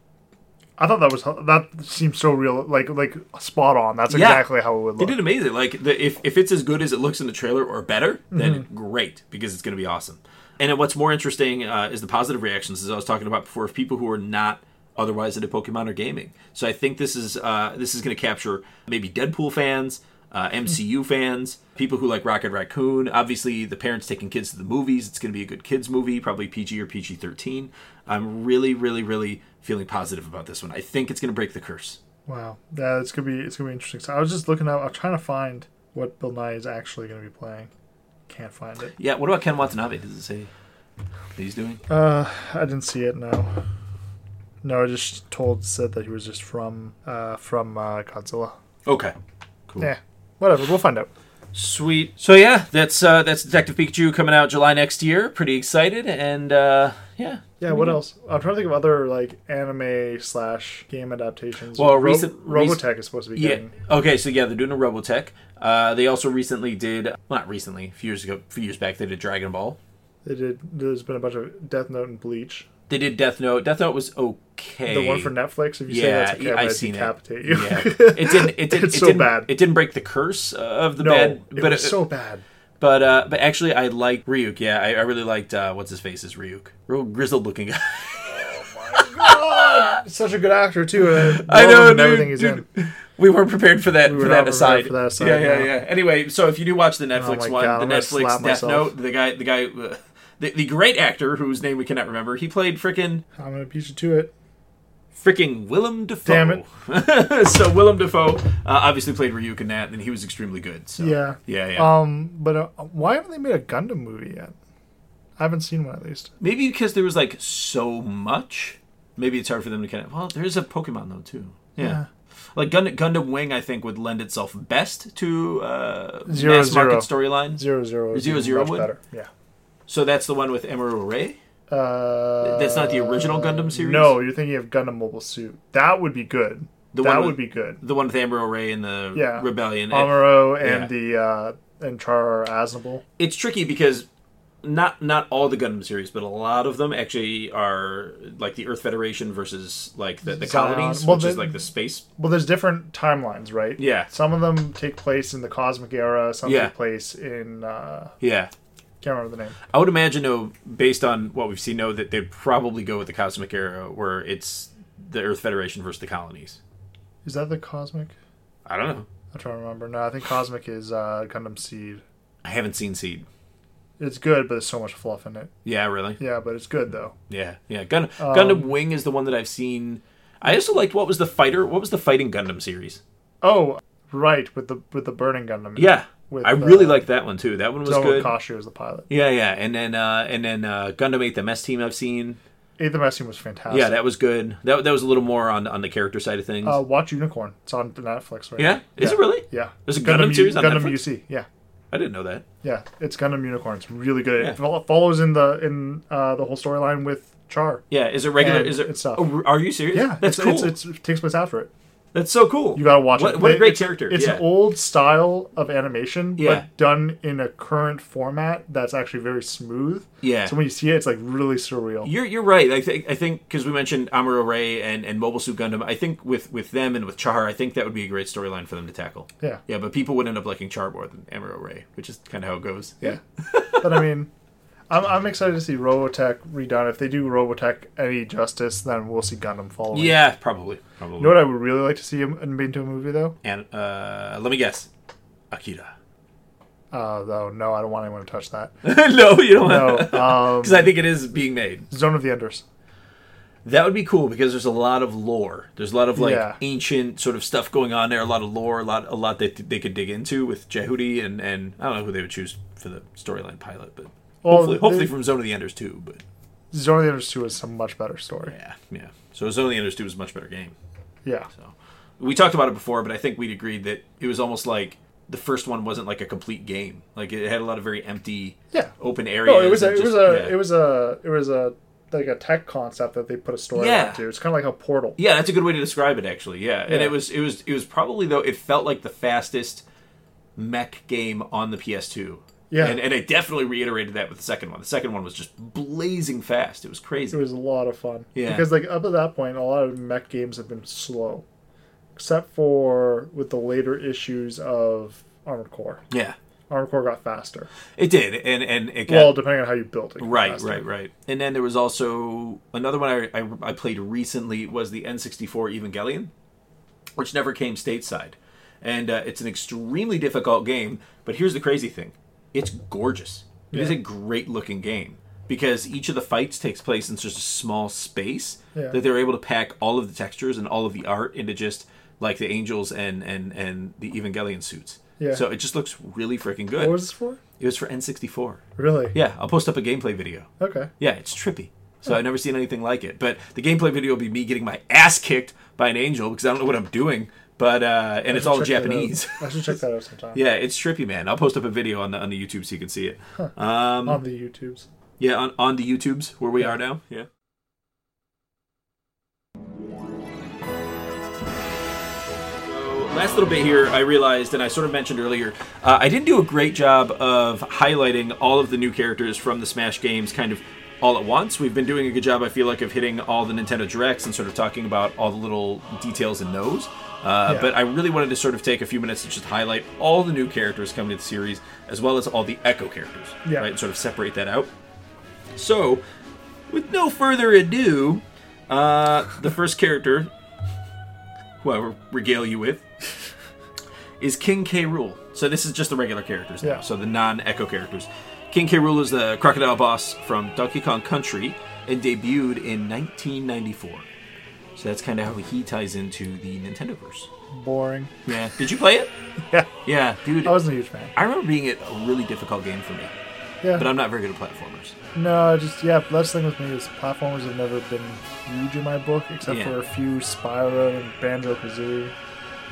Speaker 2: I thought that was that seemed so real, like like spot on. That's
Speaker 1: Yeah.
Speaker 2: exactly how it would
Speaker 1: they
Speaker 2: look.
Speaker 1: did amazing like the, if, if it's as good as it looks in the trailer or better then great because it's going to be awesome and then what's more interesting uh, is the positive reactions as i was talking about before of people who are not otherwise into pokemon or gaming so i think this is uh, this is going to capture maybe deadpool fans uh, mcu fans people who like rocket raccoon obviously the parents taking kids to the movies it's going to be a good kids movie probably pg or pg-13 i'm really really really feeling positive about this one i think it's going to break the curse
Speaker 2: Wow, yeah, it's gonna be it's gonna be interesting. So I was just looking up. I'm trying to find what Bill Nye is actually gonna be playing. Can't find it.
Speaker 1: Yeah, what about Ken Watanabe? Does it say what he's doing?
Speaker 2: Uh, I didn't see it. No, no, I just told said that he was just from uh from uh, Godzilla.
Speaker 1: Okay. Cool.
Speaker 2: Yeah, whatever. We'll find out.
Speaker 1: Sweet. So yeah, that's uh that's Detective Pikachu coming out July next year. Pretty excited and uh yeah.
Speaker 2: Yeah, what else? I'm trying to think of other like anime slash game adaptations.
Speaker 1: Well, recent-
Speaker 2: Robotech is supposed to be
Speaker 1: Yeah.
Speaker 2: getting.
Speaker 1: Okay, so yeah, they're doing a Robotech. Uh they also recently did well not recently, a few years ago a few years back they did Dragon Ball.
Speaker 2: They did. There's been a bunch of Death Note and Bleach.
Speaker 1: They did Death Note. Death Note was okay.
Speaker 2: The one for Netflix. If you say
Speaker 1: yeah,
Speaker 2: that's okay, I'm
Speaker 1: I
Speaker 2: gonna
Speaker 1: seen
Speaker 2: decapitate
Speaker 1: it.
Speaker 2: you.
Speaker 1: Yeah, it didn't. It didn't.
Speaker 2: It's
Speaker 1: it
Speaker 2: so
Speaker 1: didn't,
Speaker 2: bad.
Speaker 1: It didn't break the curse uh, of the
Speaker 2: no,
Speaker 1: bad,
Speaker 2: it
Speaker 1: but
Speaker 2: was
Speaker 1: it-
Speaker 2: so bad.
Speaker 1: But uh, but actually, I like Ryuk. Yeah, I, I really liked uh, what's his face is Ryuk, real grizzled looking guy.
Speaker 2: Such a good actor too. and
Speaker 1: I
Speaker 2: love
Speaker 1: know,
Speaker 2: him and everything
Speaker 1: dude,
Speaker 2: he's
Speaker 1: dude.
Speaker 2: in.
Speaker 1: We weren't prepared for that
Speaker 2: We
Speaker 1: for
Speaker 2: were
Speaker 1: that
Speaker 2: not prepared
Speaker 1: aside.
Speaker 2: for that aside,
Speaker 1: yeah, yeah,
Speaker 2: no. Oh
Speaker 1: yeah. Anyway, so if you do watch the Netflix
Speaker 2: my
Speaker 1: one,
Speaker 2: God, I'm
Speaker 1: the
Speaker 2: gonna
Speaker 1: Netflix
Speaker 2: slap
Speaker 1: Death
Speaker 2: myself.
Speaker 1: Note, the guy, the guy, uh, the, the great actor whose name we cannot remember, he played frickin'
Speaker 2: I'm gonna beat you to it.
Speaker 1: frickin' Willem Dafoe.
Speaker 2: Damn
Speaker 1: it! so Willem Dafoe uh, obviously played Ryuk in that, and he was extremely good. So
Speaker 2: Yeah.
Speaker 1: yeah, yeah.
Speaker 2: Um, but uh, why haven't they made a Gundam movie yet? I haven't seen one at least.
Speaker 1: Maybe because there was like so much. Maybe it's hard for them to kind of. Well, there is a Pokemon though too. Yeah.
Speaker 2: Yeah.
Speaker 1: Like Gund- Gundam Wing, I think would lend itself best to uh,
Speaker 2: Zero,
Speaker 1: mass
Speaker 2: zero.
Speaker 1: market storylines.
Speaker 2: Zero Zero. is
Speaker 1: Zero
Speaker 2: even
Speaker 1: Zero
Speaker 2: much
Speaker 1: would?
Speaker 2: better. Yeah.
Speaker 1: So that's the one with Emerald Ray.
Speaker 2: Uh,
Speaker 1: That's not the original Gundam series?
Speaker 2: No, you're thinking of Gundam Mobile Suit. That would be good.
Speaker 1: The
Speaker 2: that
Speaker 1: one with-
Speaker 2: would be good.
Speaker 1: The one with Amber Ray and the
Speaker 2: Yeah.
Speaker 1: Rebellion. It-
Speaker 2: Amuro and
Speaker 1: yeah.
Speaker 2: the uh, and Char Aznable.
Speaker 1: it's tricky because not not all the Gundam series, but a lot of them actually are like the Earth Federation versus like the, the
Speaker 2: Zion.
Speaker 1: colonies,
Speaker 2: Well,
Speaker 1: which is
Speaker 2: the-
Speaker 1: like the space.
Speaker 2: Well, there's different timelines, right?
Speaker 1: Yeah.
Speaker 2: Some of them take place in the cosmic era. Some
Speaker 1: Yeah.
Speaker 2: take place in uh,
Speaker 1: Yeah.
Speaker 2: can't remember the name.
Speaker 1: I would imagine, though, based on what we've seen, though, that they'd probably go with the Cosmic Era, where it's the Earth Federation versus the colonies.
Speaker 2: Is that the cosmic?
Speaker 1: I don't know.
Speaker 2: I'm trying to remember. No, I think cosmic is uh, Gundam Seed.
Speaker 1: I haven't seen Seed.
Speaker 2: It's good, but there's so much fluff in it.
Speaker 1: Yeah, really.
Speaker 2: Yeah, but it's good though.
Speaker 1: Yeah, yeah. Gun-
Speaker 2: Um,
Speaker 1: Gundam Wing is the one that I've seen. I also liked what was the fighter? What was the fighting Gundam series?
Speaker 2: Oh, right, with the with the burning Gundam.
Speaker 1: Yeah,
Speaker 2: With,
Speaker 1: I really
Speaker 2: uh,
Speaker 1: liked that one too. That one was
Speaker 2: Zomo
Speaker 1: good.
Speaker 2: Kashi was the pilot.
Speaker 1: Yeah, yeah. And then uh, and then uh, Gundam Eight, the mess team I've seen.
Speaker 2: Eighth of team was fantastic.
Speaker 1: Yeah, that was good. That that was a little more on on the character side of things.
Speaker 2: uh, watch Unicorn. It's on Netflix right
Speaker 1: yeah,
Speaker 2: now.
Speaker 1: is it really?
Speaker 2: Oh, Yeah.
Speaker 1: There's a Gundam series on
Speaker 2: Gundam
Speaker 1: Netflix?
Speaker 2: UC. Yeah.
Speaker 1: I didn't know that.
Speaker 2: Yeah, it's Gundam Unicorn. It's really good.
Speaker 1: Yeah.
Speaker 2: It fol- follows in the in uh, the whole storyline with Char.
Speaker 1: Yeah, is it regular?
Speaker 2: And
Speaker 1: is it?
Speaker 2: it's tough.
Speaker 1: Oh, are you serious?
Speaker 2: Yeah,
Speaker 1: that's
Speaker 2: it's,
Speaker 1: cool.
Speaker 2: It's, it's, it takes place after it.
Speaker 1: that's so cool.
Speaker 2: You gotta watch
Speaker 1: what,
Speaker 2: it.
Speaker 1: What a
Speaker 2: They-
Speaker 1: great
Speaker 2: it's-
Speaker 1: character!
Speaker 2: It's
Speaker 1: yeah.
Speaker 2: an old style of animation,
Speaker 1: Yeah.
Speaker 2: but done in a current format that's actually very smooth.
Speaker 1: Yeah.
Speaker 2: So when you see it, it's like really surreal.
Speaker 1: You're you're right. I think I think because we mentioned Amuro Ray and and Mobile Suit Gundam. I think with with them and with Char, I think that would be a great storyline for them to tackle.
Speaker 2: Yeah.
Speaker 1: Yeah, but people would end up liking Char more than Amuro Ray, which is kind of how it goes.
Speaker 2: Yeah. but I mean, I'm, I'm excited to see Robotech redone. If they do Robotech any justice, then we'll see Gundam following.
Speaker 1: Yeah, probably. Probably.
Speaker 2: You know what I would really like to see him in- into a movie though?
Speaker 1: and uh, let me guess, Akira.
Speaker 2: Uh, though no, I don't want anyone to touch that.
Speaker 1: no, you don't.
Speaker 2: No,
Speaker 1: Because
Speaker 2: um,
Speaker 1: I think it is being made.
Speaker 2: Zone of the Enders.
Speaker 1: That would be cool because there's a lot of lore. There's a lot of like
Speaker 2: Yeah.
Speaker 1: ancient sort of stuff going on there. A lot of lore. A lot. A lot that they could dig into with Jehudi and and I don't know who they would choose for the storyline pilot, but
Speaker 2: Well,
Speaker 1: hopefully, hopefully
Speaker 2: they-
Speaker 1: from Zone of the Enders too. But
Speaker 2: Zone of the Enders Two is a much better story.
Speaker 1: yeah, yeah. So Zone of the Enders two was a much better game.
Speaker 2: Yeah,
Speaker 1: So we talked about it before, but I think we'd agreed that it was almost like the first one wasn't like a complete game. Like it had a lot of very empty,
Speaker 2: yeah.
Speaker 1: open areas.
Speaker 2: No, Oh, it was a,
Speaker 1: and
Speaker 2: it was
Speaker 1: just-
Speaker 2: a,
Speaker 1: yeah.
Speaker 2: it was a, it was a like a tech concept that they put a story
Speaker 1: Yeah.
Speaker 2: into. It's kind of like a portal.
Speaker 1: Yeah, that's a good way to describe it actually. Yeah. And
Speaker 2: Yeah.
Speaker 1: it was it was it was probably though it felt like the fastest mech game on the PS2.
Speaker 2: Yeah.
Speaker 1: And and I definitely reiterated that with the second one. The second one was just blazing fast. It was
Speaker 2: It
Speaker 1: crazy.
Speaker 2: was a lot of fun.
Speaker 1: Yeah.
Speaker 2: Because like up to that point, a lot of mech games have been slow, except for with the later issues of Armored Core.
Speaker 1: yeah.
Speaker 2: Armored Core got faster.
Speaker 1: It did. And and it got
Speaker 2: Well, depending on how you built it.
Speaker 1: Right,
Speaker 2: faster.
Speaker 1: right, right. And then there was also another one I, I, I played recently was the N64 Evangelion, which never came stateside. And uh, it's an extremely difficult game, but here's the crazy thing it's gorgeous. It is
Speaker 2: Yeah.
Speaker 1: a great looking game because each of the fights takes place in such a small space
Speaker 2: Yeah.
Speaker 1: that they're able to pack all of the textures and all of the art into just like the angels and, and, and the Evangelion suits.
Speaker 2: Yeah.
Speaker 1: So it just looks really freaking good.
Speaker 2: What was this for?
Speaker 1: It was for N64.
Speaker 2: Really?
Speaker 1: Yeah, I'll post up a gameplay video.
Speaker 2: Okay.
Speaker 1: Yeah, it's trippy. So I've never seen anything like it. But the gameplay video will be me getting my ass kicked by an angel because I don't know what I'm doing. But uh, and it's all
Speaker 2: Check that out.
Speaker 1: Japanese.
Speaker 2: I should check that out sometime.
Speaker 1: yeah, it's trippy, man. I'll post up a video on the on the YouTube so you can see it. Um,
Speaker 2: On the YouTubes.
Speaker 1: yeah, on on the YouTubes where we are now. Yeah. So, Last little bit here, I realized, and I sort of mentioned earlier, uh, I didn't do a great job of highlighting all of the new characters from the Smash games kind of all at once. We've been doing a good job, I feel like, of hitting all the Nintendo Directs and sort of talking about all the little details and those. Uh,
Speaker 2: Yeah.
Speaker 1: But I really wanted to sort of take a few minutes to just highlight all the new characters coming to the series, as well as all the Echo characters,
Speaker 2: Yeah.
Speaker 1: right? And sort of separate that out. So, with no further ado, uh, the first character who I will regale you with is King K. Rule. So this is just the regular characters now.
Speaker 2: Yeah.
Speaker 1: So the non-Echo characters. King K. Rule is the crocodile boss from Donkey Kong Country and debuted in 1994. So that's kind of how he ties into the Nintendoverse.
Speaker 2: Boring.
Speaker 1: Yeah. Did you play it?
Speaker 2: Yeah.
Speaker 1: Yeah, dude.
Speaker 2: I wasn't a huge fan.
Speaker 1: I remember being it a really difficult game for me,
Speaker 2: Yeah.
Speaker 1: but I'm not very good at platformers.
Speaker 2: No, just yeah. That's the thing with me is platformers have never been huge in my book, except
Speaker 1: Yeah.
Speaker 2: for a few Spyro and Banjo Kazooie.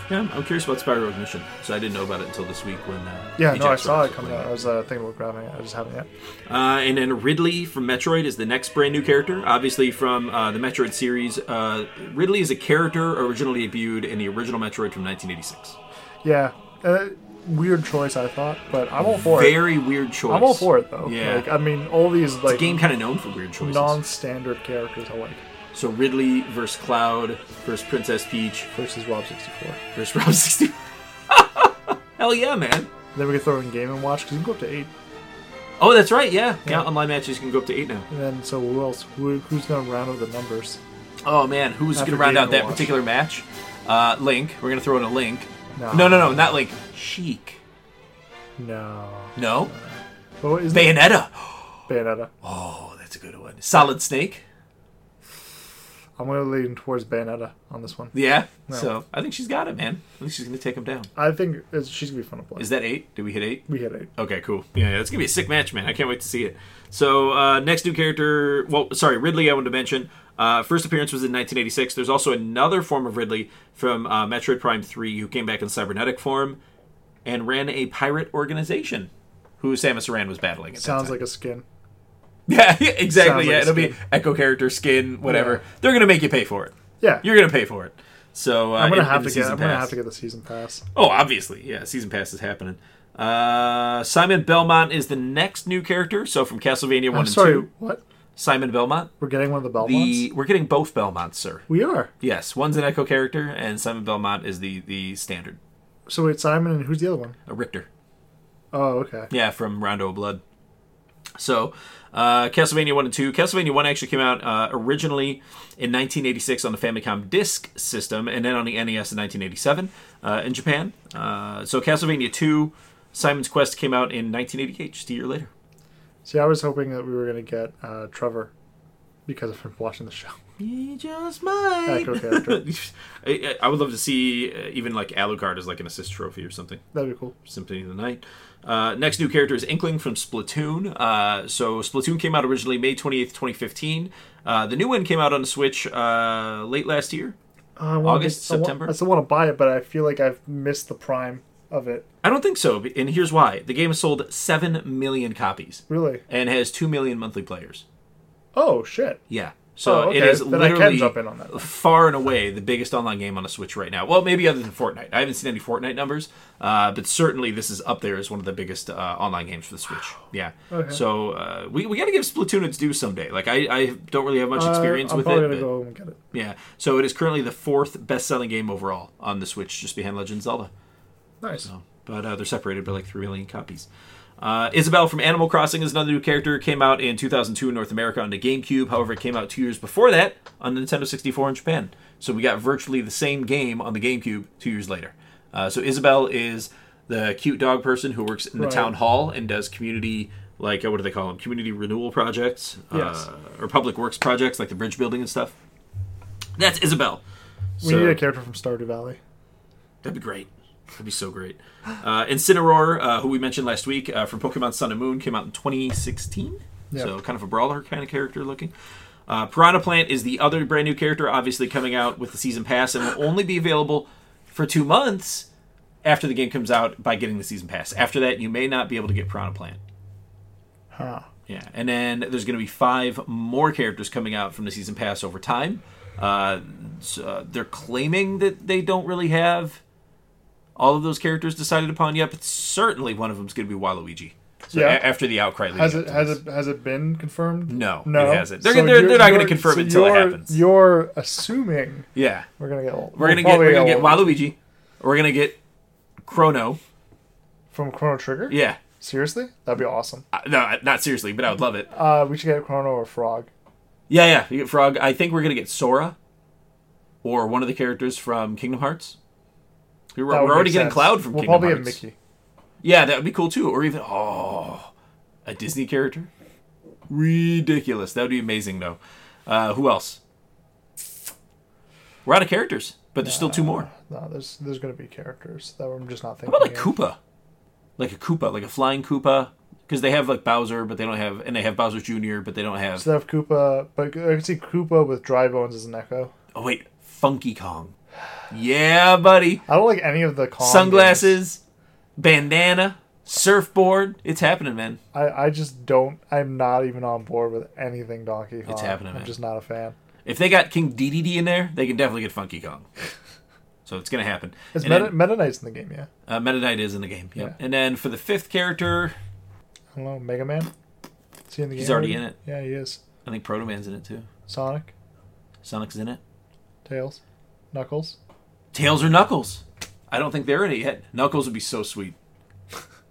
Speaker 1: Yeah, I'm curious about Spyro Ignition. So I didn't know about it until this week when. Uh,
Speaker 2: Yeah, no, I
Speaker 1: Ajax
Speaker 2: saw
Speaker 1: Rose
Speaker 2: it
Speaker 1: was
Speaker 2: coming
Speaker 1: playing
Speaker 2: out. I was uh, thinking about grabbing it. I just haven't yet.
Speaker 1: Uh, and then Ridley from Metroid is the next brand new character, obviously from uh, the Metroid series. Uh, Ridley is a character originally debuted in the original Metroid from 1986.
Speaker 2: Yeah, uh, weird choice, I thought, but I'm all for it.
Speaker 1: Very weird choice.
Speaker 2: I'm all for it though.
Speaker 1: Yeah.
Speaker 2: Like, I mean, all these
Speaker 1: It's a
Speaker 2: like
Speaker 1: game kind of known for weird choices.
Speaker 2: non-standard characters I like
Speaker 1: so Ridley versus Cloud versus Princess Peach
Speaker 2: versus Rob sixty four.
Speaker 1: versus Rob 60. Hell yeah, man.
Speaker 2: Then we can throw in Game and Watch because you can go up to eight.
Speaker 1: Oh, that's right. Yeah. yeah.
Speaker 2: Yeah.
Speaker 1: Online matches can go up to eight now.
Speaker 2: And then so who else? Who, who's gonna round up the numbers?
Speaker 1: Oh man, who's going
Speaker 2: After
Speaker 1: to round
Speaker 2: Game
Speaker 1: out that
Speaker 2: Watch.
Speaker 1: particular match? Uh, Link. We're going to throw in a Link.
Speaker 2: No.
Speaker 1: no, no, no not Link. Sheik.
Speaker 2: No.
Speaker 1: No.
Speaker 2: But what is it?
Speaker 1: Bayonetta.
Speaker 2: Bayonetta?
Speaker 1: Oh, that's a good one. Solid Snake.
Speaker 2: I'm gonna lean towards Bayonetta on this one.
Speaker 1: Yeah. So I think she's got it, man. I think she's gonna take him down.
Speaker 2: I think it's, she's gonna be fun to play.
Speaker 1: Is that eight? Did we hit eight?
Speaker 2: we hit eight.
Speaker 1: Okay, cool. Yeah, yeah, it's gonna be a sick match, man. I can't wait to see it. So uh, next new character, well, sorry, Ridley. I wanted to mention. Uh, first appearance was in 1986. There's also another form of Ridley from uh, Metroid Prime 3 who came back in cybernetic form. and ran a pirate organization who Samus Aran was battling. At
Speaker 2: Sounds
Speaker 1: that
Speaker 2: like a skin.
Speaker 1: time. yeah, exactly.
Speaker 2: Sounds
Speaker 1: yeah,
Speaker 2: like
Speaker 1: it'll be
Speaker 2: skin.
Speaker 1: Echo character skin, whatever.
Speaker 2: Yeah.
Speaker 1: They're gonna make you pay for it.
Speaker 2: Yeah,
Speaker 1: You're gonna pay for it. So uh,
Speaker 2: I'm gonna
Speaker 1: in-
Speaker 2: have
Speaker 1: in
Speaker 2: to
Speaker 1: the
Speaker 2: get.
Speaker 1: season
Speaker 2: I'm gonna
Speaker 1: pass.
Speaker 2: have to get the season pass.
Speaker 1: Oh, obviously, yeah. Season pass is happening. Uh, Simon Belmont is the next new character. So from Castlevania One
Speaker 2: I'm
Speaker 1: and
Speaker 2: sorry.
Speaker 1: Two,
Speaker 2: What?
Speaker 1: Simon Belmont.
Speaker 2: We're getting one of the Belmonts.
Speaker 1: The we're getting both Belmonts, sir.
Speaker 2: We are.
Speaker 1: Yes, one's an Echo character, and Simon Belmont is the the standard
Speaker 2: So wait, Simon and who's the other one?
Speaker 1: a Richter.
Speaker 2: Oh, okay.
Speaker 1: Yeah, from Rondo of Blood. So, uh, Castlevania 1 and 2. Castlevania 1 actually came out uh, originally in 1986 on the Famicom Disk system and then on the NES in 1987 uh, in Japan. Uh, so, Castlevania 2, Simon's Quest came out in 1988, just a year later.
Speaker 2: See, I was hoping that we were gonna get uh, Trevor because I've been watching the show.
Speaker 1: You just might.
Speaker 2: Echo character.
Speaker 1: I, I- I would love to see uh, even like Alucard as like an assist trophy or something.
Speaker 2: That'd be cool.
Speaker 1: Symphony of the Night. Uh, next new character is Inkling from Splatoon. Uh, so Splatoon came out originally May 28th, 2015. Uh, the new one came out on the Switch uh, late last year.
Speaker 2: Uh, I wanna
Speaker 1: August,
Speaker 2: I want-
Speaker 1: September?
Speaker 2: I still want to buy it, but I feel like I've missed the prime of it.
Speaker 1: I don't think so, and here's why. The game has sold 7 million copies
Speaker 2: Really?
Speaker 1: and has 2 million monthly players.
Speaker 2: Oh shit!
Speaker 1: Yeah. So
Speaker 2: Oh, okay.
Speaker 1: it is
Speaker 2: Then I can
Speaker 1: literally
Speaker 2: jump in on that.
Speaker 1: far and away the biggest online game on a Switch right now. Well, maybe other than Fortnite. I haven't seen any Fortnite numbers, uh, but certainly this is up there as one of the biggest uh, online games for the Switch. Yeah.
Speaker 2: Okay.
Speaker 1: So uh, we, we got to give Splatoon its due someday. Like, I, I don't really have much experience
Speaker 2: Uh, I'm
Speaker 1: with
Speaker 2: probably
Speaker 1: it.
Speaker 2: gonna
Speaker 1: but-
Speaker 2: go home and get it.
Speaker 1: Yeah. So it is currently the fourth best selling game overall on the Switch, just behind Legend of Zelda
Speaker 2: Nice.
Speaker 1: but uh, they're separated by like 3 million copies. Uh, Isabel from Animal Crossing is another new character. Came out in 2002 in North America on the GameCube. However, it came out two years before that on Nintendo 64 in Japan. So we got virtually the same game on the GameCube two years later. Uh, so Isabel is the cute dog person who works in the
Speaker 2: Right.
Speaker 1: town hall and does community, like, uh, what do they call them? Community renewal projects.
Speaker 2: Yes.
Speaker 1: Uh, or public works projects, like the bridge building and stuff. That's Isabel.
Speaker 2: We need a character from Stardew Valley.
Speaker 1: That'd be great. That'd be so great. Uh, Incineroar, uh, who we mentioned last week uh, from Pokemon Sun and Moon, came out in 2016.
Speaker 2: Yeah.
Speaker 1: So kind of a brawler kind of character looking. Uh, Piranha Plant is the other brand new character, obviously coming out with the season pass and will only be available for two months after the game comes out by getting the season pass. After that, you may not be able to get Piranha Plant.
Speaker 2: Huh.
Speaker 1: Yeah, and then there's going to be five more characters coming out from the season pass over time. Uh, so, uh, they're claiming that they don't really have all of those characters decided upon yet, but certainly one of them's going to be Waluigi. So
Speaker 2: Yeah.
Speaker 1: a- after the outcry, leading
Speaker 2: Has
Speaker 1: up
Speaker 2: it
Speaker 1: to
Speaker 2: has
Speaker 1: this.
Speaker 2: it has it been confirmed?
Speaker 1: No,
Speaker 2: no,
Speaker 1: it hasn't. They're-
Speaker 2: So
Speaker 1: they're- they're not gonna
Speaker 2: you're-
Speaker 1: confirm it until it
Speaker 2: you're-
Speaker 1: happens.
Speaker 2: You're assuming
Speaker 1: Yeah,
Speaker 2: we're gonna get
Speaker 1: we're gonna get we're gonna get Waluigi. We're gonna get Chrono.
Speaker 2: from Chrono Trigger.
Speaker 1: Yeah,
Speaker 2: Seriously, that'd be awesome.
Speaker 1: Uh, no, not seriously, but I would love it.
Speaker 2: Uh, we should get Chrono or Frog.
Speaker 1: Yeah, yeah, you get Frog. I think we're gonna get Sora, or one of the characters from Kingdom Hearts. We're,
Speaker 2: That
Speaker 1: we're
Speaker 2: would
Speaker 1: already
Speaker 2: make
Speaker 1: getting
Speaker 2: sense.
Speaker 1: Cloud from
Speaker 2: We'll
Speaker 1: Kingdom
Speaker 2: probably
Speaker 1: Hearts.
Speaker 2: get Mickey.
Speaker 1: Yeah, that would be cool too. Or even oh, a Disney character. Ridiculous. That would be amazing though. Uh, who else? We're out of characters, but there's
Speaker 2: Uh,
Speaker 1: still two more.
Speaker 2: No, there's there's gonna be characters that I'm just not thinking.
Speaker 1: How about like
Speaker 2: of.
Speaker 1: Koopa? Like a Koopa, like a flying Koopa, because they have like Bowser, but they don't have, and they have Bowser Jr., but they don't have.
Speaker 2: Instead of Koopa, but I can see Koopa with dry bones as an echo.
Speaker 1: Oh wait, Funky Kong. Yeah, buddy.
Speaker 2: I don't like any of the Kong games.
Speaker 1: Sunglasses, bandana, surfboard. It's happening, man.
Speaker 2: I, I just don't. I'm not even on board with anything Donkey Kong.
Speaker 1: happening,
Speaker 2: I'm
Speaker 1: man.
Speaker 2: just not a fan.
Speaker 1: If they got King DDD in there, they can definitely get Funky Kong. So it's gonna happen.
Speaker 2: It's
Speaker 1: And then-
Speaker 2: Meta, Meta Knight's in the game, yeah.
Speaker 1: Uh, Meta Knight is in the game. Yep.
Speaker 2: Yeah.
Speaker 1: And then for the fifth character,
Speaker 2: I don't know, Mega Man. Is he in the game?
Speaker 1: He's already in it.
Speaker 2: Yeah, he is.
Speaker 1: I think Proto Man's in it too.
Speaker 2: Sonic,
Speaker 1: Sonic's in it.
Speaker 2: Tails, Knuckles.
Speaker 1: Tails or Knuckles? I don't think they're in it yet. Knuckles would be so sweet.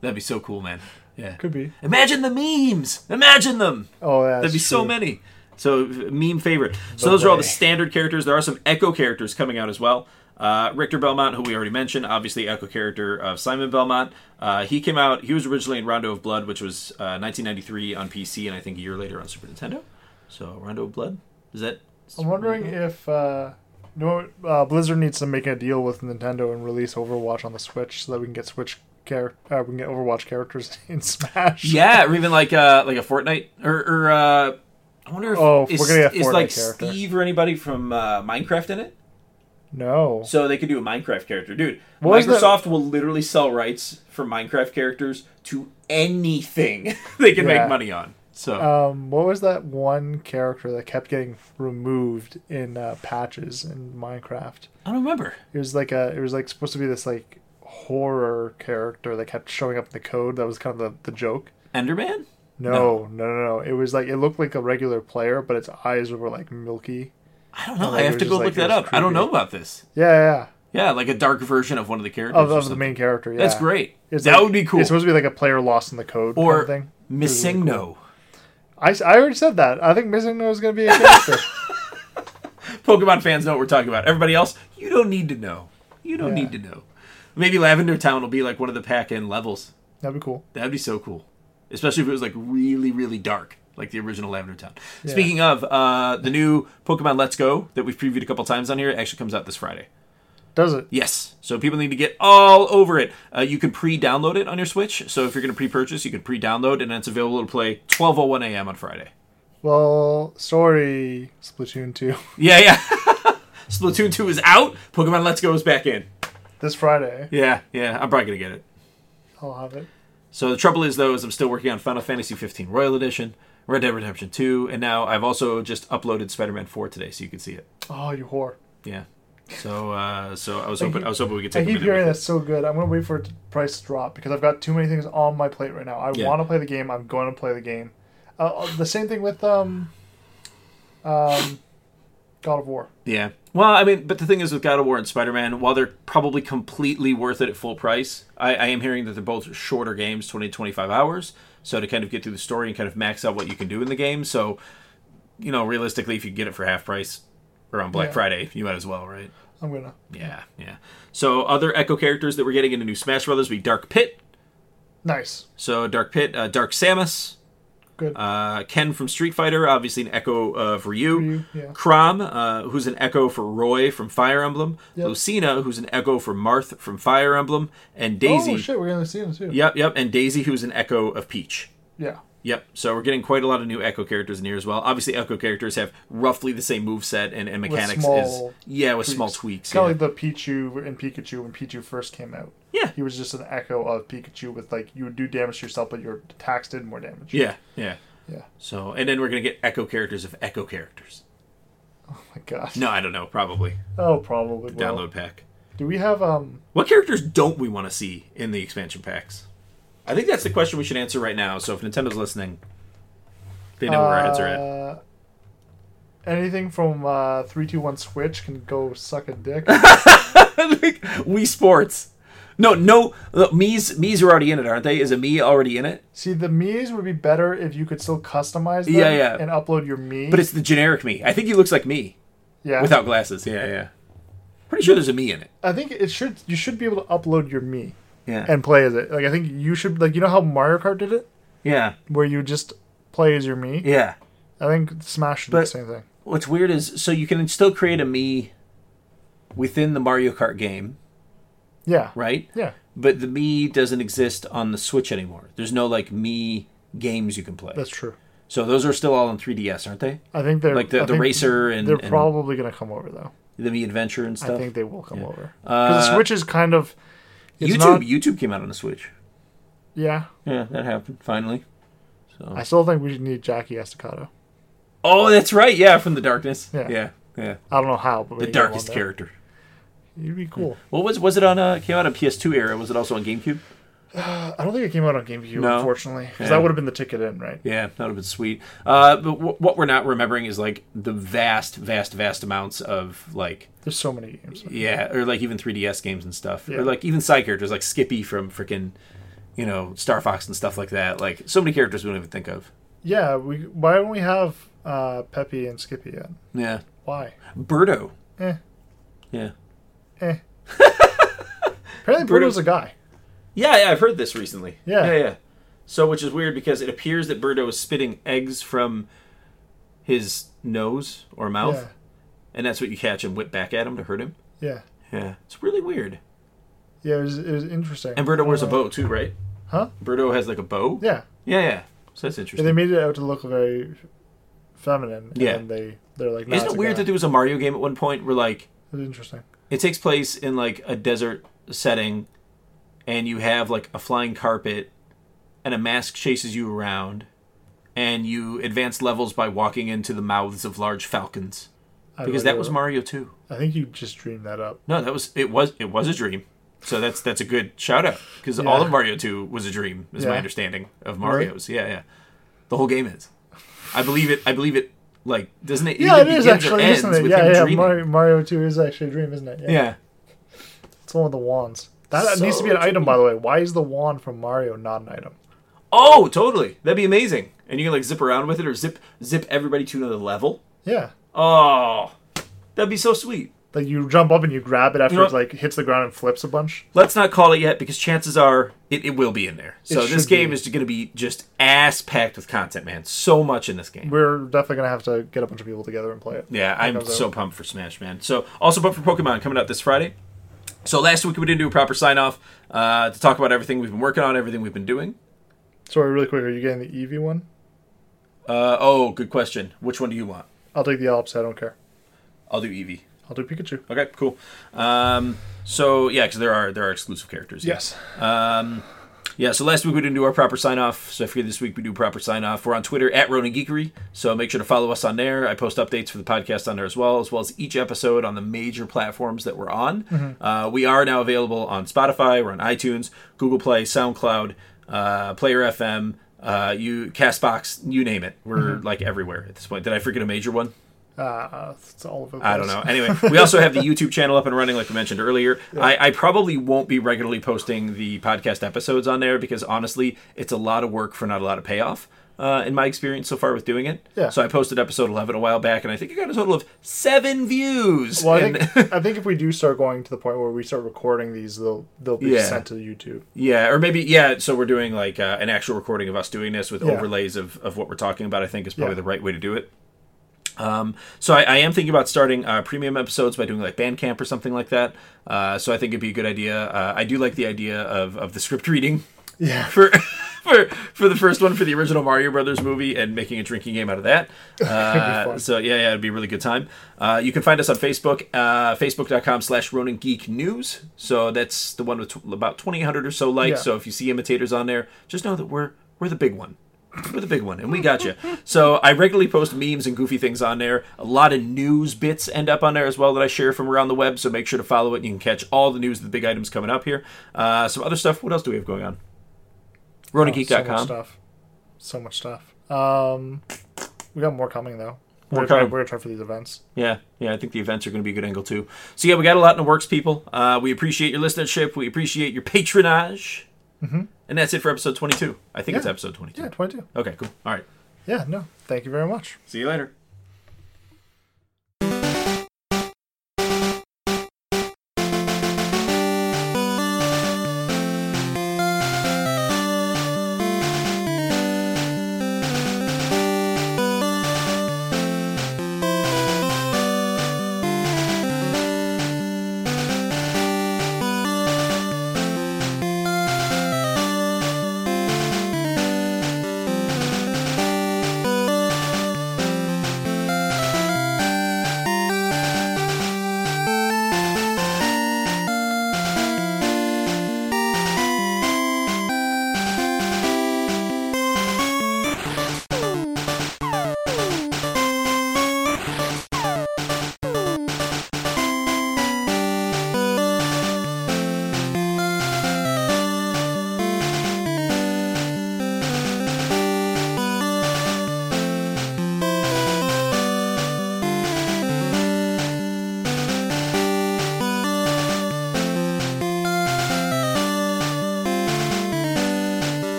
Speaker 1: That'd be so cool, man. Yeah.
Speaker 2: Could be.
Speaker 1: Imagine the memes. Imagine them.
Speaker 2: Oh, that's
Speaker 1: That'd be so
Speaker 2: true. Oh,
Speaker 1: many. So meme favorite. So those are all the
Speaker 2: way.
Speaker 1: standard characters. There are some echo characters coming out as well. Uh, Richter Belmont, who we already mentioned, obviously echo character of Simon Belmont. Uh, he came out. He was originally in Rondo of Blood, which was uh, 1993 on PC, and I think a year later on Super Nintendo. So Rondo of Blood is that?
Speaker 2: I'm wondering if uh, no, uh, Blizzard needs to make a deal with Nintendo and release Overwatch on the Switch so that we can get Switch char- uh, we can get Overwatch characters in Smash.
Speaker 1: Yeah, or even like uh, like a Fortnite or, or uh, I wonder if
Speaker 2: Oh,
Speaker 1: is,
Speaker 2: we're gonna get a
Speaker 1: is
Speaker 2: Fortnite
Speaker 1: like
Speaker 2: character.
Speaker 1: Steve or anybody from uh, Minecraft in it?
Speaker 2: No.
Speaker 1: So they could do a Minecraft character, dude.
Speaker 2: What was that-
Speaker 1: Microsoft will literally sell rights for Minecraft characters to anything they can
Speaker 2: Yeah.
Speaker 1: make money on. So
Speaker 2: Um, what was that one character that kept getting removed in uh, patches in Minecraft?
Speaker 1: I don't remember.
Speaker 2: It was like a. It was like supposed to be this like horror character that kept showing up in the code. That was kind of the, the joke.
Speaker 1: Enderman?
Speaker 2: No, no, no, no, It was like it looked like a regular player, but its eyes were like milky.
Speaker 1: I don't know.
Speaker 2: like,
Speaker 1: I
Speaker 2: Oh, it
Speaker 1: have
Speaker 2: was
Speaker 1: to
Speaker 2: just
Speaker 1: go
Speaker 2: like
Speaker 1: look
Speaker 2: it
Speaker 1: that
Speaker 2: was
Speaker 1: up. I don't
Speaker 2: creepy.
Speaker 1: know about this.
Speaker 2: Yeah, yeah.
Speaker 1: Yeah, like a dark version of one of the characters.
Speaker 2: Of,
Speaker 1: or
Speaker 2: of the
Speaker 1: something.
Speaker 2: main character. Yeah.
Speaker 1: That's great.
Speaker 2: It's
Speaker 1: that
Speaker 2: like-
Speaker 1: would be cool.
Speaker 2: It's supposed to be like a player lost in the code
Speaker 1: or
Speaker 2: or kind of thing.
Speaker 1: Missingno.
Speaker 2: I, s- I already said that. I think Missing No is going to be a character.
Speaker 1: Pokemon fans know what we're talking about. Everybody else, you don't need to know. You don't
Speaker 2: Yeah.
Speaker 1: need to know. Maybe Lavender Town will be like one of the pack in levels.
Speaker 2: That'd be cool.
Speaker 1: That'd be so cool. Especially if it was like really, really dark, like the original Lavender Town. Speaking of, uh, the new Pokemon Let's Go that we've previewed a couple times on here actually comes out this Friday.
Speaker 2: Does it?
Speaker 1: Yes. So people need to get all over it. Uh, you can pre download it on your Switch. So if you're going to pre purchase, you can pre download, and it's available to play 12.01 a.m. on Friday.
Speaker 2: Well, sorry, Splatoon 2.
Speaker 1: Yeah, yeah. Splatoon 2 is out. Pokemon Let's Go is back in.
Speaker 2: this Friday,
Speaker 1: Yeah, yeah. I'm probably going to get it.
Speaker 2: I'll have it.
Speaker 1: So the trouble is, though, is I'm still working on Final Fantasy 15 Royal Edition, Red Dead Redemption 2, and now I've also just uploaded Spider-Man 4 today, so you can see it.
Speaker 2: Oh, you whore.
Speaker 1: Yeah. So, uh, so I was hoping, I,
Speaker 2: keep-
Speaker 1: was hoping we could
Speaker 2: I
Speaker 1: take. a
Speaker 2: keep
Speaker 1: minute
Speaker 2: hearing
Speaker 1: with
Speaker 2: that's so good. I'm going to wait for it to price to drop because I've got too many things on my plate right now. I
Speaker 1: Yeah.
Speaker 2: want to play the game. I'm going to play the game. Uh, Uh, the same thing with um, um, God of War.
Speaker 1: it. Yeah. Well, I mean, but the thing is, with God of War and Spider-Man, while they're probably completely worth it at full price, I, I am hearing that they're both shorter games, 20 to 25 hours. So to kind of get through the story and kind of max out what you can do in the game. So, you know, realistically, if you get it for half price or on Black
Speaker 2: Yeah.
Speaker 1: Friday, you might as well, right?
Speaker 2: I'm going to.
Speaker 1: Yeah, yeah. So other Echo characters that we're getting in the new Smash Brothers would be Dark Pit.
Speaker 2: Nice.
Speaker 1: So Dark Pit, uh, Dark Samus,
Speaker 2: Good.
Speaker 1: uh, Ken from Street Fighter, obviously an Echo of Ryu.
Speaker 2: Ryu, yeah.
Speaker 1: Crom, uh, who's an Echo for Roy from Fire Emblem.
Speaker 2: Yep.
Speaker 1: Lucina, who's an Echo for Marth from Fire Emblem, and Daisy.
Speaker 2: Oh, shit. We're going to see them too.
Speaker 1: Yep, yep, and Daisy, who's an Echo of Peach.
Speaker 2: Yeah.
Speaker 1: Yep. So we're getting quite a lot of new Echo characters in here as well. Obviously, Echo characters have roughly the same move set and, and mechanics.
Speaker 2: small
Speaker 1: is yeah, with small tweaks.
Speaker 2: Kind
Speaker 1: yeah.
Speaker 2: of like the Pichu and Pikachu when Pichu first came out.
Speaker 1: Yeah.
Speaker 2: He was just an echo of Pikachu with like you would do damage to yourself, but your attacks did more damage.
Speaker 1: yeah, yeah.
Speaker 2: Yeah.
Speaker 1: So, and then we're gonna get echo characters of echo characters.
Speaker 2: Oh my gosh.
Speaker 1: No, I don't know. Probably
Speaker 2: Oh, probably. will.
Speaker 1: download pack.
Speaker 2: Do we have um?
Speaker 1: What characters don't we want to see in the expansion packs? I think that's the question we should answer right now. So, if Nintendo's listening, they know where our heads are at.
Speaker 2: uh, Anything from uh, three, two, one Switch can go suck a dick.
Speaker 1: Wii Sports. No, no. Look, Mii's Mii's are already in it, aren't they? Is a Mii already in it?
Speaker 2: See, the Mii's would be better if you could still customize them
Speaker 1: Yeah, yeah.
Speaker 2: and upload your Mii.
Speaker 1: But it's the generic Mii. I think he looks like Mii
Speaker 2: yeah.
Speaker 1: without glasses. Yeah, yeah. Pretty sure there's a Mii in it.
Speaker 2: I think it should. You should be able to upload your Mii
Speaker 1: Yeah.
Speaker 2: and play as it. Like I think you should. Like you know how Mario Kart did it,
Speaker 1: yeah.
Speaker 2: where you just play as your Mii.
Speaker 1: Yeah.
Speaker 2: I think Smash should do
Speaker 1: But-
Speaker 2: the same thing.
Speaker 1: What's weird is so you can still create a Mii within the Mario Kart game,
Speaker 2: Yeah.
Speaker 1: right?
Speaker 2: Yeah.
Speaker 1: But the Mii doesn't exist on the Switch anymore. There's no like Mii games you can play.
Speaker 2: That's true.
Speaker 1: so those are still all on 3DS, aren't they?
Speaker 2: I think they're
Speaker 1: Like the-
Speaker 2: I
Speaker 1: the
Speaker 2: think
Speaker 1: racer and-
Speaker 2: they're
Speaker 1: and-
Speaker 2: probably gonna come over though.
Speaker 1: The Mii Adventure and stuff. Uh,
Speaker 2: I think they will come over because the Switch is kind of it's
Speaker 1: YouTube
Speaker 2: not-
Speaker 1: YouTube came out on the Switch.
Speaker 2: yeah.
Speaker 1: Yeah, that happened finally.
Speaker 2: I still think we should need Jackie Estacado.
Speaker 1: Oh, that's right. Yeah, from the darkness.
Speaker 2: Yeah.
Speaker 1: yeah. yeah.
Speaker 2: I don't know how, but
Speaker 1: The darkest character.
Speaker 2: It'd
Speaker 1: Hmm.
Speaker 2: be cool.
Speaker 1: What was was it on? Uh, came out on PS2 era. Was it also on GameCube?
Speaker 2: I don't think it came out on GameCube,
Speaker 1: No.
Speaker 2: unfortunately, because
Speaker 1: Yeah.
Speaker 2: that would have been the ticket in, right?
Speaker 1: Yeah, that would have been sweet. Uh, but w- what we're not remembering is like the vast, vast, vast amounts of like
Speaker 2: There's so many games.
Speaker 1: yeah, or like even 3DS games and stuff,
Speaker 2: Yeah.
Speaker 1: or like even side characters like Skippy from freaking you know Star Fox and stuff like that. Like so many characters we don't even think of.
Speaker 2: Yeah, we why don't we have uh, Peppy and Skippy yet?
Speaker 1: Yeah,
Speaker 2: Why?
Speaker 1: Birdo.
Speaker 2: Eh,
Speaker 1: Yeah,
Speaker 2: eh. Apparently, Bruto's a guy.
Speaker 1: yeah, yeah. I've heard this recently.
Speaker 2: Yeah.
Speaker 1: yeah, yeah. So which is weird because it appears that Birdo is spitting eggs from his nose or mouth,
Speaker 2: Yeah,
Speaker 1: and that's what you catch and whip back at him to hurt him.
Speaker 2: yeah,
Speaker 1: Yeah, it's really weird.
Speaker 2: yeah. It was, it was interesting.
Speaker 1: And Birdo wears a
Speaker 2: Uh,
Speaker 1: bow too, right?
Speaker 2: Huh?
Speaker 1: Birdo has like a bow.
Speaker 2: Yeah,
Speaker 1: yeah. yeah. So that's
Speaker 2: and they
Speaker 1: interesting.
Speaker 2: made it out to look very feminine.
Speaker 1: Yeah.
Speaker 2: and they they're like, no,
Speaker 1: Isn't
Speaker 2: it's
Speaker 1: it
Speaker 2: a
Speaker 1: weird
Speaker 2: guy.
Speaker 1: that there was a Mario game at one point where like
Speaker 2: It's interesting.
Speaker 1: It takes place in like a desert setting, and you have like a flying carpet, and a mask chases you around, and you advance levels by walking into the mouths of large falcons.
Speaker 2: I
Speaker 1: Because
Speaker 2: don't
Speaker 1: that was
Speaker 2: know.
Speaker 1: Mario too.
Speaker 2: I think you just dreamed that up.
Speaker 1: No, that was it was it was a dream. So that's that's a good shout out because all
Speaker 2: Yeah.
Speaker 1: of Mario Two was a dream, is my
Speaker 2: Yeah.
Speaker 1: understanding of Mario's. Yeah, yeah, the whole game is. I believe it. I believe it. Like doesn't it?
Speaker 2: Yeah, it
Speaker 1: either
Speaker 2: is
Speaker 1: begins or
Speaker 2: actually,
Speaker 1: ends
Speaker 2: isn't it?
Speaker 1: with
Speaker 2: Yeah,
Speaker 1: him
Speaker 2: yeah.
Speaker 1: dreaming?
Speaker 2: Mario, Mario Two is actually a dream, isn't it?
Speaker 1: Yeah,
Speaker 2: It's the one with the wands. That needs to be
Speaker 1: So
Speaker 2: an item, by the way. Why is the wand from Mario not an item?
Speaker 1: Oh, totally. That'd be amazing. And you can like zip around with it or zip zip everybody to another level.
Speaker 2: Yeah.
Speaker 1: Oh, that'd be so sweet.
Speaker 2: Like you jump up and you grab it after
Speaker 1: You know
Speaker 2: it like hits the ground and flips a bunch.
Speaker 1: Let's not call it yet because chances are it, it will be in there. So
Speaker 2: It
Speaker 1: this
Speaker 2: should
Speaker 1: game
Speaker 2: be.
Speaker 1: is going to be just ass packed with content, man. So much in this game.
Speaker 2: We're definitely gonna have to get a bunch of people together and play it.
Speaker 1: Yeah, I'm
Speaker 2: comes
Speaker 1: so pumped for Smash, man. So also pumped for Pokemon coming out this Friday. So last week we didn't do a proper sign off uh, to talk about everything we've been working on, everything we've been doing.
Speaker 2: Sorry, really quick. Are you getting the Eevee one?
Speaker 1: Uh, oh, good question. Which one do you want?
Speaker 2: I'll take the Alps. I don't care.
Speaker 1: I'll do Eevee.
Speaker 2: I'll do Pikachu.
Speaker 1: Okay, cool. Um, so yeah, because there are there are exclusive characters. yeah.
Speaker 2: Yes.
Speaker 1: Yeah, so last week we didn't do our proper sign off, so I figured this week we do proper sign off. We're on Twitter at Ronin Geekery, so make sure to follow us on there. I post updates for the podcast on there as well, as well as each episode on the major platforms that we're on. Uh, we are now available on Spotify, we're on iTunes, Google Play, SoundCloud, uh, Player FM, uh, you Castbox, you name it. We're like everywhere at this point. Did I forget a major one?
Speaker 2: Uh, it's all over. The
Speaker 1: I don't
Speaker 2: place.
Speaker 1: know. Anyway, we also have the YouTube channel up and running, like we mentioned earlier. I, I probably won't be regularly posting the podcast episodes on there because honestly, it's a lot of work for not a lot of payoff. Uh, in my experience so far with doing it,
Speaker 2: Yeah.
Speaker 1: So I posted episode eleven a while back, and I think I got a total of seven views.
Speaker 2: Well, I
Speaker 1: And-
Speaker 2: think, I think if we do start going to the point where we start recording these, they'll they'll be
Speaker 1: Yeah.
Speaker 2: sent to YouTube.
Speaker 1: Yeah, or maybe yeah. So we're doing like uh, an actual recording of us doing this with
Speaker 2: Yeah.
Speaker 1: overlays of, of what we're talking about. I think is probably
Speaker 2: Yeah.
Speaker 1: the right way to do it. Um, so I, I am thinking about starting uh, premium episodes by doing like Bandcamp or something like that. Uh, so I think it'd be a good idea. Uh, I do like the idea of, of the script reading
Speaker 2: Yeah.
Speaker 1: for for for the first one for the original Mario Brothers movie and making a drinking game out of that. Uh,
Speaker 2: fun.
Speaker 1: so yeah, yeah, it'd be a really good time. Uh, you can find us on Facebook, uh, facebook.com slash Ronin Geek News. So that's the one with tw- about 2,800 or so likes.
Speaker 2: Yeah.
Speaker 1: So if you see imitators on there, just know that we're we're the big one. We're the big one, and we got you. So I regularly post memes and goofy things on there. A lot of news bits end up on there as well that I share from around the web. So make sure to follow it. You can catch all the news, the big items coming up here. Uh, some other stuff. What else do we have going on?
Speaker 2: Oh, so much
Speaker 1: RonaGeek.com.
Speaker 2: stuff. So much stuff. Um, we got more coming though. We're
Speaker 1: More
Speaker 2: gonna try-
Speaker 1: coming.
Speaker 2: We're gonna try for these events.
Speaker 1: Yeah, yeah, I think the events are going to be a good angle too. So yeah, we got a lot in the works, people. Uh, we appreciate your listenership. We appreciate your patronage. And that's it for episode 22. I think it's
Speaker 2: Mm-hmm. Yeah.
Speaker 1: episode 22.
Speaker 2: Yeah, twenty-two.
Speaker 1: Okay, cool. All right.
Speaker 2: Yeah, no. Thank you very much.
Speaker 1: See you later.